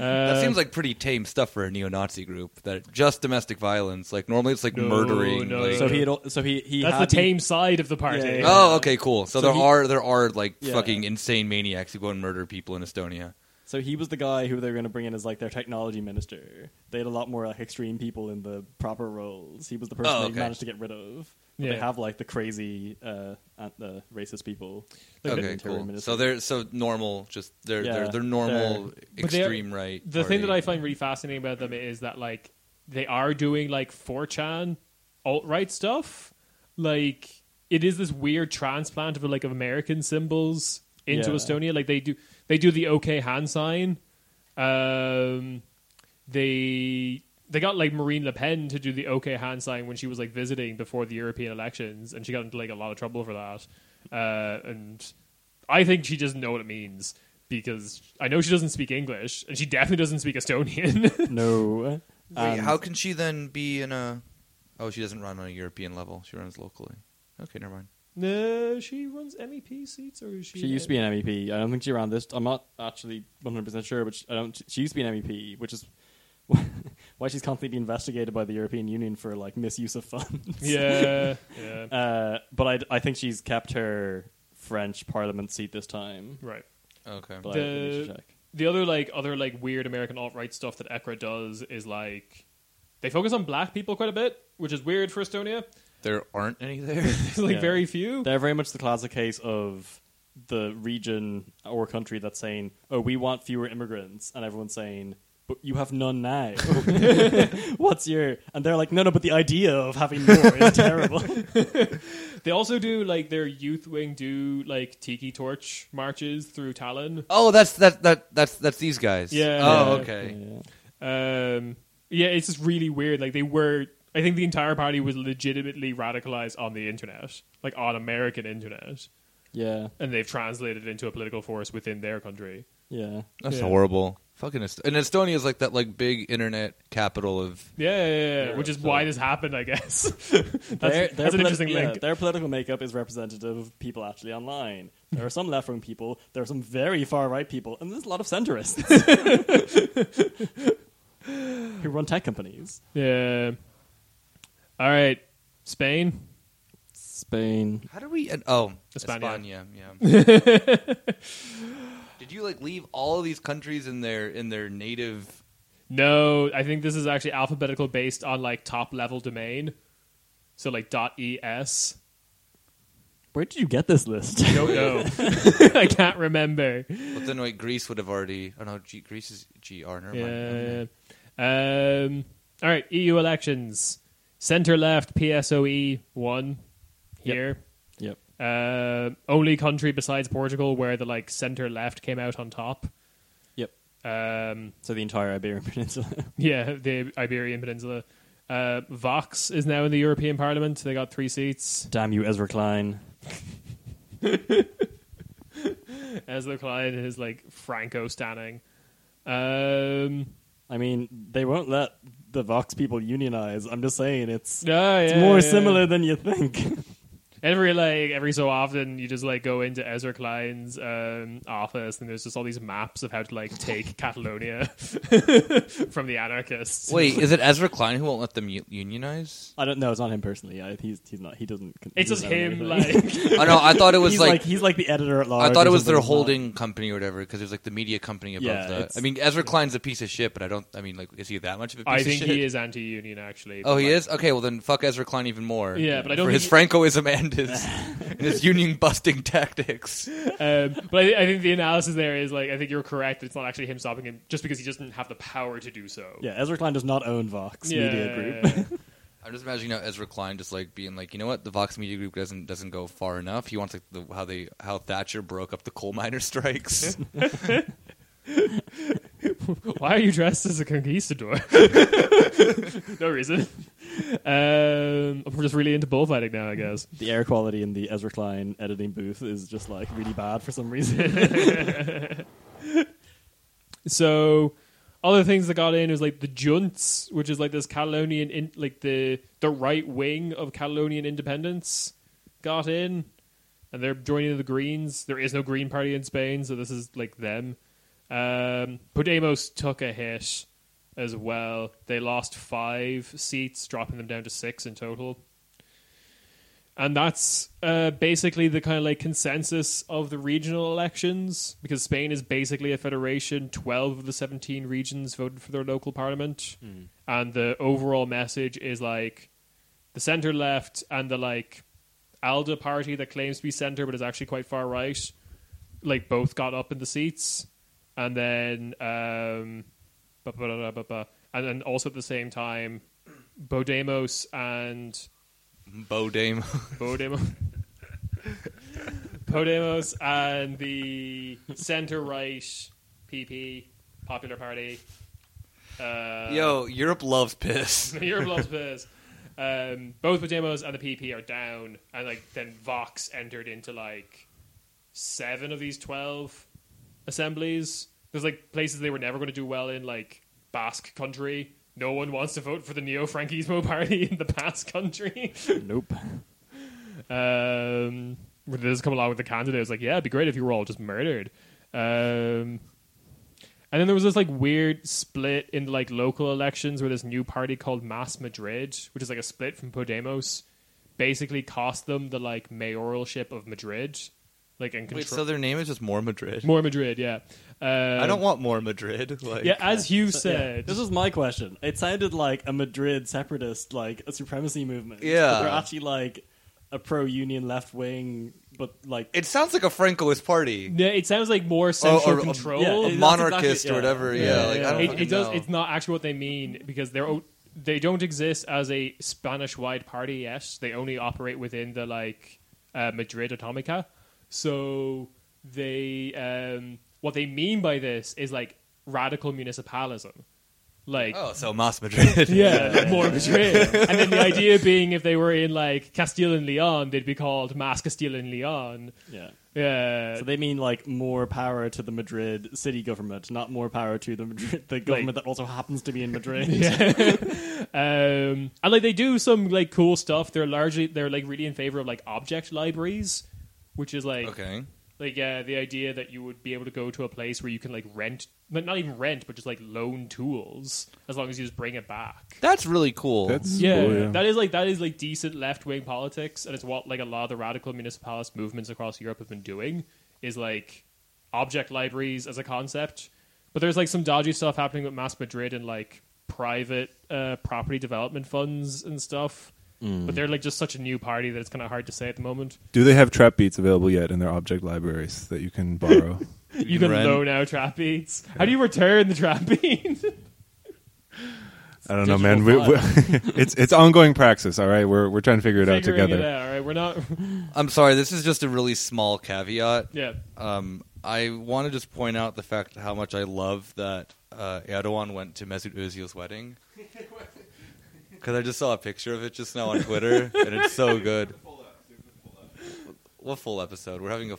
A: Uh,
B: seems like pretty tame stuff for a neo-Nazi group. That just domestic violence. Like normally it's like
A: No,
B: murdering.
A: no,
B: like-
D: so he had, al- so he he
A: That's the
D: had been-
A: tame side of the party.
D: Yeah, yeah, yeah.
B: Oh, okay, cool. So,
D: So
B: there
D: he-
B: are there are like
D: Yeah.
B: fucking insane maniacs who go and murder people in Estonia.
D: So he was the guy who they were going to bring in as like their technology minister. They had a lot more like extreme people in the proper roles. He was the person
B: Oh,
D: they
B: okay.
D: managed to get rid of. But
A: Yeah.
D: They have like the crazy, uh, ant- uh, racist people.
A: Like,
B: okay,
D: interior
B: cool.
D: minister.
B: So they're so normal. Just they're
D: Yeah,
B: they're, they're normal
A: But they're-
B: extreme right.
A: the
B: party.
A: thing that I find really fascinating about them is that like they are doing like 4chan alt right stuff. Like it is this weird transplant of like of American symbols into
D: Yeah.
A: Estonia. Like they do they do the OK hand sign. Um, they they got like Marine Le Pen to do the OK hand sign when she was like visiting before the European elections, and she got into like a lot of trouble for that. Uh, and I think she doesn't know what it means because I know she doesn't speak English, and she definitely doesn't speak Estonian. [laughs]
D: no.
B: Wait,
A: um,
D: And
B: how can she then be in a? Oh, she doesn't run on a European level. She runs locally. Okay, never mind.
A: no, she runs MEP seats, or is she? E
D: she used to be an MEP. I don't think she ran this. I'm not actually 100 percent sure, but she, I don't. She used to be an MEP, which is [laughs] why she's constantly being investigated by the European Union for like misuse of funds.
A: Yeah, yeah,
D: [laughs] Uh, but I, I think she's kept her French parliament seat this time.
A: right.
B: Okay.
D: But I- I
A: The-
D: need to check.
A: the other like other like weird American alt right stuff that ECRA does is like they focus on black people quite a bit, which is weird for Estonia. [laughs]
B: there aren't any there. [laughs]
A: There's like
D: Yeah.
A: very few.
D: They're very much the classic case of the region or country that's saying, "Oh, we want fewer immigrants," and everyone's saying, "But you have
A: [laughs]
D: none now. [laughs] What's your?" And they're like, "No, no, but the idea of having more
A: [laughs]
D: is terrible."
A: They also do like their youth wing do like tiki torch marches through Tallinn.
B: oh, that's that that that's that's these guys.
A: Yeah.
B: Oh,
A: Yeah.
B: okay.
D: Yeah.
A: Um, yeah, it's just really weird. Like they were I think the entire party was legitimately radicalized on the internet, like on American internet,
D: Yeah,
A: and they've translated it into a political force within their country.
D: yeah.
B: That's
A: Yeah.
B: horrible. Fucking Est- and Estonia is like that like big internet capital of
A: Yeah, yeah, yeah, yeah, which is
B: so-
A: why this happened, I guess. [laughs] that's that's an
D: polit-
A: interesting
D: yeah,
A: link.
D: Their political makeup is representative of people actually online. There are some left wing people, there are some very far right people, and there's a lot of
A: [laughs]
D: centrists who run tech companies.
A: Yeah. All right, Spain.
D: Spain.
B: How do we? and- Oh,
A: Espana.
B: Espana. Yeah.
A: [laughs]
B: Did you like leave all of these countries in their in their native?
A: No, I think this is actually alphabetical based on like top level domain. So like E .es.
D: Where did you get this
A: [laughs]
D: list?
A: Don't
B: [laughs]
A: know. I can't remember.
B: But then like Greece would have already. I don't know. G, Greece is GR. Never mind.
A: Yeah. Um, all right, EU elections. Center left PSOE won E, here.
D: yep.
A: Uh, only country besides Portugal where the like center left came out on top.
D: Yep.
A: Um,
D: So the entire Iberian Peninsula. [laughs]
A: yeah, the Iberian Peninsula. Uh, Vox is now in the European Parliament. They got three seats.
D: Damn you, Ezra Klein.
A: Ezra Klein is like Franco standing. Um,
D: I mean, they won't let the Vox people unionize. I'm just saying it's,
A: ah,
D: it's
A: yeah,
D: more
A: yeah.
D: similar than you think. [laughs]
A: every like every so often you just like go into Ezra Klein's um, office and there's just all these maps of how to like
D: [laughs]
A: take Catalonia [laughs] from the anarchists.
B: Wait, is it Ezra Klein who won't let them u- unionize?
A: [laughs]
D: I don't know. It's not him personally. I, he's he's not. He doesn't.
A: It's
D: he
A: just
D: doesn't own
A: him,
B: [laughs]
D: anything.
A: like
B: I know. Oh, I thought it was
D: he's
B: like.
D: like, he's like the editor at large.
B: I thought
D: or
B: it was
D: something.
B: their
D: It's
B: holding company or whatever because it was like the media company above
D: Yeah,
B: that.
D: it's-
B: I mean, Ezra Klein's a piece of shit, but I don't. I mean, like, is he that much of a piece
A: I
B: of
A: think
B: shit?
A: he is anti-union actually.
B: Oh,
A: but,
B: he
A: like,
B: is. Okay, well then, fuck Ezra Klein even more.
A: Yeah, but I don't
B: for
A: think
B: his Francoism and his
A: [laughs]
B: and his union busting tactics.
A: Um, but I, I think the analysis there is like I think you're correct. It's not actually him stopping him just because he doesn't have the power to do so.
D: not- Yeah, Ezra Klein does not own Vox
A: Yeah,
D: Media Group.
A: yeah, yeah.
B: I'm just imagining now Ezra Klein just like being like, you know what, the Vox Media Group doesn't doesn't go far enough. He wants like the, how they how Thatcher broke up the coal
A: [laughs]
B: miner [laughs] strikes.
A: [laughs] Why are you dressed as a
D: [laughs]
A: conquistador? [laughs] no reason. Um, I'm just really into bullfighting now, I guess.
D: [laughs] The air quality in the Ezra Klein editing booth is just like really bad for
A: [laughs]
D: some reason.
A: So, other things that got in was like the Junts, which is like this Catalonian, in, like the the right wing of Catalonian independence, got in, and they're joining the Greens. There is no Green Party in Spain, so this is like them. Um, Podemos took a hit as well. They lost five seats, dropping them down to six in total. And that's uh, basically the kind of like consensus of the regional elections because Spain is basically a federation. 12 of the 17 regions voted for their local parliament. And the overall message is like the center left and the like ALDA party that claims to be center but is actually quite far right, like both got up in the seats. And then, um, ba- ba- da- da- ba- ba. and then also at the same time, Bodemos and
B: Bo Dame.
A: Podemos. [laughs] Podemos and the center right PP Popular Party. Uh,
B: Yo, Europe
A: [laughs]
B: loves piss.
A: Europe loves Fizz. Um, both Podemos and the PP are down, and like then Vox entered into like seven of these twelve assemblies. There's like places they were never going to do well in, like Basque country. No one wants to vote for the neo Frankismo [laughs] party in the Basque country.
D: nope.
A: Um, this has come along with the candidate. It's like, yeah, it'd be great if you were all just murdered. Um, and then there was this like weird split in like local elections where this new party called Mas Madrid, which is like a split from Podemos, basically cost them the like mayoralship of Madrid, like and control
B: Wait, so their name is just more Madrid.
A: more Madrid. Yeah, um,
B: I don't want more Madrid. Like,
A: Yeah, as Hugh
D: So, yeah,
A: said,
D: this was my question. It sounded like a Madrid separatist, like a supremacy movement.
B: Yeah.
D: but they're actually like a pro-union left wing, but like
B: it sounds like a Francoist party.
A: No, it sounds like
B: Oh,
A: more central
B: or-
A: control.
D: yeah,
B: a
D: that's
B: monarchist
D: exactly-
B: or
D: yeah.
B: whatever. Yeah, like, I don't
A: it,
B: fucking
A: it does.
B: know.
A: It's not actually what they mean because they're o- they don't exist as a Spanish-wide party yet. They only operate within the like uh, Madrid Atomica. So they um, what they mean by this is like radical municipalism. Like,
B: Oh, so Mas
A: [laughs]
B: Madrid. [laughs]
A: yeah, more betrayal. and then the idea being if they were in like Castile and Leon, they'd be called Mas Castile and Uh, Leon.
D: Yeah.
A: Yeah.
D: So they mean like more power to the Madrid city government, not more power to the Madrid the government that also happens to be in
B: [laughs]
D: Madrid.
A: [laughs] um, and like they do some like cool stuff. They're largely they're like really in favor of like object libraries, which is like
B: Okay.
A: like uh, the idea that you would be able to go to a place where you can like rent, but not even rent, but just like loan tools as long as you just bring it back.
B: That's really cool.
C: That's
A: Yeah,
C: cool, Oh, yeah.
A: that is like that is like decent left wing politics, and it's what like a lot of the radical municipalist movements across Europe have been doing is like object libraries as a concept. But there's like some dodgy stuff happening with Mass Madrid and like private uh, property development funds and stuff. But they're like just such a new party that it's kind of hard to say at the moment.
C: Do they have trap beats available yet in their object libraries that you
B: [laughs]
C: can borrow?
A: You,
B: can
A: can
B: rent-
A: loan out trap beats. How do you return the trap [laughs] beat?
C: I don't know, man. We, we, [laughs] it's it's ongoing praxis. All right, we're we're trying to figure it out
A: Figuring
C: together.
A: It out, all right, we're not. [laughs]
B: I'm sorry. This is just a really small caveat.
A: Yeah,
B: Um, I want to just point out the fact how much I love that uh, Erdogan went to Mesut Özil's [laughs] wedding. Because I just saw a picture of it just now on Twitter, and it's [laughs] so good. What full episode? We're having a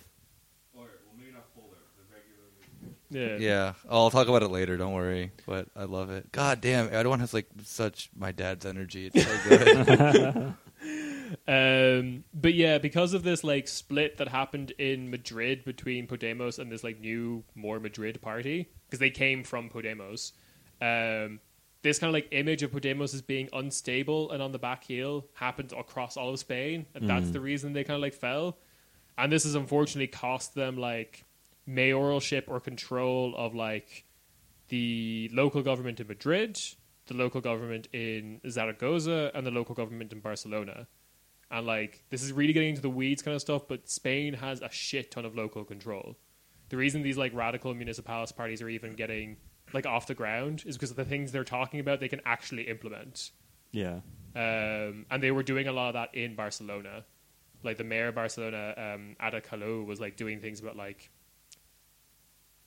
A: yeah,
B: yeah. Oh, I'll talk about it later. Don't worry. But I love it. God damn, Erdogan has like such my dad's energy. It's so
D: [laughs]
B: good.
A: Um, but yeah, because of this like split that happened in Madrid between Podemos and this like new more Madrid party, because they came from Podemos, um, this kind of like image of Podemos as being unstable and on the back heel happened across all of Spain, and that's the reason they kind of like fell. And this has unfortunately cost them like mayoralship or control of like the local government in Madrid, the local government in Zaragoza, and the local government in Barcelona. And like this is really getting into the weeds kind of stuff, but Spain has a shit ton of local control. The reason these like radical municipalist parties are even getting like off the ground is because of the things they're talking about they can actually implement.
D: yeah.
A: Um, and they were doing a lot of that in Barcelona. Like the mayor of Barcelona, um, Ada Colau, was like doing things about like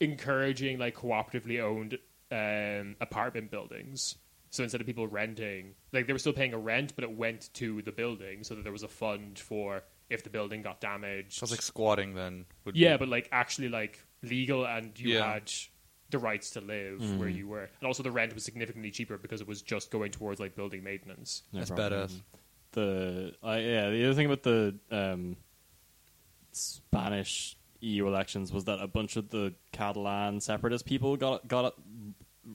A: encouraging like cooperatively owned um, apartment buildings. So instead of people renting, like they were still paying a rent, but it went to the building so that there was a fund for if the building got damaged.
B: Sounds like squatting then. Would
A: yeah,
B: be.
A: but like actually like legal and you
B: Yeah. Mm.
A: had the rights to live where you were. And also the rent was significantly cheaper because it was just going towards like building maintenance.
D: No
B: That's
D: problem.
B: badass.
D: The I yeah, the other thing about the um, Spanish EU elections was that a bunch of the Catalan separatist people got got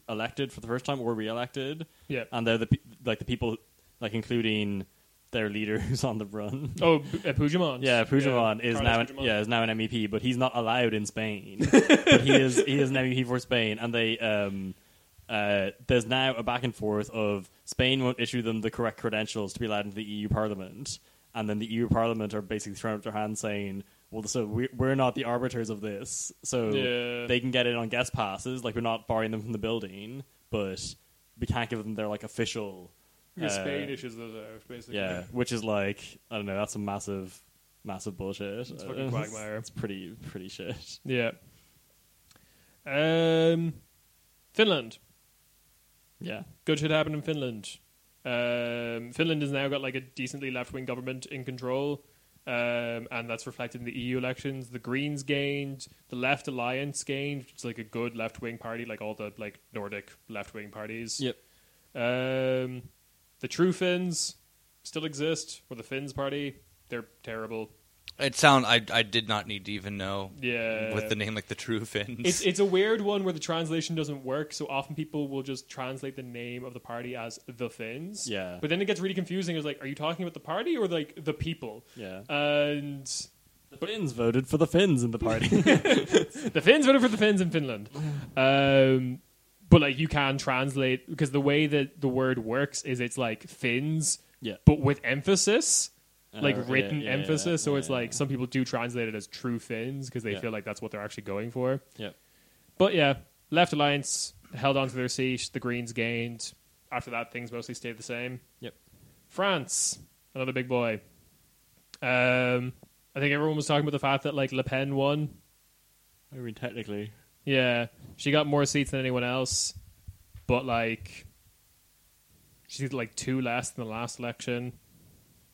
D: elected for the first time or re-elected,
A: Yeah.
D: and they're the pe- like the people like including their leader who's [laughs] on the run.
A: Oh, P- uh, Puigdemont.
D: Yeah, Puigdemont is
A: Carles
D: now an,
A: Puigdemont.
D: yeah is now an MEP, but he's not allowed
A: [laughs]
D: in Spain. but he is he is an MEP for Spain, and they um uh there's now a back and forth of Spain won't issue them the correct credentials to be allowed into the EU Parliament, and then the EU Parliament are basically throwing up their hands saying. Well, so we- we're not the arbiters of this, so
A: Yeah.
D: they can get in on guest passes. Like we're not barring them from the building, but we can't give them their like official
A: Yeah,
D: uh,
A: Spain issues those out, basically.
D: yeah, which is like I don't know. That's a massive, massive bullshit. It's
A: fucking quagmire.
D: It's pretty, pretty shit. [laughs]
A: Yeah. Um, Finland.
D: Yeah,
A: Good shit happened in Finland. Um, Finland has now got like a decently left-wing government in control, um, and that's reflected in the EU elections. The Greens gained, the Left Alliance gained, which is like a good left-wing party, like all the like Nordic left-wing parties. Um, the True Finns still exist, or the Finns Party. They're terrible.
B: it sound I I did not need to even know.
A: Yeah.
B: With the name like the True [laughs] Finns.
A: It's it's a weird one where the translation doesn't work, so often people will just translate the name of the party as the Finns.
D: Yeah.
A: But then it gets really confusing. It's like, are you talking about the party or like the people?
D: yeah. Uh,
A: And
D: the Finns voted for the Finns in the
A: [laughs]
D: party.
A: the Finns voted for the Finns in Finland. Um, but like you can translate because the way that the word works is it's like Finns,
D: yeah,
A: but with emphasis. like
D: Uh,
A: written
D: yeah, yeah,
A: emphasis,
D: yeah,
A: so it's
D: yeah,
A: like some people do translate it as true Finns because they
D: Yeah.
A: feel like that's what they're actually going for.
D: yeah.
A: But yeah, Left Alliance held on to their seat. The Greens gained. After that, things mostly stayed the same.
D: Yep.
A: France, another big boy. Um, I think everyone was talking about the fact that like Le Pen won.
D: I mean, technically,
A: Yeah, she got more seats than anyone else. but like she did like two less than the last election.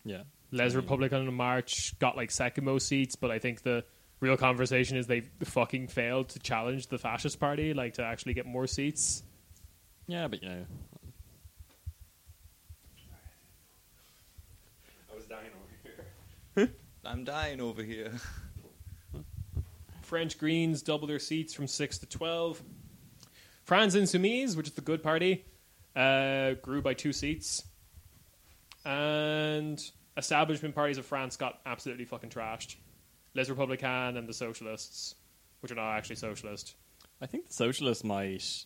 D: Yeah.
A: Les Republican in March got like second most seats, but I think the real conversation is they fucking failed to challenge the fascist party, like to actually get more seats.
D: Yeah, but you know.
C: I was dying over here.
B: I'm dying over here.
A: French Greens double their seats from six to twelve. France Insoumise, which is the good party, uh, grew by two seats, and establishment parties of France got absolutely fucking trashed. Les Républicains and the Socialists, which are not actually socialist.
D: I think the socialists might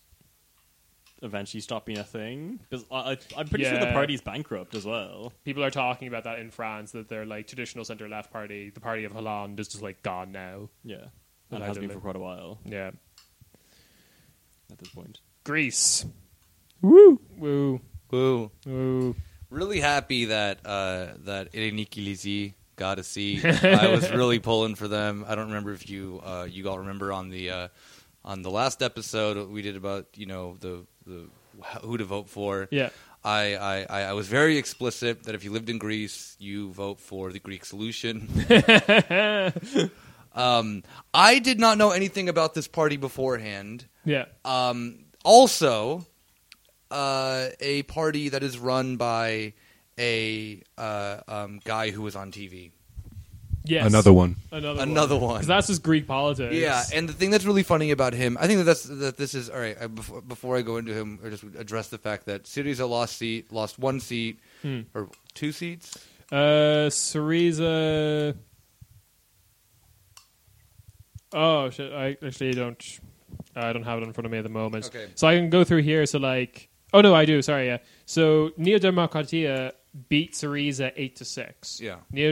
D: eventually stop being a thing because I, I, I'm pretty sure the
A: Yeah.
D: party's bankrupt as well.
A: People are talking about that in France that their like traditional centre left party, the party of Hollande, is just like gone now.
D: Yeah, and has been
A: Allegedly.
D: for quite a while
A: Yeah,
D: at this point.
A: Greece. Woo,
B: Woo.
A: woo, woo.
B: Really happy that uh, that Ireniki Lizzy got a seat.
A: [laughs]
B: I was really pulling for them. I don't remember if you uh, you all remember on the uh, on the last episode we did about you know the the who to vote for.
A: Yeah.
B: I, I, I- I was very explicit that if you lived in Greece, you vote for the Greek solution. um, I did not know anything about this party beforehand.
A: Yeah.
B: Um, also, uh, a party that is run by a uh, um, guy who was on TV.
A: Yes.
C: Another one.
A: Another.
B: Another one.
A: Because that's just Greek politics.
B: Yeah, and the thing that's really funny about him, I think that that's that this is all right. I, before, before I go into him, I just address the fact that Syriza lost seat, lost one seat
A: Hmm.
B: or two seats.
A: Uh, Syriza. Oh shit! I actually don't. I don't have it in front of me at the moment.
B: Okay.
A: So I can go through here. So like, oh no, I do. Sorry. Yeah. So Neo Demokratia beat Syriza eight to six.
B: Yeah.
A: Neo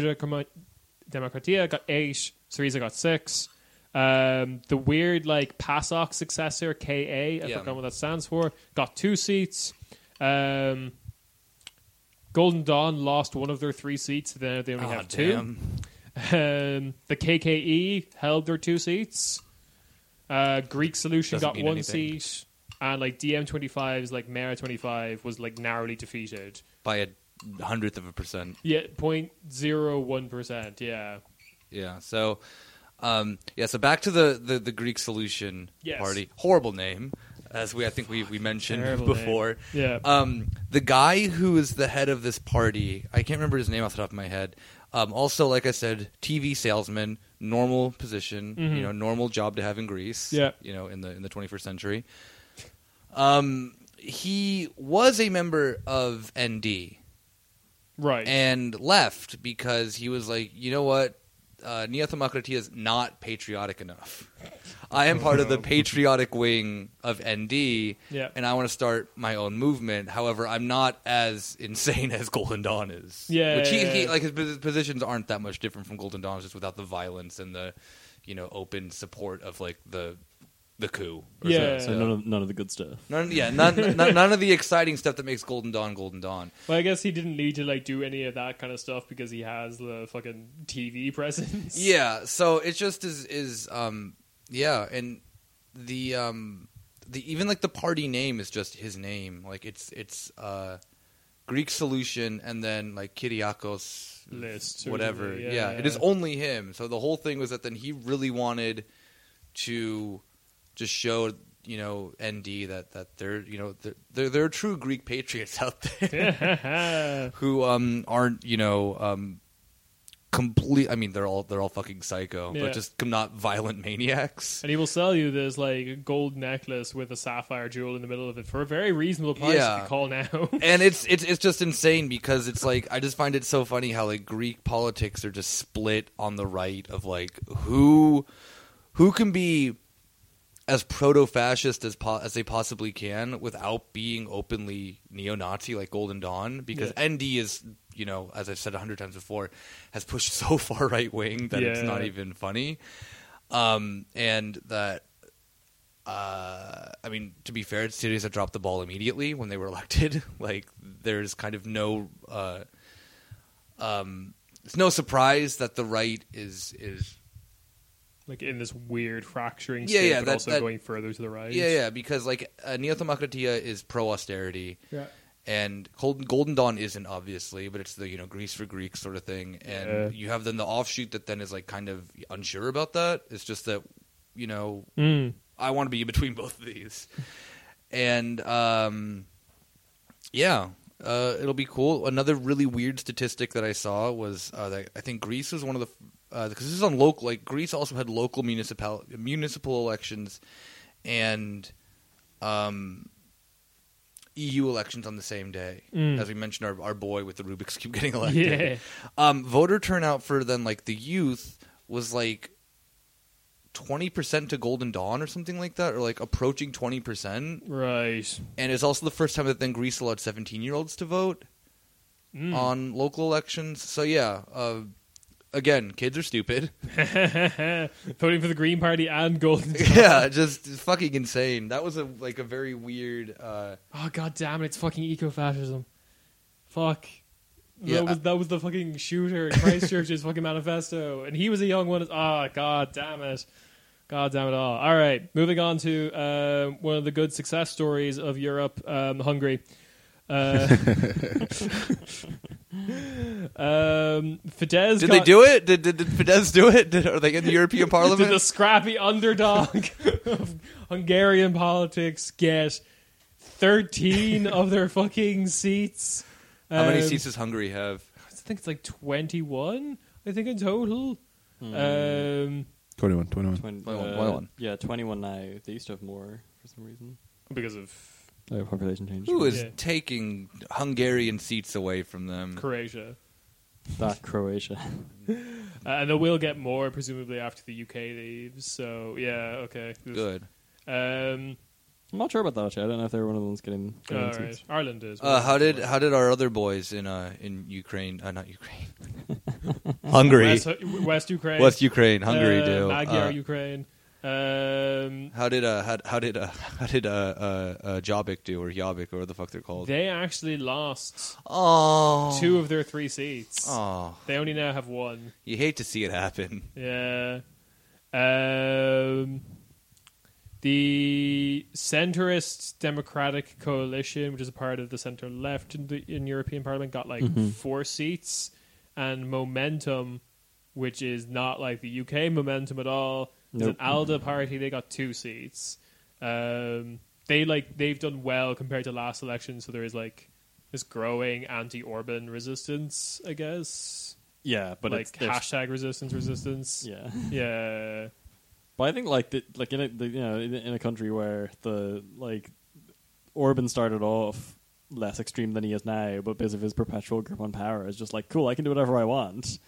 A: Demokratia got eight. Syriza got six. Um, the weird like PASOK successor KA. I
B: Yeah.
A: forgot what that stands for. Got two seats. Um, Golden Dawn lost one of their three seats. Then they only
B: Ah,
A: have two.
B: damn.
A: Um, the KKE held their two seats. Uh, Greek Solution
B: Doesn't
A: got
B: mean
A: one
B: anything.
A: seat, and like DM25's like Mera 25 was like narrowly defeated.
B: by a hundredth of a percent.
A: Yeah, point zero one percent. Yeah,
B: Yeah. So, um, yeah. So back to the the, the Greek solution
A: Yes.
B: party. Horrible name, as we I think we we mentioned
A: Terrible
B: before.
A: name. Yeah.
B: Um, the guy who is the head of this party, I can't remember his name off the top of my head. Um, also, like I said, TV salesman, normal position, you know, normal job to have in Greece.
A: Mm-hmm. Yeah.
B: You know, in the in the 21st century. Um, he was a member of ND
A: right.
B: and left because he was like, you know what, uh, Nea Thermocratia is not patriotic enough. I am part of
A: [laughs]
B: the patriotic wing of ND,
A: Yeah.
B: and I want to start my own movement. However, I'm not as [laughs] insane as Golden Dawn is.
A: Yeah,
B: which he,
A: yeah,
B: he
A: yeah.
B: like his pos- positions aren't that much different from Golden Dawn's, just without the violence and the you know open support of like the the coup. or
A: Yeah.
B: something.
D: So none of none of the good stuff.
B: None, yeah, none, none, none of the exciting stuff that makes Golden Dawn Golden Dawn.
A: well, I guess he didn't need to like do any of that kind of stuff because he has the fucking TV [laughs] presence.
B: Yeah, so it just is is um yeah, and the um the even like the party name is just his name. Like it's it's uh Greek solution and then like Kyriakos
A: List or
B: whatever.
A: something,
B: Yeah,
A: yeah, [laughs]
B: it is
A: yeah.
B: only him. So the whole thing was that then he really wanted to just show you know ND that that they're you know they're they're, they're true Greek patriots [laughs] out there who um aren't you know um complete i mean they're all they're all fucking psycho
A: Yeah.
B: but just not violent [laughs] maniacs
A: And he will sell you this like gold necklace with a sapphire jewel in the middle of it for a very reasonable price
B: Yeah.
A: if you call now. [laughs]
B: and it's it's it's just insane because it's like i just find it so funny how like greek politics are just split on the right of like who who can be as proto-fascist as po- as they possibly can without being openly neo-Nazi like Golden Dawn, because
A: Yeah.
B: ND is you know as I've said a hundred times before has pushed [laughs] so far right wing that it's
A: Yeah.
B: not even funny, um, and that. Uh, I mean, to be fair, Syriza dropped the ball immediately when they were [laughs] elected. Like, there's kind of no, uh, um, it's no surprise that the right is is
A: like in this weird fracturing
B: Yeah,
A: state,
B: yeah,
A: but
B: that-
A: also
B: that-
A: going further to the right.
B: Yeah, yeah, because like uh, Neothermocratia is pro austerity,
A: Yeah.
B: and Cold, Golden Dawn isn't obviously, but it's the you know Greece for Greeks sort of thing, and
A: Yeah.
B: you have then the offshoot that then is like kind of unsure about that. It's just that you know
A: Mm.
B: I want to be in between both of these, and um, yeah, uh, it'll be cool. Another really weird statistic that I saw was uh, that I think Greece was one of the because this is on local. Like Greece also had local municipal municipal elections, and um, EU elections on the same day.
A: Mm.
B: As we mentioned, our, our boy with the Rubik's cube [laughs] getting elected.
A: Yeah.
B: Um, voter turnout for then like the youth was like twenty percent to Golden Dawn or something like that, or like approaching twenty percent.
A: Right. [laughs]
B: And it's also the first time that then Greece allowed seventeen year olds to vote
A: Mm.
B: on local elections. So yeah, uh, again, kids are
A: [laughs]
B: stupid.
A: Voting for the Green Party and
B: [laughs]
A: Golden.
B: yeah, just fucking insane. That was a like a very weird. Uh,
A: Oh god damn it! It's fucking eco-fascism. Fuck.
B: Yeah,
A: that was that was the fucking shooter in Christchurch's fucking manifesto, and he was a young one. Ah, god damn it, god damn it all. All right, moving on to um one of the good success stories of Europe, um, Hungary.
B: [laughs]
A: Uh, [laughs] um, Fidesz got,
B: did they do it? Did, did did Fidesz do it? Did, are they in
A: [laughs]
B: the European Parliament?
A: did the scrappy underdog of Hungarian politics get 13 of their fucking seats?
B: How many
A: Um,
B: seats does Hungary have?
A: I think it's like 21, I think, in total. Um,
C: 21, 21.
D: Twen- uh,
B: 21, 21.
D: Yeah, 21 now. They used to have more for some reason.
A: because of
D: Oh, population change.
B: Who is
A: Yeah.
B: taking Hungarian seats away from them?
A: Croatia.
D: that Croatia?
A: Uh, and they will get more, presumably, after the UK leaves. So, yeah, okay.
B: Good.
A: Um,
D: I'm not sure about that actually. I don't know if they were one of the ones getting.
A: all
D: getting
A: right.
D: seats.
A: Ireland is.
B: Uh, how did how did our other boys in uh, in Ukraine? Uh, not Ukraine. [laughs] Hungary,
A: West, West Ukraine.
B: West Ukraine, Hungary
A: uh,
B: do.
A: Magyar
B: Uh,
A: Ukraine. Um,
B: how did uh, how, how did uh, [laughs] how did uh, uh, uh, Jobbik do or Jobbik or what the fuck they're called?
A: they actually lost
B: oh,
A: two of their three seats.
B: Oh,
A: They only now have one.
B: you hate to see it happen.
A: Yeah. Um, the centrist Democratic Coalition, which is a part of the centre left in the in European Parliament, got like
D: Mm-hmm.
A: four seats, and Momentum, which is not like the UK Momentum at all, it's an
D: Nope.
A: ALDE party. They got two seats. Um, they like they've done well compared to last election, so there is like this growing anti-Orban resistance, I guess,
D: Yeah, but
A: like
D: it's there's-
A: hashtag resistance, resistance.
D: Yeah,
A: Yeah.
D: but I think like the, like in a the, you know in, in a country where the like Orban started off less extreme than he is now, but because of his perpetual grip on power, is just like cool. I can do whatever I want,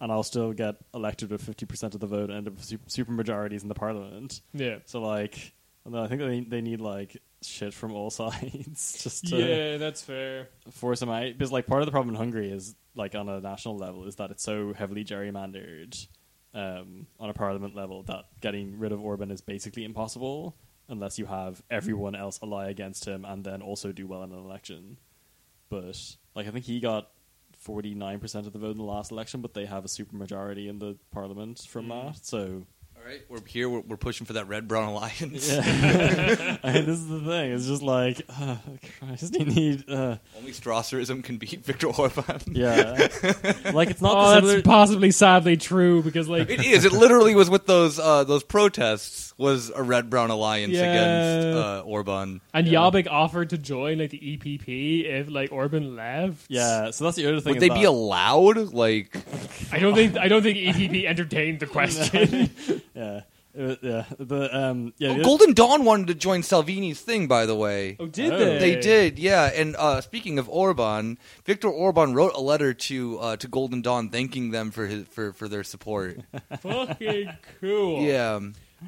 D: and I'll still get elected with fifty percent of the vote and end up with su- super majorities in the parliament.
A: Yeah.
D: So like, and then I think they they need like shit from all [laughs] sides just to
A: Yeah, that's fair.
D: force them out. Because like part of the problem in Hungary is like on a national level is that it's so heavily gerrymandered um, on a parliament level that getting rid of Orban is basically impossible unless you have everyone else ally against him and then also do well in an election. But like I think he got. 49% of the vote in the last election, but they have a supermajority in the parliament from that. So [laughs]
B: All right, we're here. We're, we're pushing for that red brown alliance.
D: yeah. I mean, this is the thing. It's just like, [sighs] uh, Christ, you need. Uh,
B: [laughs] Only Strasserism can beat Viktor Orban.
D: yeah. like, it's not
A: oh,
D: the
A: that's
D: similar.
A: possibly sadly true because like [laughs]
B: [laughs] It is. It literally was with those uh, those protests was a red brown alliance
A: Yeah.
B: against uh, Orban.
A: and Jobbik offered to join like the EPP if like Orban left.
D: yeah, so that's the other thing.
B: Would
D: is
B: they
D: that,
B: be allowed? Like,
A: I don't think I don't think EPP [laughs] entertained the question. [laughs]
D: Yeah. Uh, yeah. The, um, yeah.
B: Oh,
D: the-
B: Golden Dawn wanted to join Salvini's thing, by the way.
A: oh, did
D: Oh.
A: they? [laughs]
B: They did, yeah. And uh, speaking of Orban, Viktor Orban wrote a letter to uh, to Golden Dawn thanking them for his, for for their support.
A: Fucking cool.
B: yeah,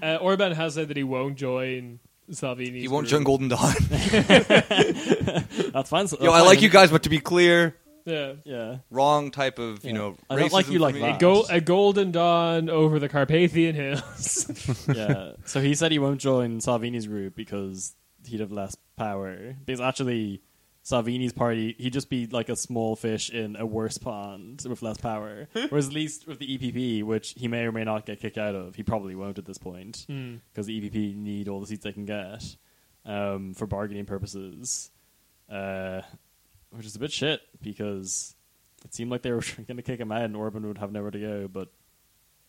A: Uh, Orban has said that he won't join Salvini.
B: he won't join Golden
D: [laughs]
B: Dawn. [laughs]
D: that's fine. so-
B: Yo,
D: that's
B: I like
D: fine.
B: you guys, but to be clear,
A: Yeah.
D: Yeah.
B: wrong type of you
D: Yeah.
B: know.
D: I don't like you
B: racism
D: like
B: for me.
D: that.
A: Go a golden dawn over the Carpathian Hills.
B: [laughs]
D: yeah. So he said he won't join Salvini's group because he'd have less power. Because actually, Salvini's party, he'd just be like a small fish in a worse pond with less power.
B: Hmm?
D: Whereas at least with the EPP, which he may or may not get kicked out of, he probably won't at this point
A: Hmm.
D: because the EPP E need all the seats they can get um, for bargaining purposes, uh, which is a bit shit because it seemed like they were [laughs] going to kick him out and Orban would have nowhere to go, but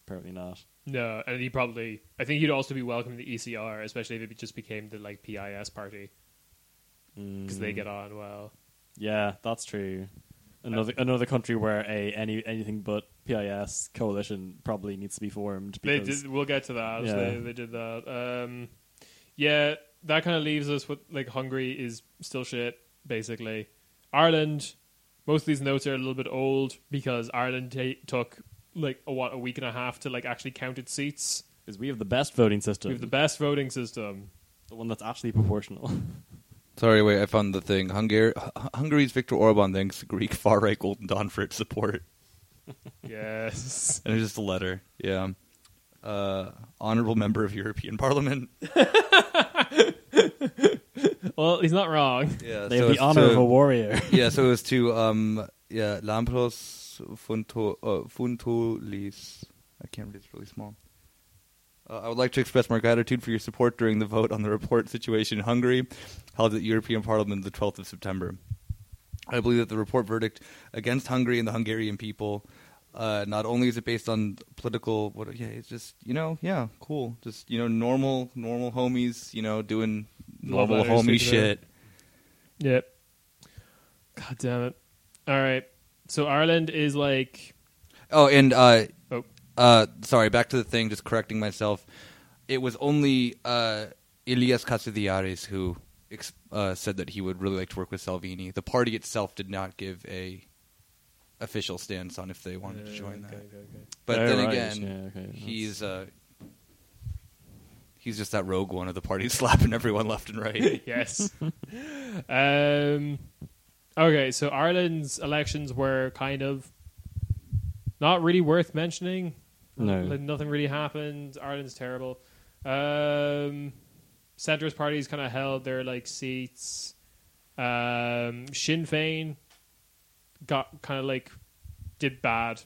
D: apparently not.
A: No, and he probably. I think he'd also be welcome to the ECR, especially if it just became the like PIS party because
D: Mm.
A: they get on well.
D: Yeah, that's true. Another
A: Uh,
D: another country where a any anything but PIS coalition probably needs to be formed.
A: They
D: because-
A: did, we'll get to that.
D: Yeah.
A: They, they did that. Um, yeah, that kind of leaves us with like Hungary is still shit basically. Ireland. Most of these notes are a little bit old because Ireland ta took like a, what a week and a half to like actually count its seats.
D: Because we have the best voting system.
A: We have the best voting system.
D: the one that's actually proportional.
B: Uh, Sorry, wait, I found the thing. Hungary, H- Hungary's Viktor Orban thanks Greek far right Golden Dawn for its support.
A: Yes. [laughs]
B: And it's just a letter. Yeah. Uh, honorable member of European Parliament.
A: well, he's not wrong.
B: Yeah,
D: [laughs] they
B: so
D: have the
B: it's
D: honor of
B: to-
D: a warrior.
B: Yeah, so it was to um, yeah, Lampros Funto, uh, Funtolis. I can't read; it's really small. Uh, I would like to express my gratitude for your support during the vote on the report situation in Hungary, held at the European Parliament the 12th of September. I believe that the report verdict against Hungary and the Hungarian people, uh, not only is it based on political, what, yeah, it's just you know, yeah, cool, just you know, normal, normal homies, you know, doing
A: Love
B: normal
A: letters to
B: homie
A: each other.
B: shit.
A: Yep. God damn it. All right. So Ireland is like.
B: Oh, and uh,
A: Oh,
B: uh, sorry, back to the thing, just correcting myself. It was only uh, Elias Casadillares who ex- uh, said that he would really like to work with Salvini. The party itself did not give a official stance on if they wanted to join that. But
D: [laughs] Oh,
B: then
D: right,
B: again,
D: yeah, okay,
B: he's uh, he's just that rogue one of the party [laughs] slapping everyone left and right.
D: [laughs]
A: yes. um. Okay, so Ireland's elections were kind of not really worth mentioning.
D: No.
A: Like, nothing really happened. Ireland's terrible. Um, centrist parties kind of held their like seats. Um, Sinn Fein got kind of like did bad,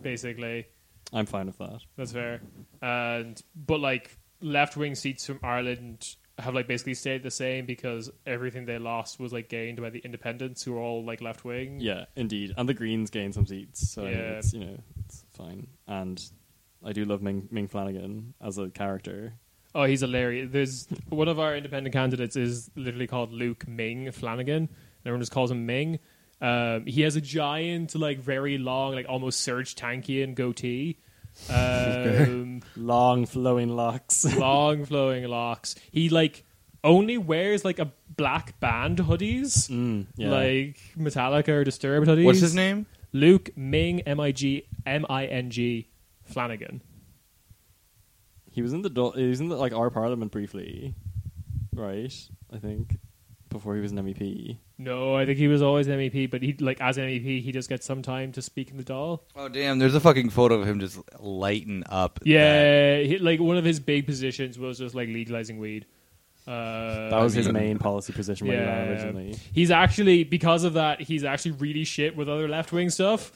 A: basically.
D: I'm fine with that.
A: That's fair. And but like left wing seats from Ireland have like basically stayed the same because everything they lost was like gained by the independents who are all like left wing.
D: Yeah, indeed. And the Greens gain some seats, so
A: Yeah.
D: it's you know it's fine. And I do love Ming, Ming Flanagan as a character.
A: Oh, he's hilarious. There's one of our independent candidates is literally called Luke Ming Flanagan, and everyone just calls him Ming. Um, he has a giant, like very long, like almost Serge Tankian goatee. Um, [laughs]
D: Long flowing locks.
A: long flowing locks. He like only wears like a black band hoodies,
D: Mm. yeah.
A: like Metallica or Disturbed hoodies.
B: What's his name?
A: Luke Ming M I G M I N G Flanagan.
D: He was in the Dul- he was in the, like our parliament briefly, right? I think before he was an E MEP.
A: No, I think he was always an MEP, but he like as an MEP, he does get some time to speak in the doll.
B: Oh damn! There's a fucking photo of him just lighting up. that.
A: Yeah, he, like one of his big positions was just like legalizing weed. Uh,
D: That was his
B: mean-
D: main policy position when he ran originally.
A: [laughs] He's actually because of that, he's actually really shit with other left wing stuff.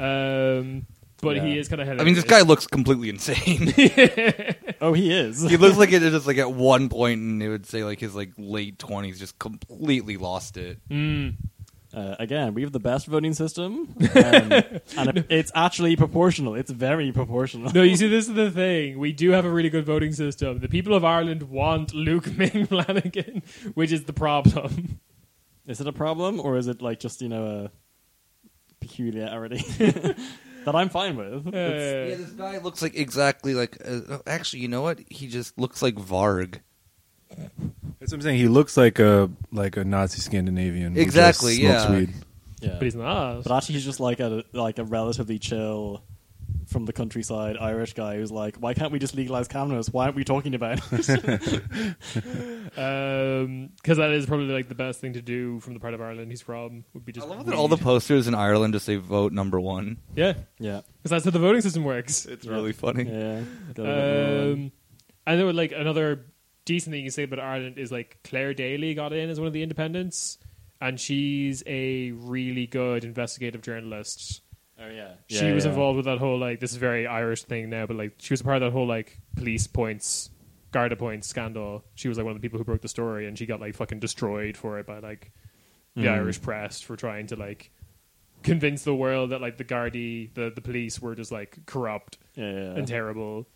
A: Um, but he
D: Yeah.
A: is kind of.
B: I mean, this guy looks completely insane. [laughs]
D: Oh, he is.
B: he looks like it is just like at one point and it would say like his like late twenties just completely lost it.
D: Uh, again, we have the best
A: [laughs]
D: voting system, um, and it- it's actually proportional. It's very proportional.
A: No, you see, this is the thing. We do have a really good voting system. The people of Ireland want Luke [laughs] Ming Flanagan, which is the problem.
D: Is it a problem, or is it like just you know a
A: [laughs]
D: peculiarity that I'm fine with? It's-
A: Uh,
B: Yeah, this guy looks like exactly like. Uh, actually, you know what? He just looks like Varg.
C: That's what I'm saying. He looks like a like a Nazi Scandinavian. who just
B: Exactly,
C: smokes
B: yeah.
C: weed.
D: yeah.
A: but he's not.
D: But actually, he's just like a like a relatively chill from the countryside Irish guy who's like, why can't we just legalize cannabis? Why aren't we talking about it?
A: Because Um, that is probably like the best thing to do from the part of Ireland he's from. Would be
B: I
A: just
B: love that all the
A: weed.
B: posters in Ireland just say "Vote Number One."
A: [laughs] yeah,
D: yeah,
A: because that's how the voting system works.
B: It's really funny.
D: [laughs] yeah. Got a bit more-
A: Um, I know like another decent thing you say about Ireland is like Claire Daly got in as one of the independents, and she's a really good investigative journalist.
D: Oh yeah.
A: she was involved with that whole like this is very Irish thing now, but like she was a part of that whole like police points, Garda points scandal. She was like one of the people who broke the story, and she got like fucking destroyed for it by like the Irish press for trying to like convince the world that like the Gardaí, the the police were just like corrupt
D: Yeah, yeah.
A: and terrible.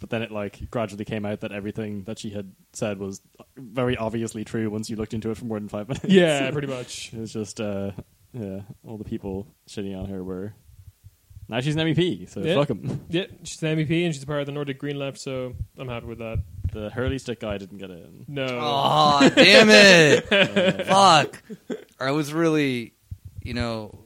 D: but then it like gradually came out that everything that she had said was very obviously true once you looked into it for more than five minutes.
A: Yeah, pretty much.
D: It was just uh, yeah, all the people shitting on her were. Now she's an MEP, so
A: Yeah.
D: fuck 'em. fuck him.
A: Yeah, she's an MEP and she's a part of the Nordic Green Left, so I'm happy with that.
D: The Hurley stick guy didn't get in.
A: No,
B: Oh,
A: [laughs]
B: damn it. Fuck. I was really, you know,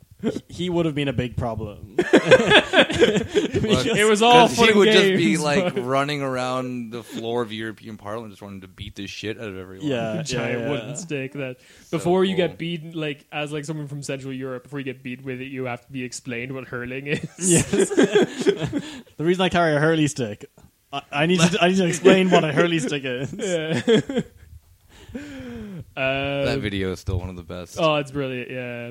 D: He would have been a big [laughs] problem.
B: look,
A: it was all
B: 'cause
A: fun
B: he
A: and
B: would just be
A: games, [laughs]
B: like running around the floor of European Parliament just wanting to beat the shit out of everyone.
D: Yeah.
A: a giant wooden stick that before you get beaten like as like someone from central europe before you get beat with it you have to be explained what hurling
D: [laughs]
A: is
D: Yes. the reason I carry a Hurley stick, I, I need to I need to explain what a Hurley stick [laughs] is.
A: yeah. [laughs]
B: That
A: Um,
B: video is still one of the best.
A: oh it's brilliant yeah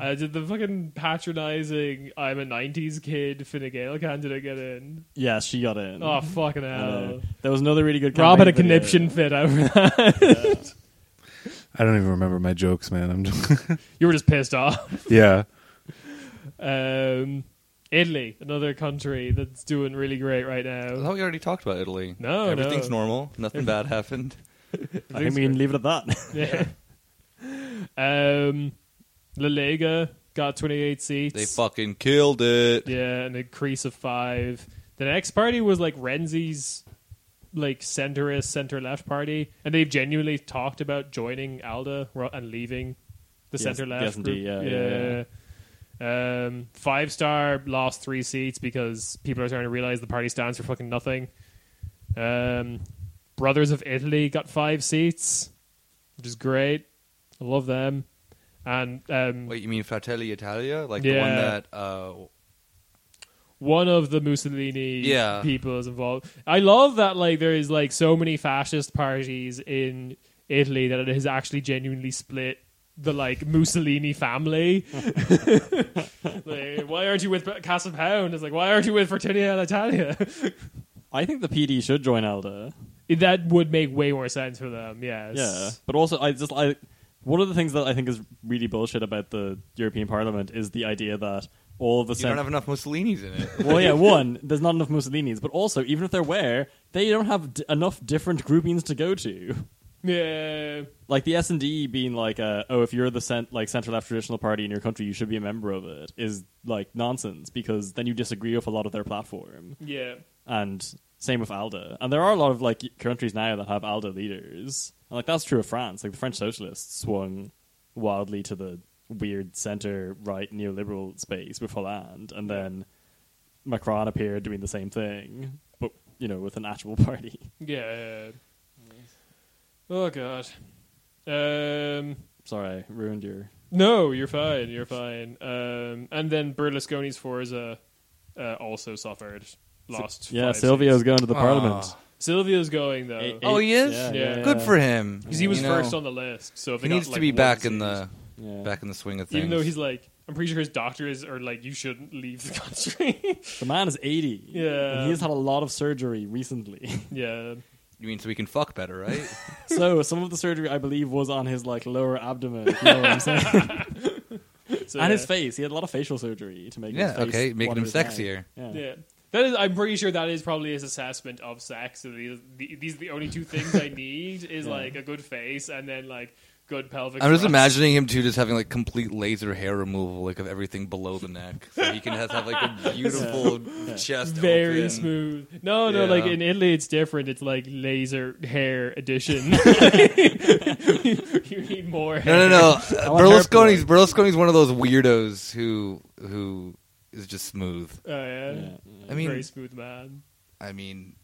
A: I did the fucking patronizing I'm a 90s kid Fine Gael candidate get in.
D: Yeah, she got in.
A: Oh, fucking
D: Mm-hmm. I
A: hell.
D: know. There was another really good.
A: Rob had a
D: campaign video.
A: conniption fit over that. [laughs]
C: I don't even remember my jokes, man. I'm just, [laughs]
A: You were just pissed off.
C: yeah.
A: Um, Italy, another country that's doing really great right
B: I
A: now.
B: thought we already talked about Italy.
A: No, no.
B: everything's normal.
A: [laughs]
B: Nothing bad happened.
D: I think we can leave it at that.
A: Yeah. [laughs] um, La Liga got 28 seats.
B: They fucking killed it.
A: Yeah, an increase of five. The next party was like Renzi's, like centrist, center left party, and they've genuinely talked about joining Alda ro- and leaving the
D: Yes,
A: center left.
D: yes, indeed, yeah, yeah,
A: Um, five star lost three seats because people are starting to realize the party stands for fucking nothing. Um, Brothers of Italy got five seats, which is great. I love them. And um,
B: Wait, you mean Fratelli Italia? Like the one
A: Yeah.
B: that uh
A: one of the Mussolini
B: Yeah.
A: people is involved. I love that like there is like so many fascist parties in Italy that it has actually genuinely split the like Mussolini family. [laughs] like, why aren't you with Castle Pound? It's like why aren't you with Fratelli Italia?
D: [laughs]
A: [laughs]
D: I think the PD should join Alda.
A: that would make way more sense for them. Yes.
D: Yeah, but also I just I one of the things that I think is really bullshit about the European Parliament is the idea that all of the
B: you don't
D: cent-
B: have enough Mussolini's in
A: [laughs]
B: it.
D: well, yeah, one, there's not enough Mussolinis, but also, even if there were, they don't have d- enough different groupings to go to.
A: Yeah.
D: Like the S and D being like, uh, oh, if you're the cent- like center left traditional party in your country, you should be a member of it is like nonsense because then you disagree with a lot of their platform.
A: Yeah.
D: And same with ALDA. And there are a lot of like countries now that have ALDA leaders, and like that's true of France. Like the French socialists swung wildly to the weird center right neoliberal space with Hollande, and then Macron appeared doing the same thing, but you know with an actual [laughs] party.
A: Yeah. Oh god. Um
D: Sorry, I ruined your.
A: No, you're fine. You're fine. Um, and then Berlusconi's Forza uh, also suffered, lost.
D: Yeah,
A: five Ah,
D: Silvio's
A: seats.
D: going to the
B: Aw.
D: parliament.
A: Silvio's going though,
D: Eight-
A: because
B: Oh, he is?
A: Yeah.
B: Good for him.
A: he was
B: You know,
A: first on the list. So if they
B: He
A: got,
B: needs to
A: like,
B: be
A: one
B: back
A: seat-
B: in the
D: Yeah.
B: back in the swing of things.
A: Even though he's like, I'm pretty sure his doctors are like, you shouldn't leave the [laughs] country.
D: The man is 80.
A: Yeah.
D: And he's had a lot of surgery recently.
A: [laughs] yeah,
B: You mean so we can fuck
A: [laughs]
B: better, right?
D: so some of the surgery, I believe, was on his like lower abdomen. if You know
A: [laughs]
D: what I'm saying?
A: so,
D: and
A: yeah.
D: his face. He had a lot of facial surgery to make
B: Yeah,
D: his face
B: okay, making
D: what
B: him
D: it is now.
B: sexier.
D: Yeah.
A: Yeah, that is. I'm pretty sure that is probably his assessment of sex. So these, the- these are the only two things I need is
D: Yeah.
A: like a good face and then like good pelvic.
B: I'm just
A: thrust.
B: imagining him too, just having like complete laser hair removal, like of everything below the neck, so he can have,
A: [laughs]
B: have like a beautiful chest.
A: very
B: open.
A: smooth. No, no,
B: Yeah.
A: like in Italy, it's different. It's like laser hair
B: [laughs]
A: edition. you need more hair.
B: [laughs] No, no, no.
D: want hair
B: Berlusconi's Berlusconi's one of those weirdos who who is just smooth.
A: Oh, yeah.
D: Yeah,
B: I mean,
A: very smooth man.
B: I mean,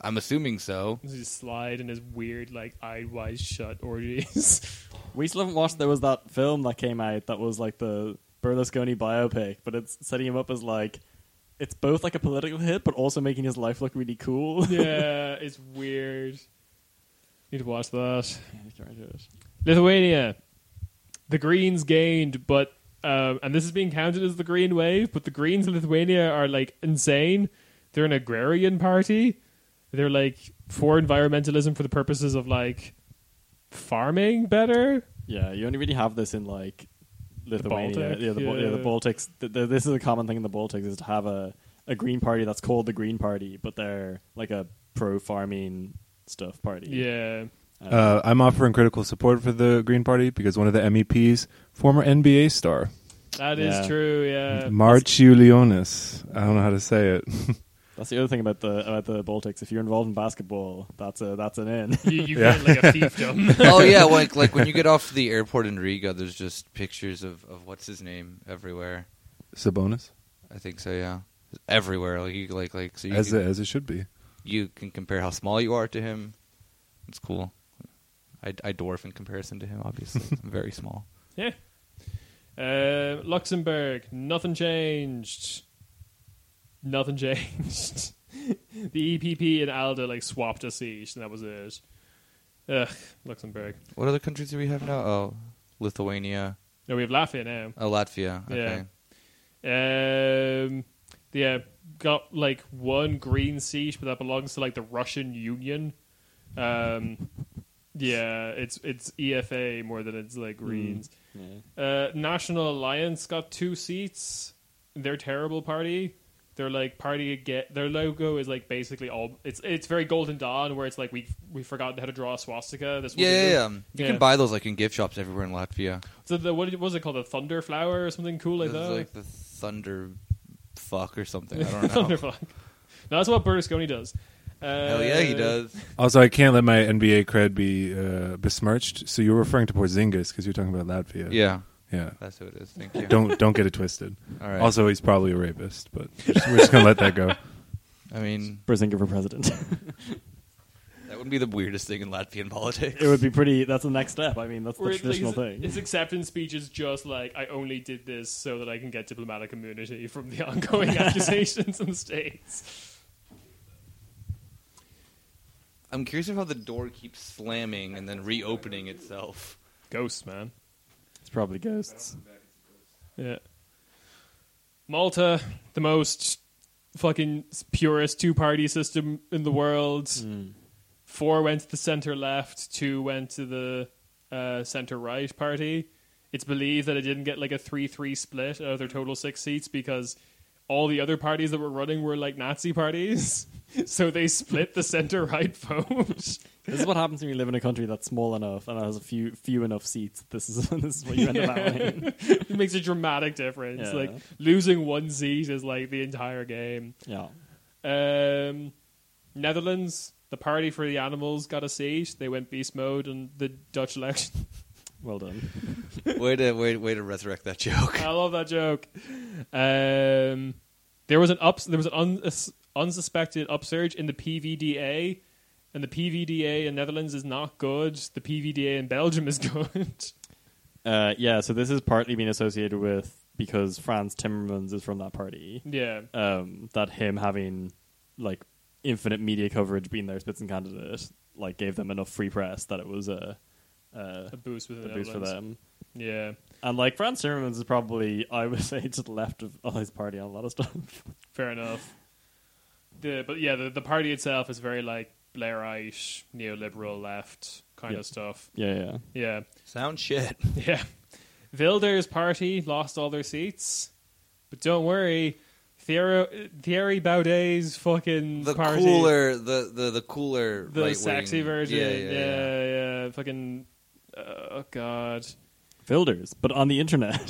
B: I'm assuming so.
A: He's just slide in his weird, like eye wide shut
B: [laughs]
A: orgies. [laughs]
D: We still haven't watched. There was that film that came out that was like the Berlusconi biopic, but it's setting him up as like it's both like a political hit, but also making his life look
A: [laughs]
D: really cool.
A: yeah, it's weird. Need to watch that.
D: Yeah, I can't do it.
A: Lithuania. the Greens gained, but um, and this is being counted as the Green Wave, but the Greens in Lithuania are like insane. They're an agrarian party. They're like for environmentalism for the purposes of like farming better.
D: Yeah, you only really have this in like Lithuania.
A: Baltic,
D: yeah, the, Bal- yeah, the
A: yeah.
D: Baltics. Th th this is a common thing in the Baltics is to have a, a green party that's called the Green Party, but they're like a pro farming stuff party.
A: Yeah.
C: Uh, I'm offering critical support for the Green Party because one of the MEPs, former NBA star,
A: That is
D: Yeah.
A: true, yeah.
C: Marčiulionis. I don't know how to say it.
D: That's the other thing about the about the Baltics. If you're involved in basketball, that's a that's an in.
A: you you feel like a fiefdom.
B: [laughs] oh yeah, like like when you get off the airport in Riga, there's just pictures of, of what's his name everywhere.
C: Sabonis,
B: I think so. Yeah, everywhere. Like you like like so you
C: as
B: can,
C: it, as it should be.
B: you can compare how small you are to him. It's cool. I, I dwarf in comparison to him. Obviously, [laughs] I'm very small.
A: yeah. Uh, Luxembourg, nothing changed. Nothing [laughs] changed. the EPP and ALDE like swapped a seat, and that was it. Ugh, Luxembourg.
B: What other countries do we have now? Oh, Lithuania,
A: No, we have Latvia now.
B: oh, Latvia.
A: Yeah.
B: Okay.
A: Um, yeah, got like one green seat, but that belongs to like the Russian Union. Um, yeah, it's it's EFA more than it's like Greens.
D: [laughs] Yeah.
A: Uh, National Alliance got two seats. They're terrible party. They're like party again. Their logo is like basically all. It's it's very Golden Dawn, where it's like we we forgot how to draw a swastika. This
B: Yeah, yeah, yeah. You
A: Yeah.
B: can buy those like in gift shops everywhere in Latvia.
A: So the what was it called? The thunder flower or something cool like
B: It's
A: that. [laughs]
B: like the thunder fuck or something. I don't know.
A: Thunderfuck. No, that's what Berlusconi does. Uh,
B: Hell yeah, he does.
C: Also, I can't let my NBA cred be uh, besmirched. So you're referring to Porzingis because you're talking about Latvia.
B: Yeah,
C: yeah.
B: that's who it is. Thank you.
C: Don't don't get it twisted.
B: [laughs] All right.
C: Also, he's probably a rapist, but we're just, we're just gonna let
B: [laughs]
C: that go.
B: I mean,
D: Brzezinski for president. [laughs]
B: that would be the weirdest thing in Latvian [laughs] politics.
D: it would be pretty. That's the next step. I mean, that's
A: Where
D: the
A: it-
D: traditional
A: like, his,
D: [laughs] thing.
A: his acceptance speech is just like, I only did this so that I can get diplomatic immunity from the [laughs]
B: [laughs]
A: ongoing accusations in the States.
B: I'm curious of how the door keeps slamming and then reopening itself.
A: Ghosts, man.
D: It's probably ghosts.
A: Yeah. Malta, the most fucking purest two party system in the world. Four went to the center left, two went to the uh, center right party. It's believed that it didn't get like a 3 3 split out of their total six seats because all the other parties that were running were like Nazi parties. [laughs] so they split the center right vote. [laughs]
D: This is what happens when you live in a country that's small enough and has a few few enough seats. This is [laughs] this is what you end up [laughs] having.
A: it makes a dramatic difference.
D: Yeah.
A: Like losing one seat is like the entire game.
D: Yeah.
A: Um, Netherlands, the party for the animals got a seat. They went beast mode in the Dutch election. [laughs]
D: Well done.
B: way to way, way to resurrect that joke.
A: I love that joke. Um, there was an ups, there was an un, us- unsuspected upsurge in the PVDA, and the PVDA in Netherlands is not good. The PVDA in Belgium is [laughs] good.
D: Uh, yeah, so this is partly being associated with because Franz Timmermans is from that party.
A: yeah,
D: Um, that him having like infinite media coverage, being their Spitzen candidate, like gave them enough free press that it was a, a,
A: a boost with the
D: a boost for
A: Netherlands.
D: them.
A: Yeah,
D: And like Franz Timmermans is probably, I would [laughs] say, to the left of all his party on a lot of stuff.
A: fair enough. The, but yeah, the, the party itself is very like Blairite, neoliberal left kind
D: Yeah.
A: of stuff.
D: [laughs] yeah, yeah.
A: Yeah.
B: Sound shit.
A: [laughs] Yeah. Wilder's party lost all their seats. But don't worry. Thierry, Thierry Baudet's fucking
B: The
A: party.
B: cooler, the the the cooler,
A: the
B: right-wing-
A: sexy version.
B: Yeah, yeah, yeah.
A: yeah. Fucking. Oh, God.
D: Filters, but on the [laughs] internet.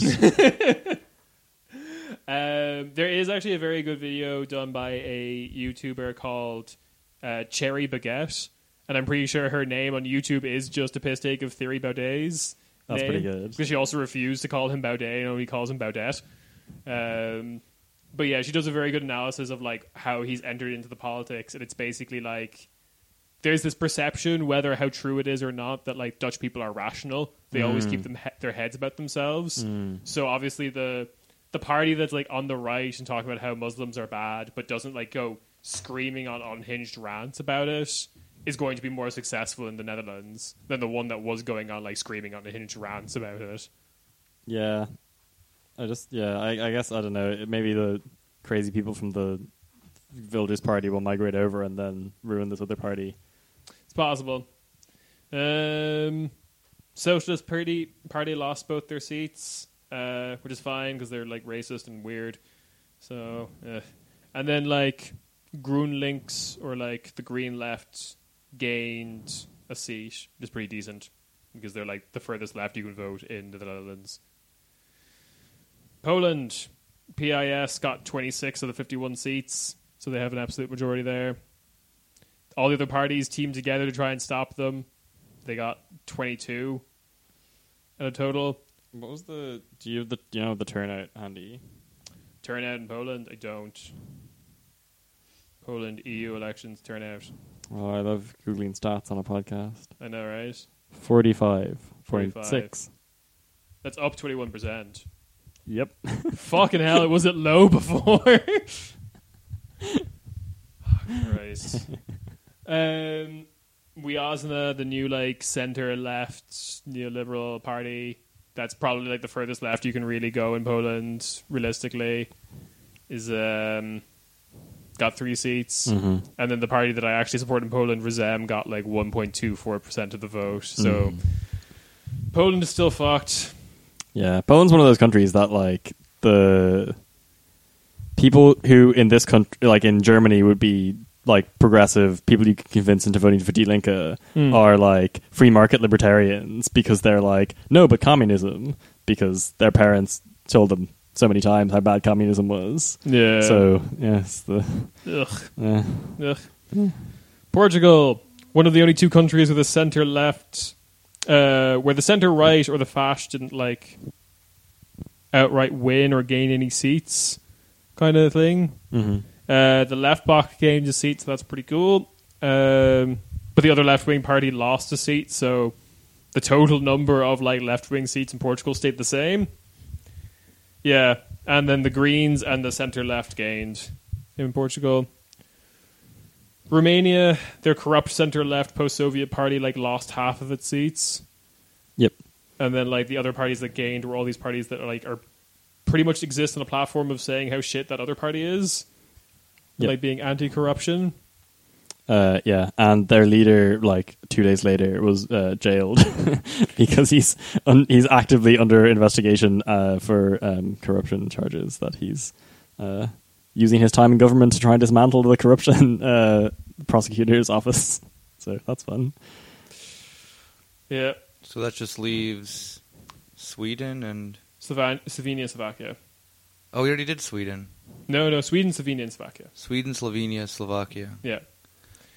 A: Um, there is actually a very good video done by a YouTuber called uh, Cherry Baguette, and I'm pretty sure her name on YouTube is just a piss take of Theory Baudet's.
D: That's
A: name,
D: pretty good.
A: because she also refused to call him Baudet, and only calls him Baudette. Um, but yeah, she does a very good analysis of like how he's entered into the politics, and it's basically like there's this perception, whether how true it is or not, that like Dutch people are rational. They always keep them he- their heads about themselves. So obviously the the party that's like on the right and talking about how Muslims are bad, but doesn't like go screaming on unhinged rants about it, is going to be more successful in the Netherlands than the one that was going on like screaming on unhinged rants about it.
D: Yeah, I just yeah. I, I guess I don't know. It- Maybe the crazy people from the villagers party will migrate over and then ruin this other party.
A: It's possible. Um, Socialist Party Party lost both their seats, uh, which is fine because they're like racist and weird. So, eh. and then like Groenlinks or like the Green Left gained a seat, which is pretty decent because they're like the furthest left you can vote in the Netherlands. Poland, PIS got 26 of the 51 seats, so they have an absolute majority there all the other parties teamed together to try and stop them. They got 22 at a total
D: What was the do you have the you know the turnout handy?
A: turnout in Poland. I don't. Poland EU elections turnout.
D: Oh, I love googling stats on a podcast.
A: I know, right?
D: 45,
A: 45.
D: 46.
A: That's up 21%.
D: Yep.
A: Fucking hell, it was at low [laughs] before. Christ. Um, we Osna, the new like center left neoliberal party. That's probably like the furthest left you can really go in Poland, realistically. Is um got three seats. And then the party that I actually support in Poland, Rizem, got like one point two four percent of the vote. So Poland is still fucked.
D: Yeah, Poland's one of those countries that like the people who in this country, like in Germany, would be like progressive people you can convince into voting for Die Linke are like free market libertarians because they're like no, but communism because their parents told them so many times how bad communism was.
A: Yeah.
D: [laughs] So yes, the
A: Ugh.
D: yeah.
A: Ugh. Portugal, one of the only two countries with a centre left, uh, where the centre right or the Fash didn't like outright win or gain any seats, kind of thing.
D: Mm-hmm.
A: Uh, the left back gained a seat, so that's pretty cool. Um, but the other left wing party lost a seat, so the total number of like left wing seats in Portugal stayed the same. Yeah, and then the Greens and the centre left gained in Portugal. Romania, their corrupt center left post Soviet party like lost half of its seats.
D: yep.
A: And then like the other parties that gained were all these parties that like are pretty much exist on a platform of saying how shit that other party is.
D: Yep.
A: Like being anti corruption.
D: Uh, yeah, and their leader, like two days later, was uh, jailed [laughs] because he's un- he's actively under investigation uh, for um, corruption charges that he's uh, using his time in government to try and dismantle the corruption uh, prosecutor's office. [laughs] So that's fun.
A: Yeah.
B: So that just leaves Sweden and
A: Slovan- Slovenia, Slovakia.
B: oh, we already did Sweden,
A: No, no, Sweden, Slovenia, and Slovakia.
B: Sweden, Slovenia, Slovakia.
A: Yeah.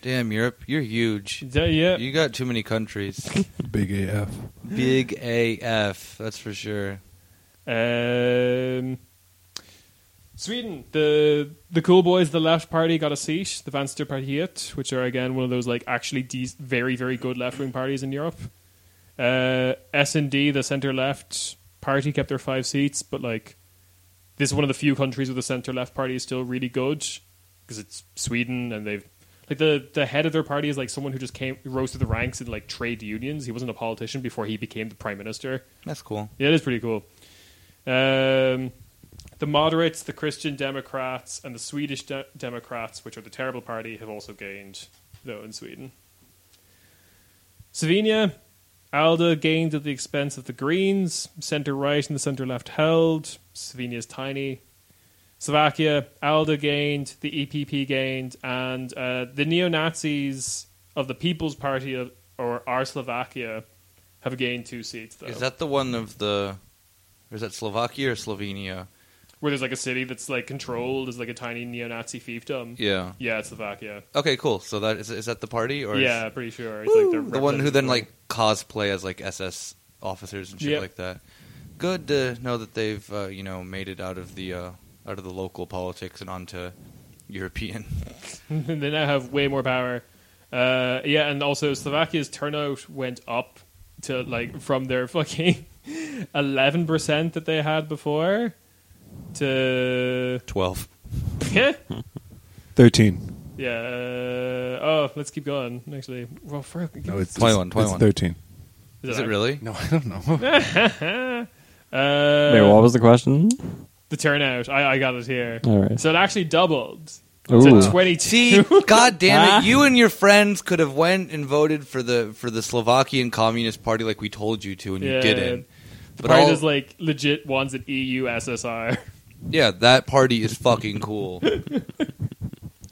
B: Damn Europe, you're huge.
A: Yeah, yeah.
B: You got too many countries.
A: [laughs]
C: Big AF.
B: Big AF, that's for sure.
A: Um, Sweden, the the cool boys, the left party got a seat, the Vänsterpartiet, which are again one of those like actually de- very very good left wing parties in Europe. Uh, S and D, the centre left party, kept their five seats, but like this is one of the few countries where the centre left party is still really good because it's Sweden and they've like the the head of their party is like someone who just came rose through the ranks in like trade unions. He wasn't a politician before he became the prime minister.
B: That's cool.
A: Yeah, it is pretty cool. Um, the moderates, the Christian Democrats, and the Swedish De- Democrats, which are the terrible party, have also gained, though, in Sweden. Slovenia, ALDE gained at the expense of the Greens, centre right and the centre left held. Slovenia's tiny. Slovakia, ALDE gained, the EPP gained, and uh, the neo Nazis of the People's Party of, or our Slovakia have gained two seats. Though.
B: Is that the one of the? Or is that Slovakia or Slovenia?
A: where there's like a city that's like controlled as like a tiny neo-Nazi fiefdom.
B: Yeah.
A: Yeah, it's Slovakia.
B: Okay, cool. So that is is that the party or is-
A: Yeah, pretty sure. It's
B: Woo!
A: like their
B: the one who then
A: representative.
B: like cosplay as like SS officers and shit
A: Yep.
B: like that. Good to know that they've uh, you know made it out of the uh, out of the local politics and onto European. [laughs]
A: [laughs] they now have way more power. Uh, yeah, and also Slovakia's turnout went up to like from their [laughs] fucking eleven percent that they had before to [laughs]
B: Twelve.
A: yeah.
C: 13.
A: Uh, oh, let's keep going. Actually, well, fuck.
C: No, it's
B: Twenty-one,
C: It's,
B: twenty-one.
C: 13.
B: Is it really?
C: [laughs] No, I don't know.
A: really? Uh,
D: Wait, what was the question?
A: the turnout. I, I got it here.
D: All right.
A: So it actually doubled
D: Ooh.
A: to 22.
B: See, God damn
D: Huh?
B: it! You and your friends could have went and voted for the for the Slovakian Communist Party like we told you to, and
A: Yeah.
B: you didn't. But
A: Probably
B: all-
A: there's like legit E ones at EU SSR.
B: yeah, that party is fucking cool.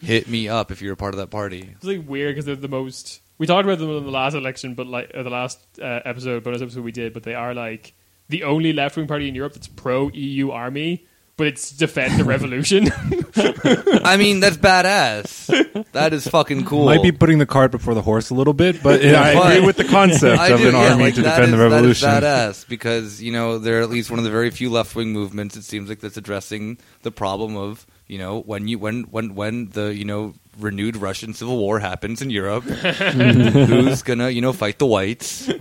B: Hit me up if you're a part of that party.
A: [laughs] It's like weird because they're the most. We talked about them in the last election, but like uh, the last uh, episode, bonus episode we did, but they are like the only left wing party in Europe that's pro EU army, but it's
B: [laughs]
A: defend the revolution. [laughs]
B: I mean, that's badass. That is fucking cool.
C: Might be putting the cart before the horse a little bit,
B: [laughs]
C: but
B: Yeah,
C: I
B: but-
C: agree with the concept
B: I
C: of
B: do,
C: an
B: yeah,
C: army
B: like,
C: to
B: that
C: defend the
B: is- that is
C: revolution.
B: badass because you know they're at least one of the very few left wing movements. It seems like that's addressing the problem of you know when you when when when the you know renewed Russian civil war happens in
C: [laughs]
B: Europe, who's gonna you know fight
A: [laughs]
B: the whites?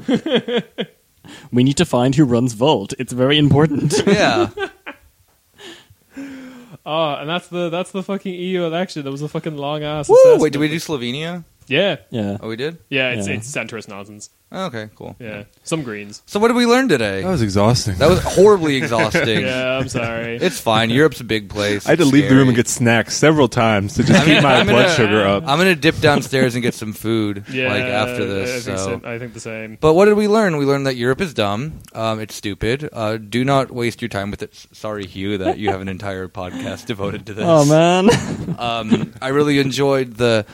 D: We need to find who runs Volt. It's
A: [laughs]
D: very important.
B: Yeah,
A: oh, and that's the that's the fucking EU election. That was a fucking long ass.
B: Woo! Wait, did we do Slovenia?
A: Yeah,
D: yeah.
B: Oh, we did.
A: yeah. It's
D: Yeah.
A: it's centrist nonsense.
B: Oh, okay, cool.
A: Yeah, some
B: [laughs]
A: Greens.
B: So what did we learn today?
C: That was exhausting.
B: That was horribly
A: [laughs]
B: exhausting.
A: Yeah, I'm sorry.
B: It's fine. Europe's a big place.
C: I had to
B: It's
C: leave the room and
B: scary.
C: get snacks several times to just
B: I mean,
C: keep my
B: I'm
C: blood
B: gonna-
C: sugar up.
B: I'm gonna dip downstairs and get some food.
A: [laughs] yeah,
B: like after
A: I
B: this.
A: think,
B: so.
A: so- I think the same.
B: But what did we learn? We learned that Europe is dumb. Um, it's stupid. Uh, do not waste your time with it. S- Sorry, Hugh, that you have an entire podcast devoted to this.
A: [laughs]
D: Oh man.
B: Um, I really enjoyed the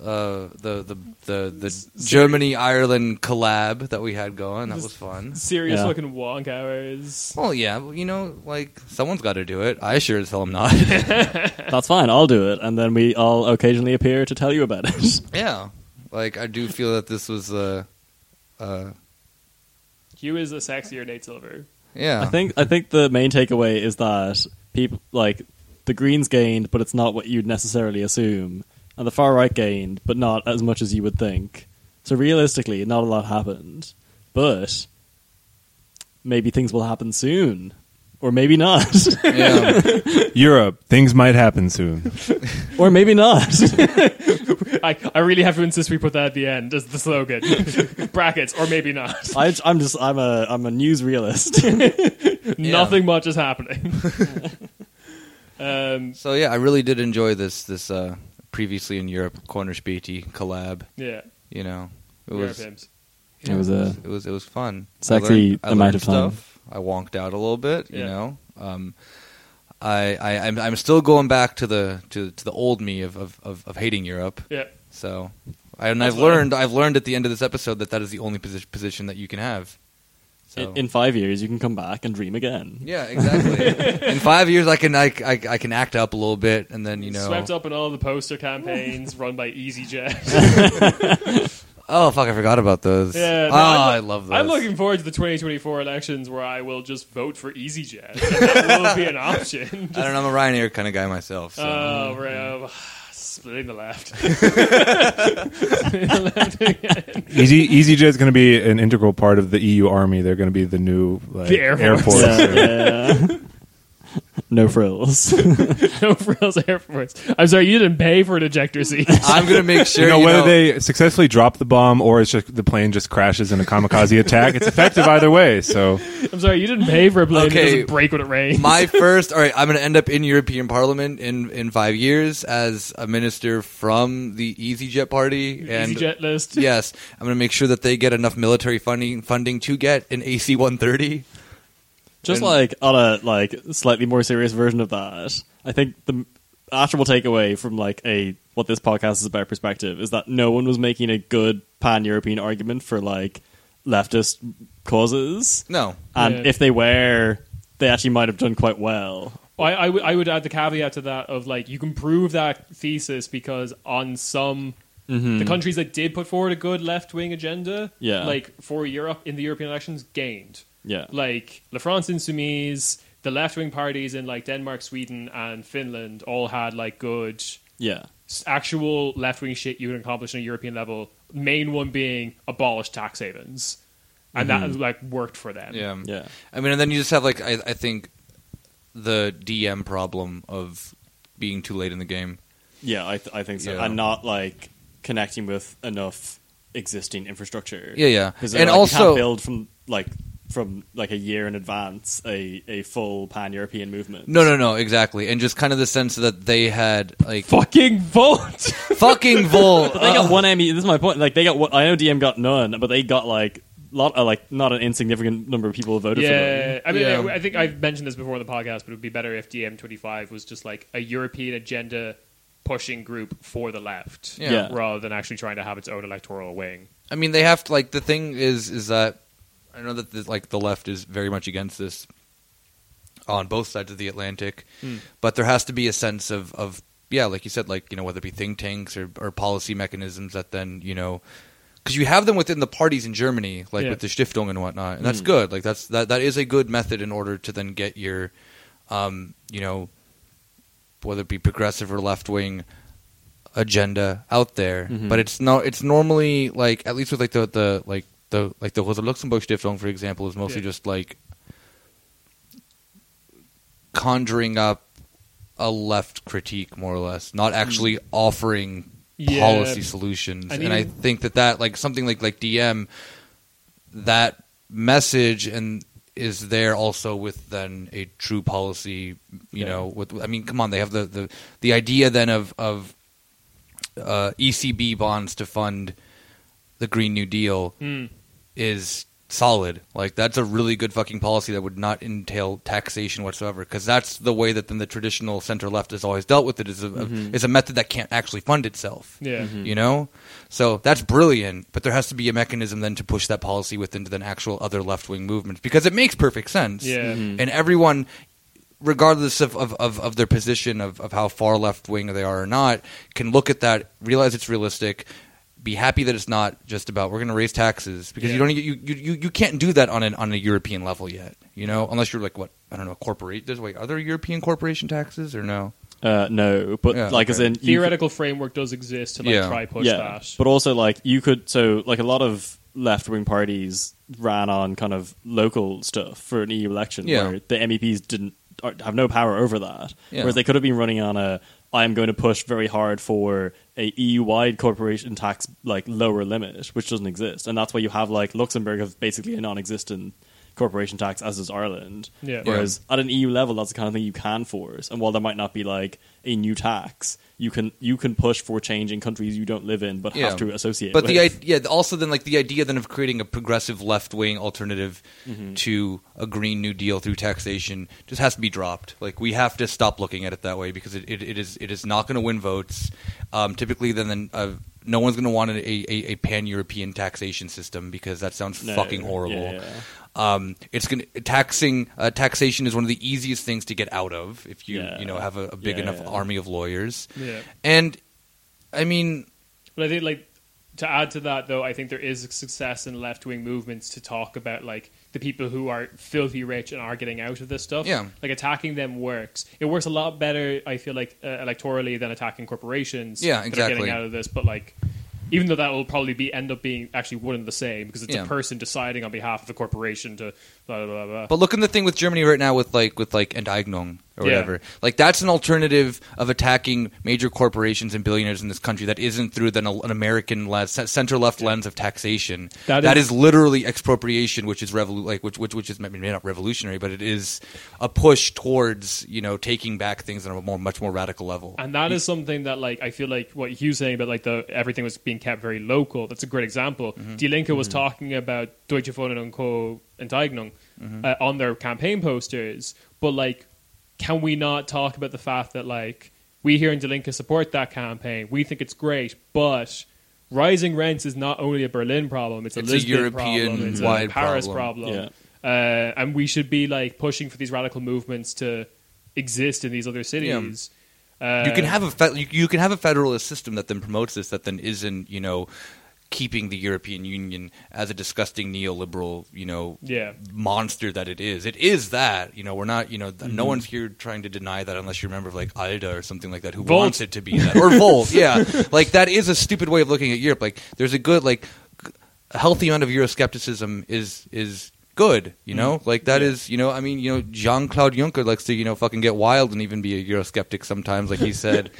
B: uh, the the the, the Germany Ireland collab that we had going. That was fun.
A: Serious
D: Yeah.
A: fucking wonk hours.
B: Well, yeah, well, you know, like someone's got to do it. I sure as hell am
D: [laughs]
B: not.
D: That's fine. I'll do it, and then we all occasionally appear to tell you about it.
B: yeah, like I do feel that this was uh, uh,
A: Hugh is a sexier Nate Silver.
B: yeah.
D: I [laughs] think I think the main takeaway is that people like the Greens gained, but it's not what you'd necessarily assume, and the far right gained, but not as much as you would think. So realistically, not a lot happened, but maybe things will happen soon, or maybe not, [laughs]
B: Yeah.
C: Europe, things might happen soon.
D: or
B: [laughs]
D: maybe not.
A: I, I really have to insist we put that at the end as the slogan. Brackets, or maybe not.
D: I, I'm just I'm a I'm a news
B: [laughs]
D: realist.
A: Nothing much is happening. um,
B: So yeah, I really did enjoy this this uh, previously in Europe corner Beatty collab.
A: yeah.
B: You know, it
A: we are
B: was
A: pimps.
D: It was a
B: it was it was fun.
D: Sexy amount of time.
B: I wonked out a little bit. You
A: Yeah.
B: know, um, I, I I'm I'm still going back to the to, to the old me of of, of, of hating Europe.
A: Yeah.
B: So. I- And
A: That's
B: I've
A: what I-
B: learned, I've learned at the end of this episode that that is the only posi- position that you can have. So.
D: in, in five years you can come back and dream again.
B: yeah, exactly. in five years, I can I, I, I can act up a little bit, and then you know,
A: Swept up in all the poster campaigns run by
B: [laughs]
A: EasyJet.
B: oh fuck, I forgot about those.
A: yeah, no,
B: oh,
A: I'm-
B: I love those.
A: I'm looking forward to the 2024 elections where I will just vote for EasyJet. [laughs] that will be an
B: [laughs]
A: option.
B: I don't know. I'm a Ryanair kind of guy myself. So.
A: Oh, we're uh, [sighs] splitting the left. [laughs] Splitting the left again.
C: Easy EasyJet is going to be an integral part of the EU army. They're going to be the new like,
A: The Air Force.
D: Yeah. no frills.
A: no frills Air Force. I'm sorry, you didn't pay for an ejector seat. [laughs]
B: I'm gonna make sure.
C: you know,
B: you
C: whether
B: know-
C: they successfully drop the bomb or it's just the plane just crashes in a kamikaze attack, it's effective either way. So
A: I'm sorry, you didn't pay for a plane
B: Okay.
A: that doesn't break when it rains.
B: My first. All right, I'm gonna end up in European Parliament in in five years as a minister from the EasyJet party. And
A: EasyJet list.
B: yes, I'm gonna make sure that they get enough military funding funding to get an AC-130.
D: Just
B: And-
D: like on a like slightly more serious version of that, I think the actual takeaway from like a what this podcast is about perspective is that no one was making a good pan-European argument for like leftist causes,
B: No,
D: and
A: Yeah.
D: if they were, they actually might have done quite well.
A: I, I, w- I would add the caveat to that of like you can prove that thesis because on some the countries that did put forward a good left wing agenda,
D: Yeah.
A: like for Europe in the European elections, gained.
D: Yeah,
A: Like La France Insoumise, the left wing parties in like Denmark, Sweden, and Finland all had like good
D: yeah,
A: s- actual left wing shit you can accomplish on a European level. Main one being abolish tax havens, and that like worked for them.
B: yeah,
D: yeah,
B: I mean, and then you just have like I, I think the DM problem of being too late in the game.
D: yeah. I th- I think so,
B: Yeah.
D: and not like connecting with enough existing infrastructure.
B: Yeah, yeah,
D: because
B: and
D: like, you can't
B: also
D: build from like from like a year in advance a, a full pan European movement.
B: No, no, no, exactly. And just kind of the sense that they had like
A: Fucking vote.
B: fucking Vol.
D: But [laughs] they got one Emmy. This is my point. Like they got one. I know DM got none, but they got like lot uh, like not an insignificant number of people voted for
A: yeah,
D: them.
A: I mean,
B: Yeah.
A: I, I think I've mentioned this before in the podcast, but it would be better if DM25 was just like a European agenda pushing group for the left,
B: Yeah. Yeah.
A: rather than actually trying to have its own electoral wing.
B: I mean, they have to like the thing is is that I know that the, like the left is very much against this on both sides of the Atlantic, but there has to be a sense of of yeah, like you said, like you know whether it be think tanks or or policy mechanisms that then you know. Because you have them within the parties in Germany, like
A: Yeah.
B: with the Stiftung and whatnot, and that's good. Like that's that that is a good method in order to then get your, um, you know, whether it be progressive or left wing agenda out there. But it's not. It's normally like at least with like the the like the like the Rosa Luxemburg Stiftung, for example, is mostly
A: Yeah.
B: just like conjuring up a left critique, more or less, not actually offering
A: Mm. Yeah.
B: policy solutions.
A: I mean-
B: and I think that that like something like like DM that message and is there also with then a true policy you
D: Yeah.
B: know with i mean come on they have the the, the idea then of of uh, ecb bonds to fund the green new deal
A: Mm.
B: is solid like that's a really good fucking policy that would not entail taxation whatsoever because that's the way that then the traditional center left has always dealt with it is a,
A: Mm-hmm.
B: is a method that can't actually fund itself
A: Yeah.
B: you know so that's brilliant but there has to be a mechanism then to push that policy within to then actual other left-wing movements because it makes perfect sense
A: Yeah. Mhm.
B: and everyone regardless of, of, of, of their position of, of how far left-wing they are or not can look at that realize it's realistic be happy that it's not just about we're going to raise taxes because you
A: Yeah.
B: don't e, you, you, you, you can't do that on an on a European level yet you know unless you're like what I don't know a corporate there's wait are there European corporation taxes or no
D: Uh, no, but
B: Yeah,
D: like as
B: okay.
D: in you
A: Theoretical framework does exist to like
B: Yeah.
A: try push
D: could- yeah,
A: that.
D: but also like you could so like a lot of left wing parties ran on kind of local stuff for an EU election
B: Yeah.
D: where the MEPs didn't are, have no power over that,
B: Yeah.
D: whereas they could have been running on a I am going to push very hard for a EU wide corporation tax like lower limit, which doesn't exist, and that's why you have like Luxembourg have basically a non existent corporation tax as is Ireland,
A: Yeah.
D: whereas at an EU level, that's the kind of thing you can force. And while there might not be like a new tax, you can you can push for change in countries you don't live in but
B: Yeah.
D: have to associate.
B: But the
D: with.
B: idea, yeah, also then like the idea then of creating a progressive left wing alternative
D: Mm-hmm.
B: to a Green New Deal through taxation just has to be dropped. Like we have to stop looking at it that way because it, it, it is it is not going to win votes. Um, typically, then then uh, no one's going to want a, a, a pan European taxation system because that sounds
D: [laughs] No,
B: fucking
D: yeah,
B: horrible.
D: yeah.
B: Um, it's going to taxing uh, taxation is one of the easiest things to get out of if you
D: Yeah.
B: you know have a, a big
D: Yeah,
B: enough
D: yeah.
B: army of lawyers.
A: Yeah.
B: And I mean,
A: But I think like to add to that though, I think there is success in left wing movements to talk about like the people who are filthy rich and are getting out of this stuff.
B: Yeah.
A: like attacking them works. It works a lot better, I feel like, uh, electorally than attacking corporations.
B: Yeah,
A: That are
B: exactly.
A: getting out of this, but like. Even though that will probably be end up being actually one and the same because it's
B: Yeah.
A: a person deciding on behalf of the corporation to blah blah blah. blah.
B: But look at the thing with Germany right now with like with like Enteignung or
A: Yeah.
B: whatever. Like that's an alternative of attacking major corporations and billionaires in this country that isn't through then a- an American lens, center left lens of taxation.
A: That
B: that
A: is-
B: is literally expropriation, which is revolu- like which which which is I mean, maybe not revolutionary, but it is a push towards you know taking back things on a more much more radical level.
A: And that is something that, like, I feel like what Hugh's saying about like the everything was being kept very local. That's a great example. Die Linke was talking about Deutsche Wohnen und Co. Enteignung uh, on their campaign posters, but like, can we not talk about the fact that like we here in Die Linke support that campaign? We think it's great, but rising rents is not only a Berlin problem; it's a
B: It's a
A: Lisbon problem, it's
B: European-wide
A: a Paris
B: problem.
A: problem, uh, and we should be like pushing for these radical movements to exist in these other cities. Uh,
B: you can have a fe- you, you can have a federalist system that then promotes this that then isn't you know keeping the European Union as a disgusting neoliberal you know
A: Yeah.
B: monster that it is. It is that you know we're not you know th- no one's here trying to deny that unless you remember like Alda or something like that who
A: Volt.
B: wants it to be that or Volt yeah like that is a stupid way of looking at Europe. Like there's a good like a healthy amount of Euroscepticism is is good. You know, like that is you know, I mean, you know, Jean Claude Juncker likes to you know fucking get wild and even be a Eurosceptic sometimes, like he said.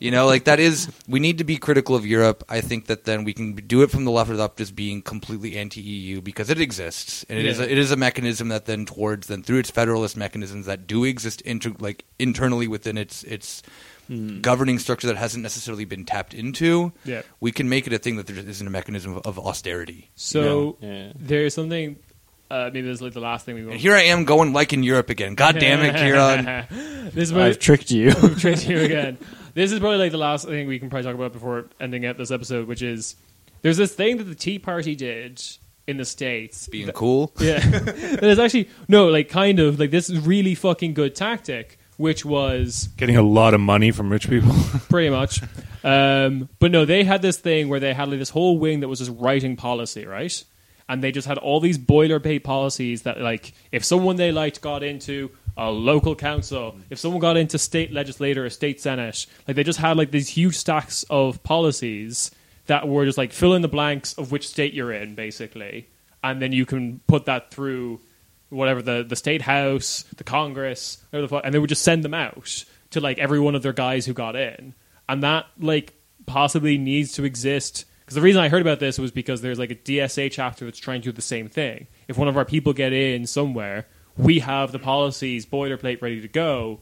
B: you know, like that is we need to be critical of Europe. I think that then we can do it from the left without just being completely anti-EU because it exists and it is
A: Yeah.
B: a, it is a mechanism that then towards then through its federalist mechanisms that do exist inter, like internally within its its. Governing structure that hasn't necessarily been tapped into,
A: Hmm. Yeah.
B: we can make it a thing that there isn't a mechanism of, of austerity.
A: So
D: Yeah.
A: there's something. Uh, maybe this is like the last thing we
B: And
A: want.
B: here I am going like in Europe again. God damn it,
A: [laughs]
B: Kieran.
A: this is what
D: I've tricked you.
A: I've tricked you again. This is probably like the last thing we can probably talk about before ending out this episode, which is there's this thing that the Tea Party did in the
B: [laughs]
A: states.
B: Being cool.
A: Yeah, that is actually no, like kind of like this really fucking good tactic, which was
C: Getting a lot of money from rich people. [laughs]
A: pretty much. Um, but no, they had this thing where they had like this whole wing that was just writing policy, right? And they just had all these boilerplate policies that, like, if someone they liked got into a local council, if someone got into state legislator or state senate, like they just had like these huge stacks of policies that were just like fill in the blanks of which state you're in, basically, and then you can put that through whatever the the state house, the Congress, whatever the fuck, and they would just send them out to like every one of their guys who got in, and that like possibly needs to exist. Because the reason I heard about this was because there's like a DSA chapter that's trying to do the same thing. If one of our people get in somewhere, we have the policies boilerplate ready to go.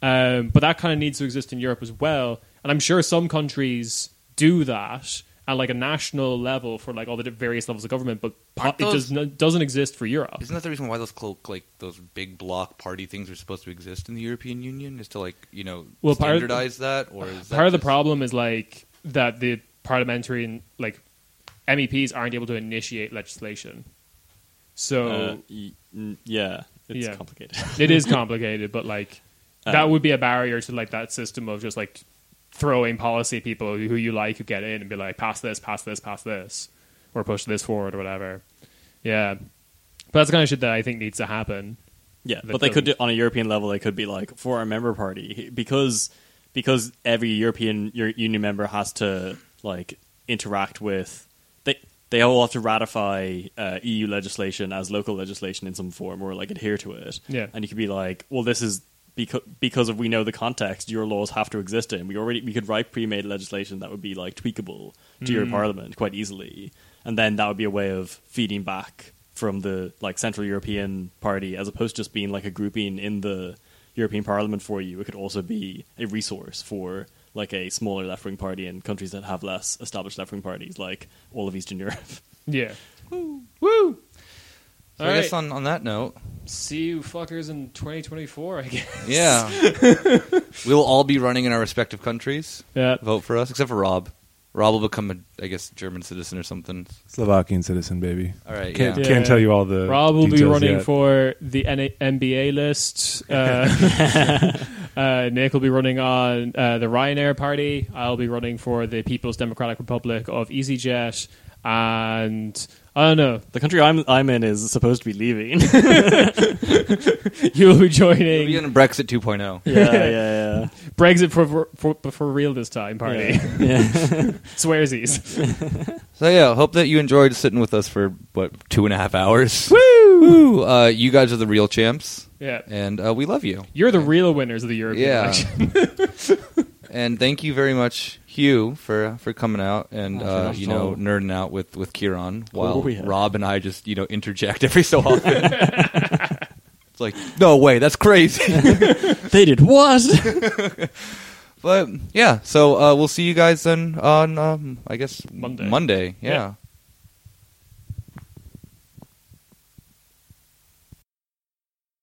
A: Um, but that kind of needs to exist in Europe as well. And I'm sure some countries do that at like a national level for like all the di- various levels of government, but po-
B: Aren't
A: it
B: those-
A: does, n- doesn't exist for Europe.
B: Isn't that the reason why those clo- like those big block party things are supposed to exist in the European Union? Is to like you know
A: Well, part-
B: standardize that, or is that
A: part of the
B: just-
A: problem is like that the parliamentary and like MEPs aren't able to initiate legislation. So
D: Uh, y- n- yeah, it's
A: Yeah.
D: complicated. [laughs]
A: it
B: [laughs]
A: is complicated, but like
B: Uh.
A: that would be a barrier to like that system of just like throwing policy at people who you like who get in and be like pass this, pass this, pass this, or push this forward or whatever. Yeah, but that's the kind of shit that I think needs to happen.
D: Yeah,
A: that
D: but they could do,
A: doesn't-
D: on a European level. They could be like for our member party because because every European Eu- Union member has to like interact with they they all have to ratify uh, EU legislation as local legislation in some form or like adhere to it.
A: Yeah.
D: and you could be like, well, this is. Because, because of we know the context, your laws have to exist in. We already we could write pre-made legislation that would be like tweakable to your parliament quite easily, and then that would be a way of feeding back from the like Central European Party, as opposed to just being like a grouping in the European Parliament for you. It could also be a resource for like a smaller left wing party in countries that have less established left wing parties, like all of Eastern Europe. [laughs]
A: Yeah.
B: So
A: All
B: I guess
A: right.
B: on, on that note,
A: See you fuckers in 2024, I guess. [laughs]
B: yeah, we'll all be running in our respective countries.
A: Yeah.
B: Vote for us, except for Rob. Rob will become a, I guess, German citizen or something.
C: Slovakian citizen, baby.
B: All right,
C: Can't,
B: yeah.
A: Yeah.
C: can't tell you all the.
A: Rob will be
C: details
A: running
C: yet.
A: for the N- NBA list. Uh,
C: [laughs]
A: uh, [laughs] Nick will be running on uh, the Ryanair party. I'll be running for the People's Democratic Republic of EasyJet. And I don't know. [laughs]
D: The country I'm I'm in is supposed to be leaving.
A: You will be
B: We'll
A: joining
B: be in Brexit oh. 2.0.
D: [laughs] yeah, yeah, yeah.
A: Brexit for, for for real this time party.
D: yeah.
A: [laughs] Swearsies.
B: So yeah, hope that you enjoyed sitting with us for what two and a half hours. Woo! Woo! Uh, you guys are the real champs,
A: Yeah.
B: and uh, we love you.
A: You're the real winners of the European
B: Yeah.
A: election.
B: And thank you very much, Hugh, for for coming out and
D: Oh,
B: uh,
D: not
B: you
D: at
B: know
D: all.
B: nerding out with with Kieran while
D: Oh, yeah.
B: Rob and I just you know interject every so often. it's like no way, that's crazy. [laughs]
D: They did what?
B: but yeah, so uh, we'll see you guys then on um, I guess
A: Monday.
B: Monday, yeah.
A: Yeah.